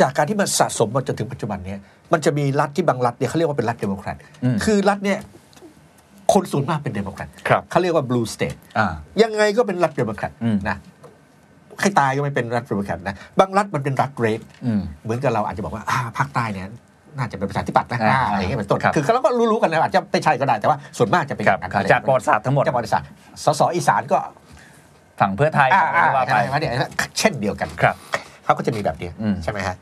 Speaker 2: จากการที่มันสะสมมาจนถึงปัจจุบันเนี่ย มันจะมีรัฐที่บางรัฐเนี่ยเขาเรียกว่าเป็นรัฐเดโมแครต คือรัฐเนี่ย คนส่วนมากเป็นเดโมแครต
Speaker 1: ครับ
Speaker 2: เขาเรียกว่าบลูสเตท
Speaker 1: อ่า
Speaker 2: ยังไงก็เป็นรัฐเดโมแครต
Speaker 1: อืม
Speaker 2: นะ ให้ตายก็ไม่เป็นรัฐเดโมแครตนะ บางรัฐมันเป็นรัฐเรด
Speaker 1: อืม
Speaker 2: เหมือนกับเราอาจจะบอกว่าอ่าภาคใต้เนี่ยน่าจะเป็นประชาธิปัตย์นะ
Speaker 1: อ่า
Speaker 2: อะไรอย่างเงี้ยเป็นต้น
Speaker 1: ครับ
Speaker 2: คือเราก็รู้ๆกันนะอาจจะไม่ใช่ก็ได้แต่ว่าส่วนมากจะเป็น
Speaker 1: ครับ
Speaker 2: อย่งนั้น
Speaker 1: จากประวัติศาสตร์ทั้งหมด
Speaker 2: จากประวัติศาสตร์สสอีสานก็
Speaker 1: ฝั่งเพื่อไทย
Speaker 2: อ่า
Speaker 1: ฝั่ง
Speaker 2: อ่า
Speaker 1: ว่า
Speaker 2: ใช่
Speaker 1: ไป
Speaker 2: ไหมเนี่ยเช่นเดียวกัน
Speaker 1: ครับ
Speaker 2: เขาก็จะมีแบบเนี้ย
Speaker 1: อืม
Speaker 2: ใช่ไหมฮะ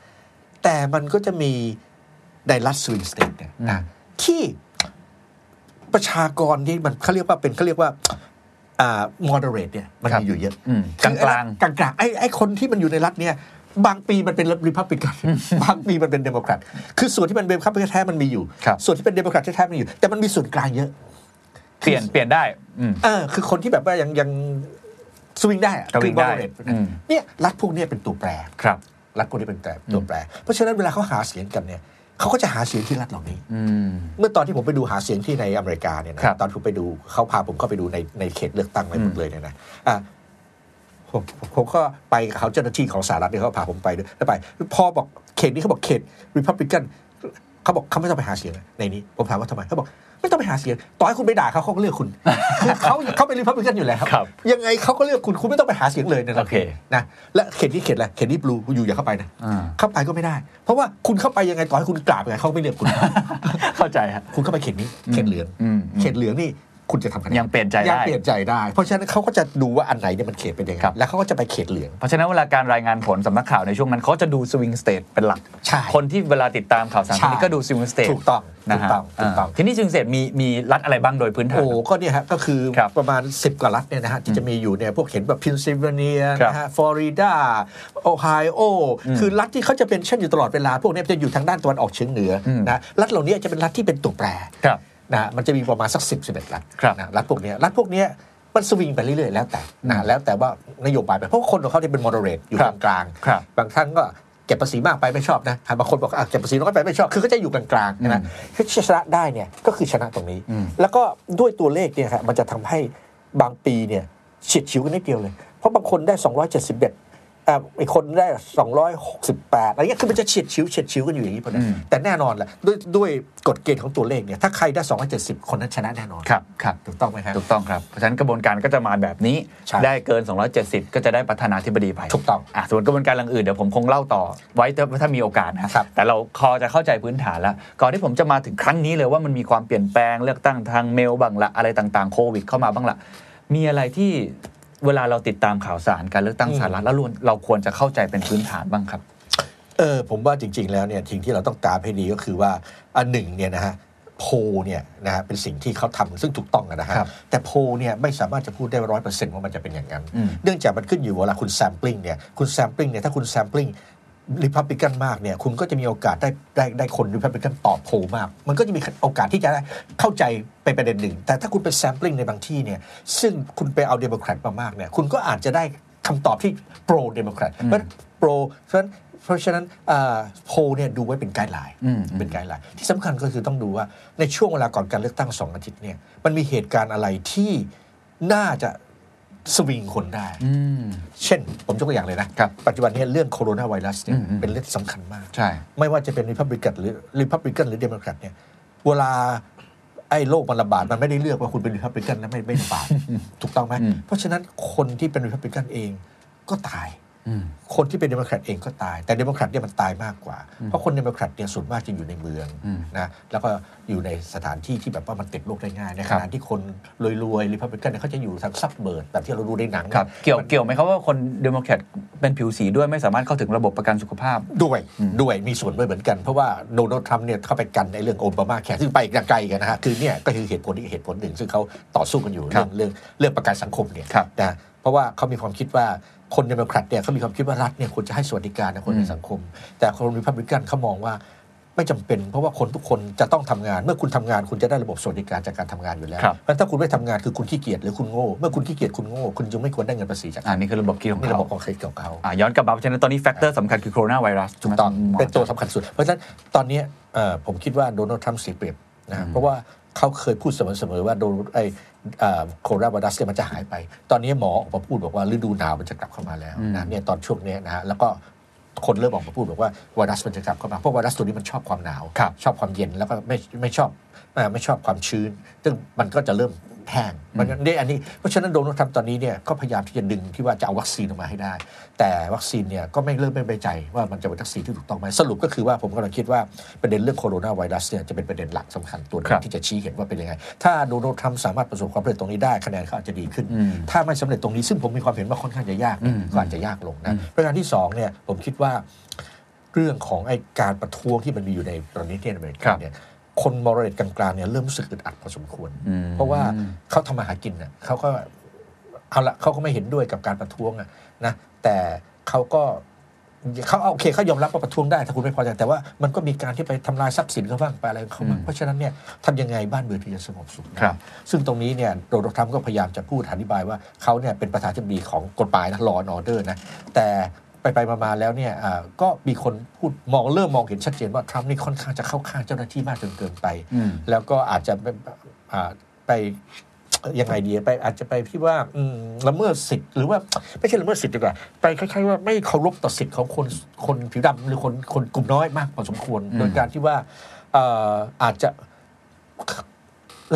Speaker 2: แต่มันก็จะมีในรัฐสวิงสเตทเนี่ย
Speaker 1: อืม
Speaker 2: นะที่ประชากรนี่มันเขาเรียกว่าเป็นเขาเรียกว่าอ่า moderate เนี่ยมันมีอยู่เยอะ
Speaker 1: อืมกลางกลาง
Speaker 2: กลางกลางๆไอ้ไอ้คนที่มันอยู่ในรัฐเนี่ย บางปีมันเป็นริพับลิกันบางปีมันเป็นเดโมแครตคือส่วนที่เป็นเดโมแครตแท้ๆมันมีอยู่
Speaker 1: ครับ
Speaker 2: ส่วนที่เป็นเดโมแครตแท้ๆมันอยู่ แต่มันมีส่วนกลางเยอะ
Speaker 1: ๆเปลี่ยนเปลี่ยนได้อืม
Speaker 2: เออคือคนที่แบบว่ายังยังสวิงได้อะ
Speaker 1: สวิงได้
Speaker 2: คือ moderate
Speaker 1: อืม
Speaker 2: เนี่ยรัฐพวกเนี้เป็นตัวแปร
Speaker 1: ครับ
Speaker 2: รัฐพวกนี้เป็นแต่ตัวแปร เพราะฉะนั้นเวลาเขาหาเสียงกันเนี่ยเขาก็จะหาเสียงที่รัฐเหล่านี้
Speaker 1: อืม
Speaker 2: เมื่อตอนที่ผมไปดูหาเสียงที่ในอเมริกาเนี่ยนะครับ ตอนผมไปดูเขาพาผมเข้าไปดูในในเขตเลือกตั้งอะไรหม
Speaker 1: อื
Speaker 2: ด
Speaker 1: ม
Speaker 2: เลยเนี่ยนะอ่ะผมผมผมก็ไปกับเขาเจ้าหน้าที่ของสหรัฐเนี่ยเขาพาผมไปด้วยแล้วไป พอบอกเขตนี้เขาบอกเขตริพับลิกันเขาบอกเขาไม่ต้องไปหาเสียงนะในนี้ ผมถามว่าทำไมเขาบอกไม่ต้องไปหาเสียง ต่อให้คุณไปด่าเขาเขาก็เลื อกคุณ คือเขาเขาเป็นริพับลิกันอยู่แล้ว
Speaker 1: ครับ
Speaker 2: ยังไงเขาก็เลือกคุณคุณไม่ต้องไปหาเสียงเลยนะรับ
Speaker 1: โอเค
Speaker 2: นะและเขตนี้เขตอะไรเขตนี้บลูอยู่อย่าเข้าไปนะ
Speaker 1: อ่า
Speaker 2: เข้าไปก็ไม่ได้ เพราะว่าคุณเข้าไปยังไงต่อให้คุณกราบยังไงเขาก็ไม่เลือกคุณ
Speaker 1: เข้าใจฮะ
Speaker 2: คุณเข้าไปเขตนี้
Speaker 1: อืม
Speaker 2: เขตเหลือง
Speaker 1: อืม
Speaker 2: เขตเหลืองนี่คุณจะทำคะแนน
Speaker 1: ยังเปลี่ยนใจได้
Speaker 2: ยังเปลี่ยนใจได้ เพราะฉะนั้นเขาก็จะดูว่าอันไหนเนี่ยมันเขตเป็นยังไง
Speaker 1: ครับ
Speaker 2: แล้วเขาก็จะไปเขตเหลือง
Speaker 1: เพราะฉะนั้นเวลาการรายงานผลสำนักข่าวในช่วงนั้นเขาจะดูสวิงสเตทเป็นหลัก
Speaker 2: ใช่
Speaker 1: คนที่เวลาติดตามข่าวสารค
Speaker 2: ใช่
Speaker 1: นนี้ก็ดูสวิงสเตท
Speaker 2: ถูกต้อง
Speaker 1: นะ
Speaker 2: ถูก
Speaker 1: ฮะ
Speaker 2: ต้องถูกต้อง
Speaker 1: าทีนี้จึงเสร็จมีมีรัฐอะไรบ้างโดยพื้นฐาน
Speaker 2: โอ้ก็เนี่ยฮะก็คือ
Speaker 1: ครับ
Speaker 2: ประมาณ 10 กว่ารัฐเนี่ยนะฮะที่จะมีอยู่เนี่ยพวกเห็นแบบพินซิลเวเนีย
Speaker 1: ครับ
Speaker 2: นะฮะฟลอริดาโอไฮโอคือรัฐที่เขาจะเป็นเช่นอยู่ตลอดเวลา พวกเนี้จะอยู่ทางด้านตะวันออกเฉียงเหนืออ
Speaker 1: ม
Speaker 2: นะรัฐเหล่านี้จะเป็นรัฐที่เป็นตัวแปร
Speaker 1: ครับ
Speaker 2: นะฮะมันจะมีประมาณสักสิบสิบเอ็ดรัฐ
Speaker 1: ครับ
Speaker 2: นะรัฐพวกเนี้ยรัฐพวกเนี้ยมันสวิงไปเรื่อยๆ แล้วแต่นะแล้วแต่ว่านโยบายไปเพราะคนของเขาเนี่ยเป็นมอดเรตอยู่
Speaker 1: ครั
Speaker 2: ก
Speaker 1: บ
Speaker 2: ลางๆ
Speaker 1: ครับ
Speaker 2: บางท่านก็เก็บภาษีมากไปไม่ชอบนะบางคนบอกอ่ะเก็บภาษีน้อยไปไม่ชอบคือก็จะอยู่กลางๆนะคือชนะได้เนี่ยก็คือชนะตรงนี้
Speaker 1: อืม
Speaker 2: แล้วก็ด้วยตัวเลขเนี่ยครับมันจะทำให้บางปีเนี่ยเฉียดฉิวกันนิดเดียวเลย เพราะบางคนได้ 271อ่าอีกคนได้ 268อะไรเงี้ยคือมันจะเฉียดฉิวเฉียดฉิวกันอยู่อย่างนี้พอดี
Speaker 1: อืม
Speaker 2: แต่แน่นอนแหละด้วยด้วยกฎเกณฑ์ของตัวเลขเนี่ยถ้าใครได้ 270 คนนั้นชนะแน่นอน
Speaker 1: ครับครับ
Speaker 2: ถูกต้องไหมครับ
Speaker 1: ถูกต้องครับ เพราะฉะนั้นกระบวนการก็จะมาแบบนี้
Speaker 2: ใช่
Speaker 1: ได้เกิน 270 ก็จะได้ประธานาธิบดีไป
Speaker 2: ถูกต้อง
Speaker 1: อ่ะส่วนกระบวนการอื่นๆเดี๋ยวผมคงเล่าต่อไว้ถ้าถ้ามีโอกาสนะครับ แต่เราคอจะเข้าใจพื้นฐานแล้ว ก่อนที่ผมจะมาถึงครั้งนี้เลยว่ามันมีความเปลี่ยนแปลงเลือกตั้งทางเมลบ้างละอะไรต่างๆโควิดเข้ามาบ้างละมีอะไรที่เวลาเราติดตามข่าวสารการเลือกตั้งสหรัฐแล้วเราควรจะเข้าใจเป็นพื้นฐานบ้างครับ
Speaker 2: เออผมว่าจริง ๆ แล้วเนี่ยสิ่งที่เราต้องตามให้ดีก็คือว่าอันหนึ่งเนี่ยนะฮะโพลเนี่ยนะฮะเป็นสิ่งที่เขาทำซึ่งถูกต้องนะฮะ
Speaker 1: ครับ
Speaker 2: แต่โพลเนี่ยไม่สามารถจะพูดได้ร้อยเปอร์เซ็นต์ว่ามันจะเป็นอย่างนั้น
Speaker 1: อืม
Speaker 2: เนื่องจากมันขึ้นอยู่เวลาคุณแซมปลิงเนี่ยคุณแซมปลิงเนี่ยถ้าคุณแซมปลิงริพับลิกันมากเนี่ยคุณก็จะมีโอกาสได้ได้ได้คนริพับลิกันตอบโพลมาก มันก็จะมีโอกาสที่จะได้เข้าใจเป็นประเด็นหนึ่ง แต่ถ้าคุณไปแซมปลิงในบางที่เนี่ยซึ่งคุณไปเอาเดโมแครตมามากเนี่ยคุณก็อาจจะได้คำตอบที่โปรเดโมแครตเพราะฉะนั้นโปรเพราะฉะนั้น เพราะฉะนั้นอ่าโพลเนี่ยดูไว้เป็นไกด์ไลน์
Speaker 1: อืมอืม
Speaker 2: เป็นไกด์ไลน์ที่สำคัญก็คือต้องดูว่าในช่วงเวลาก่อนการเลือกตั้งสองอาทิตย์เนี่ยมันมีเหตุการณ์อะไรที่น่าจะสวิงคนได้ เช่น ผมยกตัวอย่างเลยนะครับ ปัจจุบันเนี้เรื่องโคโรนาไวรัสเนี่ย
Speaker 1: อืมอืม
Speaker 2: เป็นเรื่องสำคัญมาก
Speaker 1: ใช่
Speaker 2: ไม่ว่าจะเป็นริพับลิกันหรือริพับลิกันหรือเดโมแครตเนี่ยเวลาไอ้โรคมันระบาดมันไม่ได้เลือกว่าคุณเป็นริพับลิกันและไม่ไม่ระ บาด ถูกต้องไหม
Speaker 1: อืม
Speaker 2: เพราะฉะนั้นคนที่เป็นริพับลิกันเองก็ตาย
Speaker 1: อืม
Speaker 2: คนที่เป็นเดโมแครตเองก็ตาย แต่เดโมแครตเนี่ยมันตายมากกว่า เพราะคนเดโมแครตเนี่ยส่วนมากจะอยู่ในเมือง
Speaker 1: อืม
Speaker 2: นะแล้วก็อยู่ในสถานที่ที่แบบว่ามันติดโรคได้ง่ายใน
Speaker 1: ค
Speaker 2: ข
Speaker 1: รับ
Speaker 2: ณะที่คนรวยๆริพับลิกันเนี่ยเขาจะอยู่ทางซับเบิร์ดแบบที่เราดูในหนัง
Speaker 1: ครับเกี่ยว
Speaker 2: มัน
Speaker 1: เกี่ยวไหมครับว่าคนเดโมแครตเป็นผิวสีด้วยไม่สามารถเข้าถึงระบบประกันสุขภาพ
Speaker 2: ด้วยด้วยมีส่วนด้วยเหมือนกัน เพราะว่าโดนัลด์ทรัมป์เนี่ยเข้าไปกันในเรื่องโอบามาแคร์ซึ่งไปอีกไกลกันนะฮะคือเนี่ยก็คือเหตุผลอีกเหตุผลหนึ่ง ซึ่งเขาต่อสู้กันอยู่
Speaker 1: ครั
Speaker 2: เรื่อบ งเรื่องเรื่องประกันสังคมเนี่ย
Speaker 1: ครับ
Speaker 2: นะเพราะว่าเขามีความคิดว่าคนเดโมแครตเนี่ยเขามีความคิดว่ารัฐเนี่ยควรจะให้สวัสดิการนะคนในสังคม แต่คนริพับลิกันเขามองว่า ไม่จำเป็น เพราะว่าคนทุกคนจะต้องทำงาน เมื่อคุณทำงานคุณจะได้ระบบสวัสดิการจากการทำงานอยู่แล้ว
Speaker 1: ครับ
Speaker 2: เพราะฉะนั้นถ้าคุณไม่ทำงานคือคุณขี้เกียจหรือคุณโง่เมื่อคุณขี้เกียจคุณโง่คุณจึงไม่ควรได้เงินภาษีจาก
Speaker 1: อั
Speaker 2: เขา
Speaker 1: นนี้คือระบบคิดของ
Speaker 2: นี่ระ
Speaker 1: เขา
Speaker 2: บบของใครของเขา
Speaker 1: อ่ะย้อนกลับมาเพราะฉะนั้นตอนนี้แฟกเตอร์สำคัญคือโคโรนาไวรัส
Speaker 2: ถูกต้อง
Speaker 1: หม
Speaker 2: เป็นตัวสำคัญสุด เพราะฉะนั้นตอนเนี้ยเอ่อผมคิดว่าโดนัลด์ทรัมป์เสียเปรียบนะฮะเพราะว่าเขาเคยพูดเสมอๆว่าโดนไอเอ่อโคโรนาไวรัสเนี่ยมันจะหายไป ตอนนี้หมอออกมาพูดบอกว่าฤดูหนาวมันจะกลับเข้ามาแล้วนะเนี่ยตอนช่วงเนี้ยนะฮะแล้วก็คนเริ่มออกมาพูดบอกว่าไวรัสมันจะกลับเข้ามาเพราะไวรัสตัวนี้มันชอบความหนาว
Speaker 1: ครับ
Speaker 2: ชอบความเย็นแล้วก็ไม่ไม่ชอบเอ่อไม่ชอบความชื้น ซึ่งมันก็จะเริ่มแพร่งมันก็เนี่ยอันนี้เพราะฉะนั้นโดนัลด์ทรัมป์ตอนนี้เนี่ยก็พยายามที่จะดึงที่ว่าจะเอาวัคซีนออกมาให้ได้ แต่วัคซีนเนี่ยก็ไม่เริ่มไม่ไว้ใจว่ามันจะเป็นวัคซีนที่ถูกต้องไหมสรุปก็คือว่าผมกำลังคิดว่าประเด็นเรื่องโคโรนาไวรัสเนี่ยจะเป็นประเด็นหลักสำคัญตัวหนึ
Speaker 1: ครั
Speaker 2: ง
Speaker 1: บ
Speaker 2: ที่จะชี้เห็นว่าเป็นยังไง ถ้าโดนัลด์ทรัมป์สามารถประสบความสำเร็จตรงนี้ได้คะแนนเขาอาจจะดีขึ้น
Speaker 1: อืม
Speaker 2: ถ้าไม่สำเร็จตรงนี้ซึ่งผมมีความเห็นว่าค่อนข้างจะยากเนี่ย
Speaker 1: อืม
Speaker 2: ก็อาจจะยากลง
Speaker 1: อื
Speaker 2: นะ
Speaker 1: ม
Speaker 2: ประการที่สองเนี่ยผมคิดว่า เรื่องของไอการประท้วงที่มันมีอยู่ในตอนนี้ที่อเมริ
Speaker 1: ครั
Speaker 2: กา
Speaker 1: บ
Speaker 2: เนี่ยคนมรดกกลางๆเนี่ยเริ่มรู้สึกอึดอัดพอสมควร
Speaker 1: อืม
Speaker 2: เพราะว่าเขาทำมาหากินน่ะเขาก็เอาละเขาก็ไม่เห็นด้วยกับการประท้วงอะนะแต่เขาก็เขาเอาโอเคเขายอมรับว่าประท้วงได้ถ้าคุณไม่พอใจแต่ว่ามันก็มีการที่ไปทำลายทรัพย์สินเขาบ้างไปอะไรของเขาบ้าง
Speaker 1: อืม
Speaker 2: เพราะฉะนั้นเนี่ยทำยังไงบ้านเมืองถึงจะสงบสุขนะครับ ซึ่งตรงนี้เนี่ยโดนัลด์ทรัมป์ก็พยายามจะพูดอธิบายว่าเขาเนี่ยเป็นประธานาธิบดีของกฎหมายนะลอนออเดอร์นะแต่ไปไปๆมาๆแล้วเนี่ยอ่าก็มีคนพูดมองเริ่มมองเห็นชัดเจนว่าทรัมป์นี่ค่อนข้างจะเข้าข้างเจ้าหน้าที่มากจนเกินไป
Speaker 1: อืม
Speaker 2: แล้วก็อาจจะไปอ่าไปยังไงดีไปอาจจะไปที่ว่าอืมละเมิดสิทธิ์หรือว่าไม่ใช่ละเมิดสิทธิ์ดีกว่าไปคล้ายๆว่าไม่เคารพต่อสิทธิ์ของคนคนผิวดำหรือคนคนกลุ่มน้อยมากพอสมควร
Speaker 1: อืม
Speaker 2: โดยการที่ว่าเอ่ออาจจะ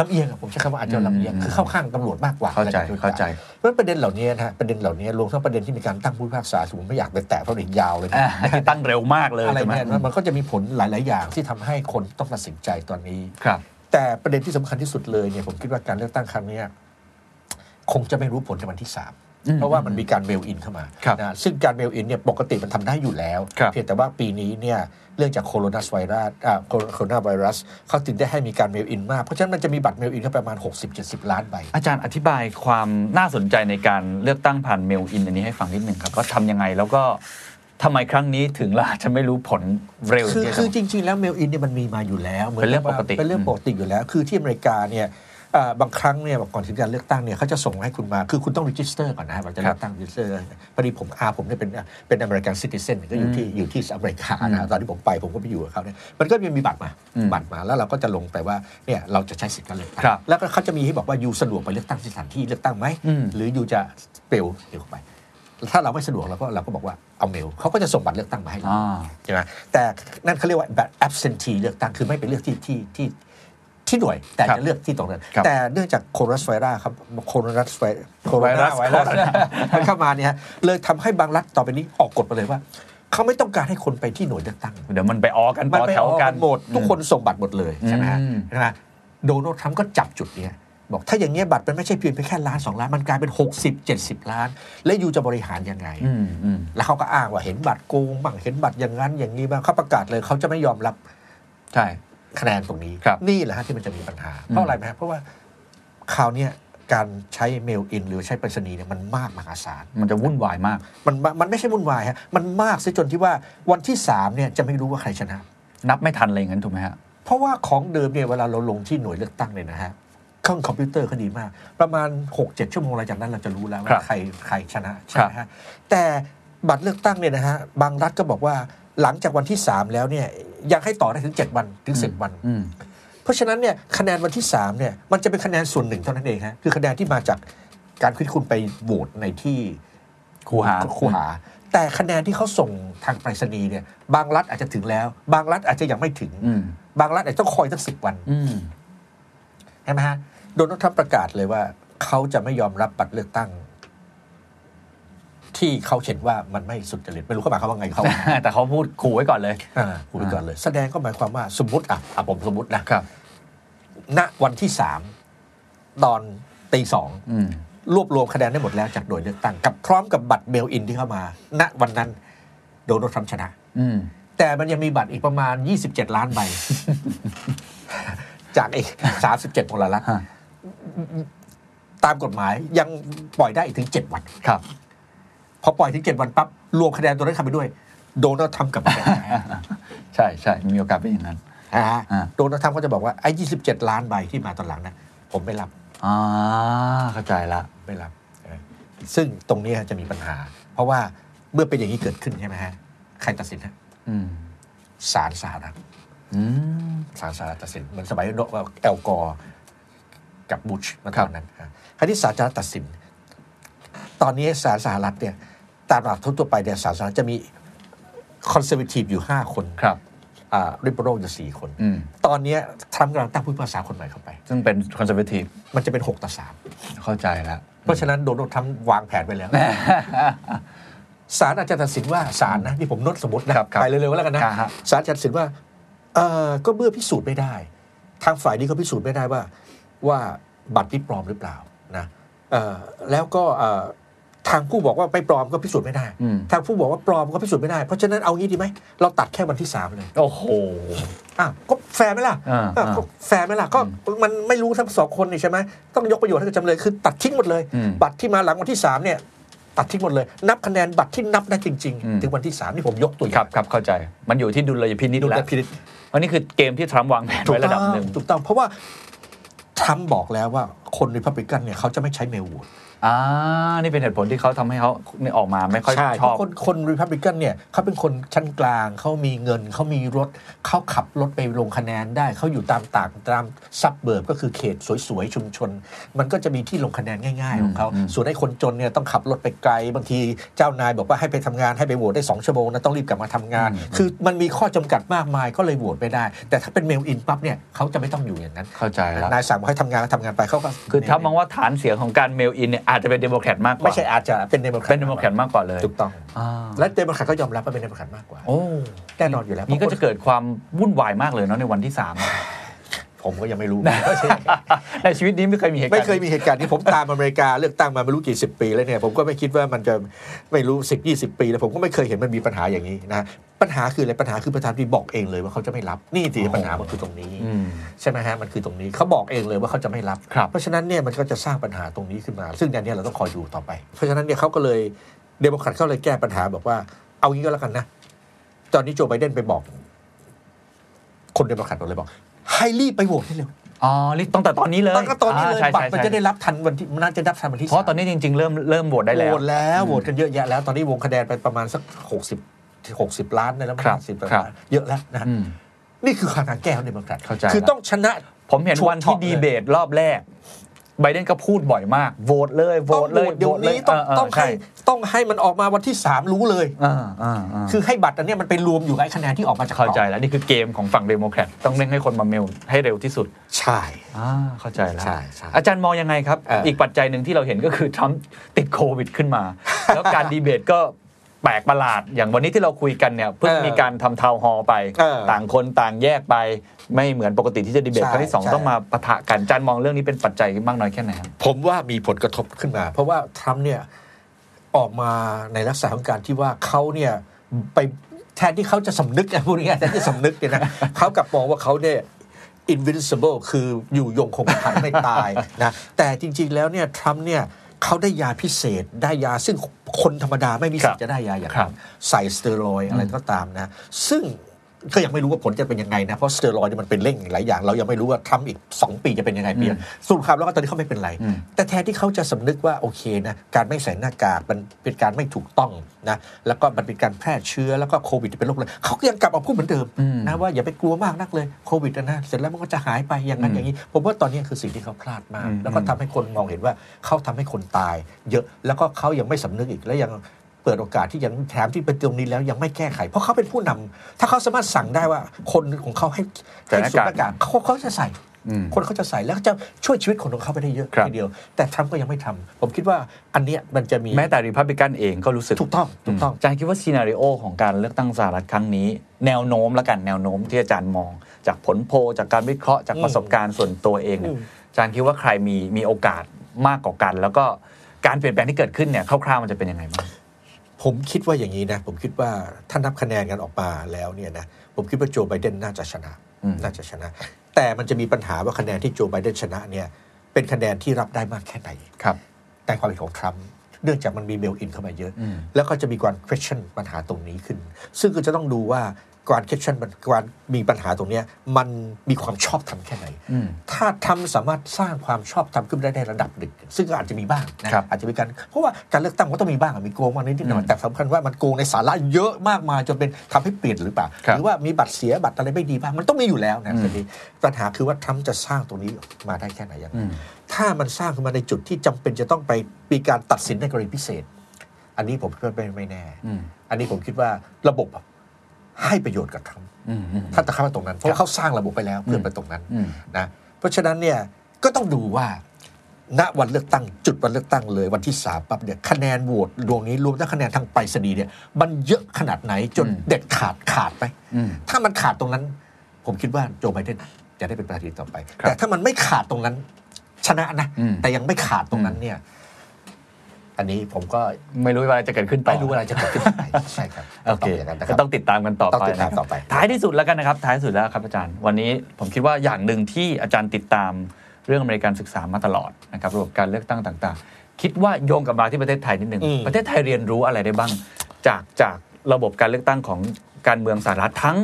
Speaker 2: ลำเอียงอะผมใช้คำว่าอาจจะลำเอียง
Speaker 1: อืม
Speaker 2: คือเข้าข้างตำรวจมากกว่า
Speaker 1: เข้าใจเข้าใจ
Speaker 2: เพราะฉะนั้นประเด็นเหล่านี้นะฮะประเด็นเหล่านี้รวมทั้งประเด็นที่มีการตั้งผู้พิพากษาผมไม่อยากไปแตะเพราะเด็กยาวเลยนะ
Speaker 1: อ่าที่ตั้งเร็วมากเลย
Speaker 2: อะไร
Speaker 1: ใช่ไหม
Speaker 2: เนี่ยนะมันก็จะมีผลหลาย ๆ อย่างที่ทำให้คนต้องตัดสินใจตอนนี้
Speaker 1: ครับ
Speaker 2: แต่ประเด็นที่สำคัญที่สุดเลยเนี่ยผมคิดว่าการเลือกตั้งครั้งเนี้ยคงจะไม่รู้ผลในวันที่
Speaker 1: อืม
Speaker 2: 3 เพราะว่ามันมีการเมลอินเข้ามา
Speaker 1: ครับ
Speaker 2: นะซึ่งการเมลอินเนี่ยปกติมันทำได้อยู่แล้ว
Speaker 1: ครับ
Speaker 2: เพียงแต่ว่าปีนี้เนี่ยเรื่องจากโคโรนาไวรัสอ่าโคโรนาไวรัสเขาถึงได้ให้มีการเมลอินมาก เพราะฉะนั้นมันจะมีบัตรเมลอินเข้าประมาณ 60-70 ล้านใบ
Speaker 1: อาจารย์อธิบายความน่าสนใจในการเลือกตั้งผ่านเมลอินอันนี้ให้ฟังนิดหนึ่งครับว่าทำยังไงแล้วก็ทำไมครั้งนี้ถึงล่ะจะไม่รู้ผลเร็ว
Speaker 2: คือ
Speaker 1: ที่
Speaker 2: คือ
Speaker 1: จะ
Speaker 2: จริง ๆ แล้วเมลอินเนี่ยมันมีมาอยู่แล้วหมื
Speaker 1: เป็นเรื่อง
Speaker 2: ว่า
Speaker 1: ปกติ
Speaker 2: เป็นเรื่องปกติอยู่แล้ว คือที่อเมริกาเนี่ยเอ่อบางครั้งเนี่ยก่อนถึงการเลือกตั้งเนี่ยเขาจะส่งให้คุณมา คือคุณต้องรีจิสเตอร์ก่อนนะครับเราจะเลือกตั้งรีจิสเตอร์พอดีผมอาผมเนี่ยเป็นเป็นอเมริกันซิติเซนก็อยู่ที่อยู่ที่อเมริกานะตอนที่ผมไปผมก็ไปอยู่กับเขาเนี่ยมันก็ยังมีบัตรมา
Speaker 1: อืม
Speaker 2: บัตรมาแล้วเราก็จะลงไปว่าเนี่ยเราจะใช้สิทธิ์การเลือกตั้ง
Speaker 1: ครับ
Speaker 2: แล้วก็เขาจะมีให้บอกว่าอยู่สะดวกไปเลือกตั้งที่สถานที่เลือกตั้งไหม
Speaker 1: อืม
Speaker 2: หรืออยู่จะเปลวเดี๋ยวเข้าไป ถ้าเราไม่สะดวกเราก็เราก็บอกว่าเอาเมลเขาก็จะส่งบัตรเลือกตั้งมาให้เรา
Speaker 1: อ่า
Speaker 2: ใช่ไหมแต่นั่นเขาเรียกว่าแบบ absentee เลือกตั้งคือไม่ไปเลือกที่ที่ที่ที่หน่วย แต่
Speaker 1: ครับ
Speaker 2: จะเลือกที่ตรงนั้น
Speaker 1: ครับ
Speaker 2: แต่เนื่องจากโคโรนาไวรัสครับโคโรนาไวรัสโคโร
Speaker 1: ไวรั
Speaker 2: นา
Speaker 1: ส
Speaker 2: ไวรัส
Speaker 1: โคโรนา
Speaker 2: มัน เข้ามาเนี่ยฮะเลยทำให้บางรัฐต่อไปนี้ออกกฎมาเลยว่า เขาไม่ต้องการให้คนไปที่หน่วยเลือกตั้ง
Speaker 1: เดี๋ยวมันไปออกัน
Speaker 2: มั
Speaker 1: ต่อ
Speaker 2: ไป
Speaker 1: แถว
Speaker 2: ออ
Speaker 1: กัน
Speaker 2: หมดทุกคน
Speaker 1: อื
Speaker 2: ส่งบัตรหมดเลยใช่ไหมฮะ
Speaker 1: อืม
Speaker 2: ใช่ไหมโดนัลด์ทรัมป์ก็จับจุดเนี้ยบอกถ้าอย่างเงี้ยบัตรมันไม่ใช่เพียงไปแค่ล้านสองล้านมันกลายเป็น60 70 ล้าน แล้วยูจะบริหารยังไง
Speaker 1: มอืมอืม
Speaker 2: แล้วเขาก็อ้างว่าเห็นบัตรโกงบ้างเห็นบัตรอย่างนั้นอย่างนี้บ้างเขาประกาศเลยเขาจะไม่ยอมรับ
Speaker 1: ใช่
Speaker 2: คะแนนตรงนี้
Speaker 1: ครับ
Speaker 2: นี่แหละฮะที่มันจะมีปัญหา
Speaker 1: อืม
Speaker 2: เพราะอะไรไหมฮะเพราะว่าคราวเนี้ยการใช้เมลอินหรือใช้ไปรษณีย์เนี่ยมันมากมหาศาล
Speaker 1: มันจะวุ่นวายมาก
Speaker 2: มันมันมันไม่ใช่วุ่นวายฮะมันมากซะจนที่ว่าวันที่สามเนี่ยจะไม่รู้ว่าใครชนะ
Speaker 1: นับไม่ทันอะไรอย่างนั้นถูกไหมฮะ
Speaker 2: เพราะว่าของเดิมเนี่ยเวลาเราลงที่หน่วยเลือกตั้งเนี่ยนะฮะเครื่องคอมพิวเตอร์เขาดีมาก ประมาณ 6-7 ชั่วโมงหลังจากนั้นเราจะรู้แล้ว
Speaker 1: ครั
Speaker 2: ว่า
Speaker 1: บ
Speaker 2: ใครใครชนะใช่ไหมฮะแต่บัตรเลือกตั้งเนี่ยนะฮะบางรัฐก็บอกว่าหลังจากวันที่ 3 แล้วเนี่ยยังให้ต่อได้ถึง 7 วันถึง 10 วัน
Speaker 1: ืม
Speaker 2: เพราะฉะนั้นเนี่ยคะแนนวันที่3เนี่ยมันจะเป็นคะแนนส่วนหนึ่งเท่านั้นเองฮะคือคะแนนที่มาจากการคิดคุณไปโหวตในที่
Speaker 1: คูหา
Speaker 2: คูหา แต่คะแนนที่เขาส่งทางไปรษณีย์เนี่ยบางรัฐอาจจะถึงแล้ว บางรัฐอาจจะยังไม่ถึง
Speaker 1: อืม
Speaker 2: บางรัฐอาจจะต้องคอยตั้งสิบวัน
Speaker 1: อืม
Speaker 2: ใช่ไหมฮะโดนัลด์ทรัมป์ประกาศเลยว่า เขาจะไม่ยอมรับบัตรเลือกตั้ง ที่เขาเห็นว่ามันไม่สุดจริตไม่รู้เขาหมายความว่าไงเขา
Speaker 1: แต่เขาพูดขู่ไว้ก่อนเลย
Speaker 2: อ่าพูดไปก่อนเลย แสดงก็หมายความว่าสมมติอ่ะอ่ะผมสมมตินะครับ ณวันที่สามตอนตีสอง
Speaker 1: อืม
Speaker 2: รวบรวมคะแนนได้หมดแล้วจากหน่วยเลือกตั้งกับพร้อมกับบัตรเมลอินที่เข้ามา ณวันนั้นโดนัลด์ทรัมป์ชนะ
Speaker 1: อืม
Speaker 2: แต่มันยังมีบัตรอีกประมาณ 27 ล้านใบ จากอีก37พลรัฐ
Speaker 1: ฮะ
Speaker 2: ตามกฎหมายยังปล่อยได้อีกถึง 7 วัน
Speaker 1: ครับ
Speaker 2: พอปล่อยถึง 7 วันปั๊บรวมคะแนนตัวนั้นเข้าไปด้วย โดนัลด์ทรัมป์กลับมาเป็นนายก
Speaker 1: ใช่ใช่มีโอกาสเป็นอย่างนั้น
Speaker 2: นะฮะ
Speaker 1: อ่า
Speaker 2: โดนัลด์ทรัมป์ก็จะบอกว่าไอ้27 ล้านใบที่มาตอนหลังนะผมไม่รับ
Speaker 1: อ่าเข้าใจละ
Speaker 2: ไม่รับเออซึ่งตรงนี้จะมีปัญหา เพราะว่าเมื่อเป็นอย่างนี้เกิดขึ้นใช่ไหมฮะใครตัดสินฮะ
Speaker 1: อืม
Speaker 2: ศาลสหรัฐ
Speaker 1: อืม
Speaker 2: ศาลสหรัฐตัดสินเหมือนสมัยโนแอลกอร์กับบุชเมาตอนนั้นฮะคราวนี้ศาลสหรัฐตัดสิน ตอนนี้ศาลสหรัฐเนี่ยตามหลักทั่วๆไปเนี่ยศาลสหรัฐจะมีคอนเซอร์วทีฟอยู่ 5 คน
Speaker 1: ครับ
Speaker 2: อ่าริเบโรอยู่4คน
Speaker 1: อืม
Speaker 2: ตอนเนี้ยทรัมป์กำลังตั้งผู้พิพากษาคนใหม่เข้าไป
Speaker 1: ซึ่งเป็นคอนเซอร์เวทีฟ
Speaker 2: มันจะเป็น 6 ต่อ 3
Speaker 1: เข้าใจละ
Speaker 2: เพราะฉะนั้นโดนัลด์ทรัมป์วางแผนไปแล้วศาลอาจจะตัดสินว่าศาลนะนี่ผมนดสมมตินะครับ
Speaker 1: ครับ
Speaker 2: ไปเร็วๆแล้วกันนะครับ ศาลจะตัดสินว่าเออก็เมื่อพิสูจน์ไม่ได้ ทางฝ่ายนี้ก็พิสูจน์ไม่ได้ว่า ว่าบัตรที่ปลอมหรือเปล่านะเอ่อแล้วก็เอ่อทางผู้บอกว่าไม่ปลอมก็พิสูจน์ไม่ได้
Speaker 1: อืม
Speaker 2: ทางผู้บอกว่าปลอมก็พิสูจน์ไม่ได้เพราะฉะนั้นเอางี้ดีไหมเราตัดแค่วันที่สามเลย
Speaker 1: โอ้โห
Speaker 2: อ่ะก็แฟร์ไหมล่ะ
Speaker 1: อ่า
Speaker 2: อ่ะก็แฟร์ไหมล่ะก็มันไม่รู้ทั้งสองคนนี่ใช่ไหมต้องยกประโยชน์ให้กับจำเลยคือตัดทิ้งหมดเลย
Speaker 1: อืม
Speaker 2: บัตรที่มาหลังวันที่ 3 เนี่ย ตัดทิ้งหมดเลย นับคะแนนบัตรที่นับได้จริง
Speaker 1: อืม
Speaker 2: ๆ ถึงวันที่ 3 นี่ผมยกตัวอ
Speaker 1: ค
Speaker 2: ย่า
Speaker 1: รั
Speaker 2: ง
Speaker 1: บครับเข้าใจ มันอยู่ที่ดุลยพินิจ
Speaker 2: ดู
Speaker 1: แล้ว
Speaker 2: แต่พินิจ
Speaker 1: อันนี้คือเกมที่ทรัมป์วางแผน
Speaker 2: ถู
Speaker 1: ไว้
Speaker 2: ก
Speaker 1: ระดั
Speaker 2: ต้
Speaker 1: บ
Speaker 2: อง
Speaker 1: หนึ่ง
Speaker 2: ถูกต้องเพราะว่าทรัมป์บอกแล้วว่าคนริพับลิกันเนี่ยเขาจะไม่ใช้เมลโหวต
Speaker 1: อ่านี่เป็นเหตุผลที่เขาทำให้เขาเนี่ยออกมาไม่ค่อยช
Speaker 2: เพ
Speaker 1: อบ
Speaker 2: ราะคนคนริพับลิกันเนี่ยเขาเป็นคนชั้นกลางเขามีเงินเขามีรถเขาขับรถไปลงคะแนนได้เขาอยู่ตามต่างตามซับเบิร์บก็คือเขตสวยๆชุมชน มันก็จะมีที่ลงคะแนนง่าย ๆ ของเขา
Speaker 1: อืมอืม
Speaker 2: ส่วนไอ้คนจนเนี่ยต้องขับรถไปไกลบางทีเจ้านายบอกว่าให้ไปทำงานให้ไปโหวตได้2ชั่วโมงนะต้องรีบกลับมาทำงาน คือมันมีข้อจำกัดมากมายก็เลยโหวตไม่ได้ แต่ถ้าเป็นเมลอินปั๊บเนี่ยเขาจะไม่ต้องอยู่อย่างนั้น
Speaker 1: เข้าใจละ
Speaker 2: นายสั่งว่าให้ทำงานก็ทำงานไปเขาก็
Speaker 1: คือถ้ามองว่าฐานเสียงของการเมลอินเนี่ยอาจจะเป็นเดโมแครตมากกว่า
Speaker 2: ไม่ใช่อาจจะเป็นเดโมแครต
Speaker 1: เป็นเดโมแครตมากกว่าเลย
Speaker 2: ถูกต้อง
Speaker 1: อ่า
Speaker 2: และเดโมแครตก็ยอมรับว่าเป็นเดโมแครตมากกว่า
Speaker 1: โอ้
Speaker 2: แน่นอนอยู่แล้ว
Speaker 1: นี่ก็จะเกิดความวุ่นวายมากเลยเนาะในวันที่สาม
Speaker 2: ผมก็ยังไม่รู้
Speaker 1: ในชีวิตนี้ไม่เคยมีเหตุการณ์
Speaker 2: ไม่เคยมีเหตุการณ์นี้ผมตามอเมริกาเลือกตั้งมาไม่รู้กี่สิบปีแล้วเนี่ยผมก็ไม่คิดว่ามันจะไม่รู้สิบยี่สิบปีแล้วผมก็ไม่เคยเห็นมันมีปัญหาอย่างนี้นะปัญหาคืออะไรปัญหาคือประธานาธิบดีบอกเองเลยว่าเขาจะไม่รับนี่สิปัญหามันคือตรงนี้
Speaker 1: อืม
Speaker 2: ใช่ไหมฮะมันคือตรงนี้เขาบอกเองเลยว่าเขาจะไม่รับ
Speaker 1: ครับ
Speaker 2: เพราะฉะนั้นเนี่ยมันก็จะสร้างปัญหาตรงนี้ขึ้นมา ซึ่งอันเนี้ยเราต้องคอยดูต่อไป เพราะฉะนั้นเนี่ยเขาก็เลยเดโมแครตเขาเลยแก้ปัญหาบอกว่า เอางี้ก็แล้วกันนะ ตอนนี้โจไบเดนไปบอก คนเดโมแครตหมดเลยบอก ให้รีบไปโหวตให้เร็ว
Speaker 1: อ๋อรีบตั้งแต่ตอนนี้เลย
Speaker 2: ตั้งแต่ตอนนี้เล
Speaker 1: า
Speaker 2: ย
Speaker 1: ใช่
Speaker 2: บัต
Speaker 1: ใช่
Speaker 2: รมัน
Speaker 1: ใช่
Speaker 2: จะได้รับทันวันที่มันน่าจะรับทันวันที่
Speaker 1: เพราะตอนนี้จริง ๆ เริ่มเริ่มโหวตได้แล้
Speaker 2: โห
Speaker 1: ว
Speaker 2: วตแล้วโหวตกันเยอะแยะแล้ว ตอนนี้วงคะแนนไปประมาณสักหกสิบหกสิบล้านได้แล้วมั้ง
Speaker 1: ครับ
Speaker 2: สิบ
Speaker 1: ครับ
Speaker 2: เยอะแล้วนะ
Speaker 1: อืม
Speaker 2: นี่คือความทางแก้ของเดโมแครต
Speaker 1: เข้าใจ
Speaker 2: คือ
Speaker 1: แล้ว
Speaker 2: ต้องชนะ
Speaker 1: ผมเห็นวันที่ดีเบตรอบแรก ไบเดนก็พูดบ่อยมากโหวตเลยโหวต
Speaker 2: ต้องโห
Speaker 1: เล
Speaker 2: วย ตเดี๋ยวนี้ต้องต้อง
Speaker 1: เเช่
Speaker 2: ให้ต้องให้มันออกมาวันที่ 3 รู้เลย
Speaker 1: อ่าอ่าอ่า
Speaker 2: คือให้บัตรอันเนี้ยมันไปรวมอยู่กับไอ้คะแนนที่ออกมาจาก
Speaker 1: เข้าใจแล้ว นี่คือเกมของฝั่งเดโมแครตต้องเร่งให้คนมาเมลให้เร็วที่สุด
Speaker 2: ใช่
Speaker 1: อ่าเข้าใจแล้ว
Speaker 2: ใช่ใช่
Speaker 1: อาจารย์มองยังไงครับ
Speaker 2: เอออี
Speaker 1: อีกปัจจัยหนึ่งที่เราเห็นก็คือทรัมป์ติดโควิดขึ้ นมา แล้วการดีเบตก็แปลกประหลาด อย่างวันนี้ที่เราคุยกันเนี่ยเพิ่งมีการทำทาวน์ฮอลล์ไป
Speaker 2: เออ
Speaker 1: ต่างคนต่างแยกไปไม่เหมือนปกติที่จะดีเบต
Speaker 2: ใช่
Speaker 1: ครั้งที่สอง
Speaker 2: ใช่
Speaker 1: ต้องมาปะทะกันอาจารย์มองเรื่องนี้เป็นปัจจัยมากน้อยแค่ไหนครับ
Speaker 2: ผมว่ามีผลกระทบขึ้นมา เพราะว่าทรัมป์เนี่ยออกมาในลักษณะของการที่ว่าเขาเนี่ยไปแทนที่เขาจะสำนึกนะ พูดง่ายๆแทนที่สำนึกเนี่ยนะ เขากลับมองว่าเขาเนี่ย invincible คืออยู่ยงคงกระพันไม่ตายนะแต่จริงๆแล้วเนี่ยทรัมป์เนี่ยเขาได้ยาพิเศษได้ยาซึ่งคนธรรมดาไม่มีสิทธิ์จะได้ยาอย่าง
Speaker 1: ครั
Speaker 2: นั้
Speaker 1: บ
Speaker 2: น ใส่สเตียรอยด์อะไรก็ตามนะ ซึ่งก็ยังไม่รู้ว่าผลจะเป็นยังไงนะ เพราะสเตียรอยด์เนี่ยมันเป็นเร่งหลายอย่าง เรายังไม่รู้ว่าทรัมป์อีก 2 ปีจะเป็นยังไงเปลี่ยนสรุปครับแล้วก็ตอนนี้เขาไม่เป็นไร
Speaker 1: อืม
Speaker 2: แต่แทนที่เขาจะสำนึกว่าโอเคนะ การไม่ใส่หน้ากากมันเป็นการไม่ถูกต้องนะ แล้วก็มันเป็นการแพร่เชื้อแล้วก็โควิดเป็นโรคเลยเขาก็ยังกลับมาพูดเหมือนเดิมนะว่าอย่าไปกลัวมากนักเลยโควิดนะนะเสร็จแล้วมันก็จะหายไปอย่างนั้นอย่างนี้ผมว่าตอนนี้คือสิ่งที่เขาพลาดมาก
Speaker 1: อืม
Speaker 2: แล้วก็ทำให้คนมองเห็นว่าเขาทำให้คนตาย เยอะแล้วก็เขายังไม่สำนึกอีกและยัง เปิดโอกาสที่ยังแถมที่เป็นตรงนี้แล้วยังไม่แก้ไข เพราะเขาเป็นผู้นำถ้าเขาสามารถสั่งได้ว่าคนของเขาให้
Speaker 1: ใส่ห
Speaker 2: ให้
Speaker 1: น้ากาก
Speaker 2: สวมหน้ากากเขาเขาจะใส่
Speaker 1: อืม
Speaker 2: คนเขาจะใส่แล้วจะช่วยชีวิตคนของเขาไปได้เยอะ
Speaker 1: ครับ
Speaker 2: ทีเดียว แต่ทรัมป์ก็ยังไม่ทำผมคิดว่าอันเนี้ยมันจะมี
Speaker 1: แม้แต่ริพับลิกันเองก็รู้สึก
Speaker 2: ถูกต้องถูกต้อง
Speaker 1: อาจารย์คิดว่าซีนารีโอของการเลือกตั้งสหรัฐครั้งนี้ แนวโน้มละกันแนวโน้มที่อาจารย์มอง จากผลโพลจากการวิเคราะห์จากประสบการณ์ส่วนตัวเองเนี่ย
Speaker 2: อืม
Speaker 1: อาจารย์คิดว่าใครมีมีโอกาสมากกว่ากัน แล้วก็การเปลี่ยนแปลงที่เกิดขึ้นเนี่ยคร่าวๆมันจะเป็นยังไงบ้าง
Speaker 2: ผมคิดว่าอย่างนี้นะ ผมคิดว่าถ้านับคะแนนกันออกมาแล้วเนี่ยนะผมคิดว่าโจไบเดนน่าจะชนะ
Speaker 1: อืม
Speaker 2: น่าจะชนะ แต่มันจะมีปัญหาว่าคะแนนที่โจไบเดนชนะเนี่ยเป็นคะแนนที่รับได้มากแค่ไหน
Speaker 1: ครับ
Speaker 2: แต่ความเห็นของทรัมป์ เนื่องจากมันมีเบลอินเข้ามาเยอะ แล้วก็จะมีการ question ปัญหาตรงนี้ขึ้น ซึ่งก็จะต้องดูว่าการ question มันการมีปัญหาตรงเนี้ยมันมีความชอบธรรมแค่ไหน
Speaker 1: อืม
Speaker 2: ถ้าทำสามารถสร้างความชอบธรรมขึ้นได้ในระดับหนึ่งซึ่งก็อาจจะมีบ้างนะครับ อาจจะมีการเพราะว่าการเลือกตั้งมันก็ต้องมีบ้างอะมีโกงมางนิดหน่อ
Speaker 1: อื
Speaker 2: ย
Speaker 1: ม
Speaker 2: แต่สำคัญว่ามันโกงในสาระเยอะมากมายจนเป็นทำให้เปลี่ยนหรือเปล่า
Speaker 1: ครับ
Speaker 2: หรือว่ามีบัตรเสียบัตรอะไรไม่ดีบ้างมันต้องมีอยู่แล้วนะ
Speaker 1: อืม
Speaker 2: ทีนี้ปัญหาคือว่าทรัมป์จะสร้างตรงนี้มาได้แค่ไหนยังไง
Speaker 1: อืม
Speaker 2: ถ้ามันสร้างขึ้นมาในจุดที่จำเป็นจะต้องไปมีการตัดสินในกรณีพิเศษ อันนี้ผมคิดว่าไม่ไม่แน่
Speaker 1: อืม
Speaker 2: อันนี้ผมคิดว่าระบบให้ประโยชน์กับทรัมป์
Speaker 1: อืมอืม
Speaker 2: ถ้าจะเข้ามาตรงนั้น เพราะว่าเขาสร้างระบบไปแล้วเพื่อไปตรงนั้น
Speaker 1: อืม
Speaker 2: นะเพราะฉะนั้นเนี่ยก็ต้องดูว่า ณวันเลือกตั้งจุดวันเลือกตั้งเลยวันที่สามปั๊บเนี่ยคะแนนโหวตดวงนี้รวมทั้งคะแนนทางไปรษณีย์เนี่ยมันเยอะขนาดไหนจนเด็ดขาดขาดไหม
Speaker 1: อืม
Speaker 2: ถ้ามันขาดตรงนั้น ผมคิดว่าโจไบเดนจะได้เป็นประธานาธิบดีต่อไป
Speaker 1: ครับ
Speaker 2: แต่ถ้ามันไม่ขาดตรงนั้น ชนะนะ
Speaker 1: อืม
Speaker 2: แต่ยังไม่ขาดตรงนั้นเนี่ย อันนี้ผมก็
Speaker 1: ไม่รู้ว่าอะไรจะเกิดขึ้นต่อ
Speaker 2: ไม่รู้อะไรจะเกิดขึ้น ไปใช่ครับ
Speaker 1: โอเค
Speaker 2: ต้งย่างนั้นนะค
Speaker 1: ก็
Speaker 2: รับ
Speaker 1: ต้องติดตามกันต่อ
Speaker 2: ต้อง
Speaker 1: ไป
Speaker 2: ติด
Speaker 1: นะค
Speaker 2: ตาม
Speaker 1: รับ
Speaker 2: ต่อไป
Speaker 1: ท้ายที่สุดแล้วกันนะครับ ท้ายสุดแล้วครับอาจารย์ วันนี้ผมคิดว่าอย่างหนึ่งที่อาจารย์ติดตามเรื่องอเมริกันศึกษามาตลอดนะครับระบบการเลือกตั้งต่าง ๆ คิดว่าโยงกลับมาที่ประเทศไทยนิดหนึ่ง
Speaker 2: อืม
Speaker 1: ประเทศไทยเรียนรู้อะไรได้บ้าง จากจากระบบการเลือกตั้งของการเมืองสหรัฐทั้ง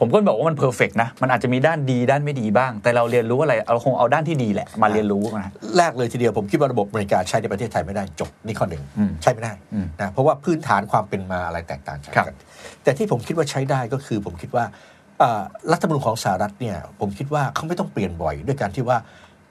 Speaker 1: ผมก็บอกว่ามันเพอร์เฟกนะมันอาจจะมีด้านดีด้านไม่ดีบ้าง แต่เราเรียนรู้อะไรเอาคงเอาด้านที่ดีแหละมาเรียนรู้นะ
Speaker 2: แรกเลยทีเดียวผมคิดว่าระบบอเมริกาใช้ในประเทศไทยไม่ได้จบนี่ข้อหนึ่ง
Speaker 1: อืม
Speaker 2: ใช้ไม่ได้
Speaker 1: อืม
Speaker 2: นะเพราะว่าพื้นฐานความเป็นมาอะไรแตกต่างจาก
Speaker 1: ครั
Speaker 2: กับ นแต่ที่ผมคิดว่าใช้ได้ก็คือ ผมคิดว่าเอ่อรัฐธรรมนูญของสหรัฐเนี่ยผมคิดว่าเขาไม่ต้องเปลี่ยนบ่อย ด้วยการที่ว่า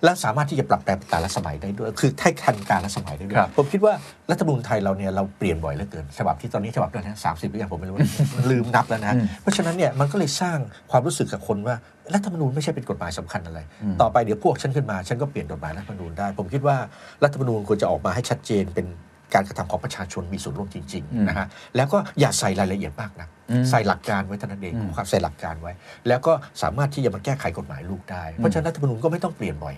Speaker 2: และสามารถที่จะปรับแปลงแต่ละสมัยได้ด้วย คือให้ทันการละสมัยได้ด้วย
Speaker 1: ครับ
Speaker 2: ผมคิดว่ารัฐธรรมนูญไทยเราเนี่ยเราเปลี่ยนบ่อยเหลือเกินฉบับที่ตอนนี้ฉบับนั้นสามสิบหรือยังผมไม่รู้นะ ลืมนับแล้วนะ เพราะฉะนั้นเนี่ยมันก็เลยสร้างความรู้สึกกับคนว่ารัฐธรรมนูญไม่ใช่เป็นกฎหมายสำคัญอะไร ต่อไปเดี๋ยวพวกฉันขึ้นมา ฉันก็เปลี่ยนกฎหมายรัฐธรรมนูญได้ ผมคิดว่ารัฐธรรมนูญควรจะออกมาให้ชัดเจนเป็นการกระทำของประชาชนมีส่วนร่วมจริง
Speaker 1: อืม
Speaker 2: ๆนะฮะแล้วก็อย่าใส่รายละเอียดมากนะ
Speaker 1: อืม
Speaker 2: ใส่หลักการไว้เท่านั้นเอง
Speaker 1: อืม
Speaker 2: ความใส่หลักการไว้ แล้วก็สามารถที่จะมาแก้ไขกฎหมายลูกได้เพราะฉะนั้นรัฐธรรมนูญก็ไม่ต้องเปลี่ยนบ่อย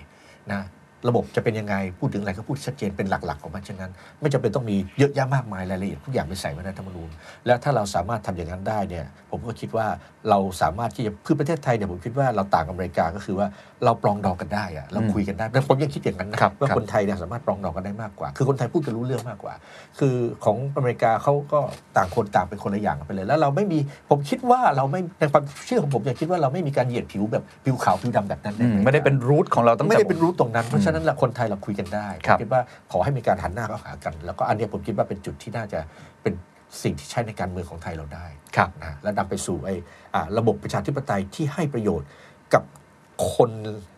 Speaker 2: นะระบบจะเป็นยังไงพูดถึงอะไรก็พูดชัดเจนเป็นหลักๆของมันฉะนั้น ไม่จำเป็นต้องมีเยอะแยะมากมายรายละเอียดทุกอย่างไปใส่ไว้ในรัฐธรรมนูญ และถ้าเราสามารถทำอย่างนั้นได้เนี่ยผมก็คิดว่าเราสามารถที่จะคือประเทศไทยเนี่ยผมคิดว่าเราต่างกับอเมริกาก็คือว่าเราปลองดองกันได้อะเราคุยกันได้แต่ผมยังคิดอย่างนั้นนะครับ ว่า
Speaker 1: ครับ
Speaker 2: คนไทยเนี่ยสามารถปลองดองกันได้มากกว่า คือคนไทยพูดกันรู้เรื่องมากกว่า คือของอเมริกาเขาก็ต่างคนต่างเป็นคนละอย่างกันไปเลย แล้วเราไม่มีผมคิดว่าเราไม่ในความเชื่อของผมยังคิดว่าเราไม่มีการเหยียดผิวแบบผิวขาวผิวดำแบบนั้นใอริ
Speaker 1: อื
Speaker 2: กา
Speaker 1: มไม่ได้เป็นรูทของเราตั้งแต่
Speaker 2: ไม่ได้เป็นรูทตรงนั้น เพราะฉะนั้นละคนไทยเราคุยกันได้
Speaker 1: ครับ
Speaker 2: ผมคิดว่าขอให้มีการหันหน้าเข้าหากัน แล้วก็อันเนี้ยผมคิดว่าเป็นจุดที่น่าจะเป็นสิ่งที่ใช้ในการเมืองของไทยเราได้
Speaker 1: ครับ
Speaker 2: นะและนำไปสู่ไอ้อ่าระบบประชาธิปไตยที่ให้ประโยชน์กับคน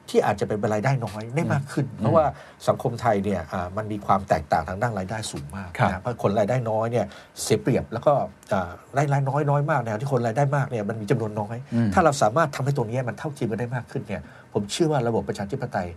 Speaker 2: ที่อาจจะเป็นรายได้น้อยได้มากขึ้น เพราะว่าสังคมไทยเนี่ยอ่ามันมีความแตกต่างทางด้านรายได้สูงมาก
Speaker 1: ครับ
Speaker 2: นะเพราะคนรายได้น้อยเนี่ยเสียเปรียบแล้วก็อ่ารายได้น้อยน้อยมากแนวที่คนรายได้มากเนี่ยมันมีจำนวนน้อย ถ้าเราสามารถทำให้ตรงนี้มันเท่าเทียมกันได้มากขึ้นเนี่ยผมเชื่อว่าระบบประชาธิปไตย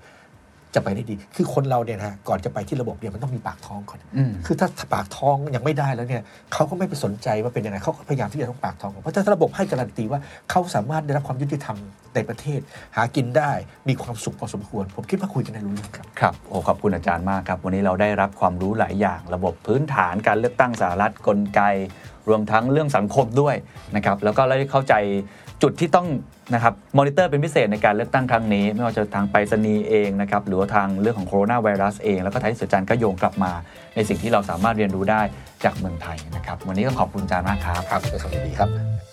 Speaker 2: จะไปได้ดี คือคนเราเนี่ยนะฮะก่อนจะไปที่ระบบเนี่ยมันต้องมีปากท้องก่อน
Speaker 1: อืม
Speaker 2: คือถ้าปากท้องยังไม่ได้แล้วเนี่ยเขาก็ไม่ไปสนใจว่าเป็นยังไงเขาก็พยายามที่จะต้องปากท้องก่อนเพราะถ้าระบบให้การันตีว่าเขาสามารถได้รับความยุติธรรมในประเทศ หากินได้มีความสุขพอสมควร ผมคิดว่าคุยกันในรู้เรื่องครับ
Speaker 1: ครับโอ้ขอบคุณอาจารย์มากครับ วันนี้เราได้รับความรู้หลายอย่าง ระบบพื้นฐานการเลือกตั้งสหรัฐกลไก รวมทั้งเรื่องสังคมด้วยนะครับ แล้วก็ได้เข้าใจจุดที่ต้องนะครับมอนิเตอร์เป็นพิเศษในการเลือกตั้งครั้งนี้ ไม่ว่าจะทางไปรษณีย์เองนะครับ หรือว่าทางเรื่องของโคโรนาไวรัสเอง แล้วก็ท้ายที่สุดอาจารย์ก็โยงกลับมา ในสิ่งที่เราสามารถเรียนรู้ได้จากเมืองไทยนะครับ วันนี้ก็ขอบคุณอาจารย์มากครับ
Speaker 2: ครับเป็นคำดีครับ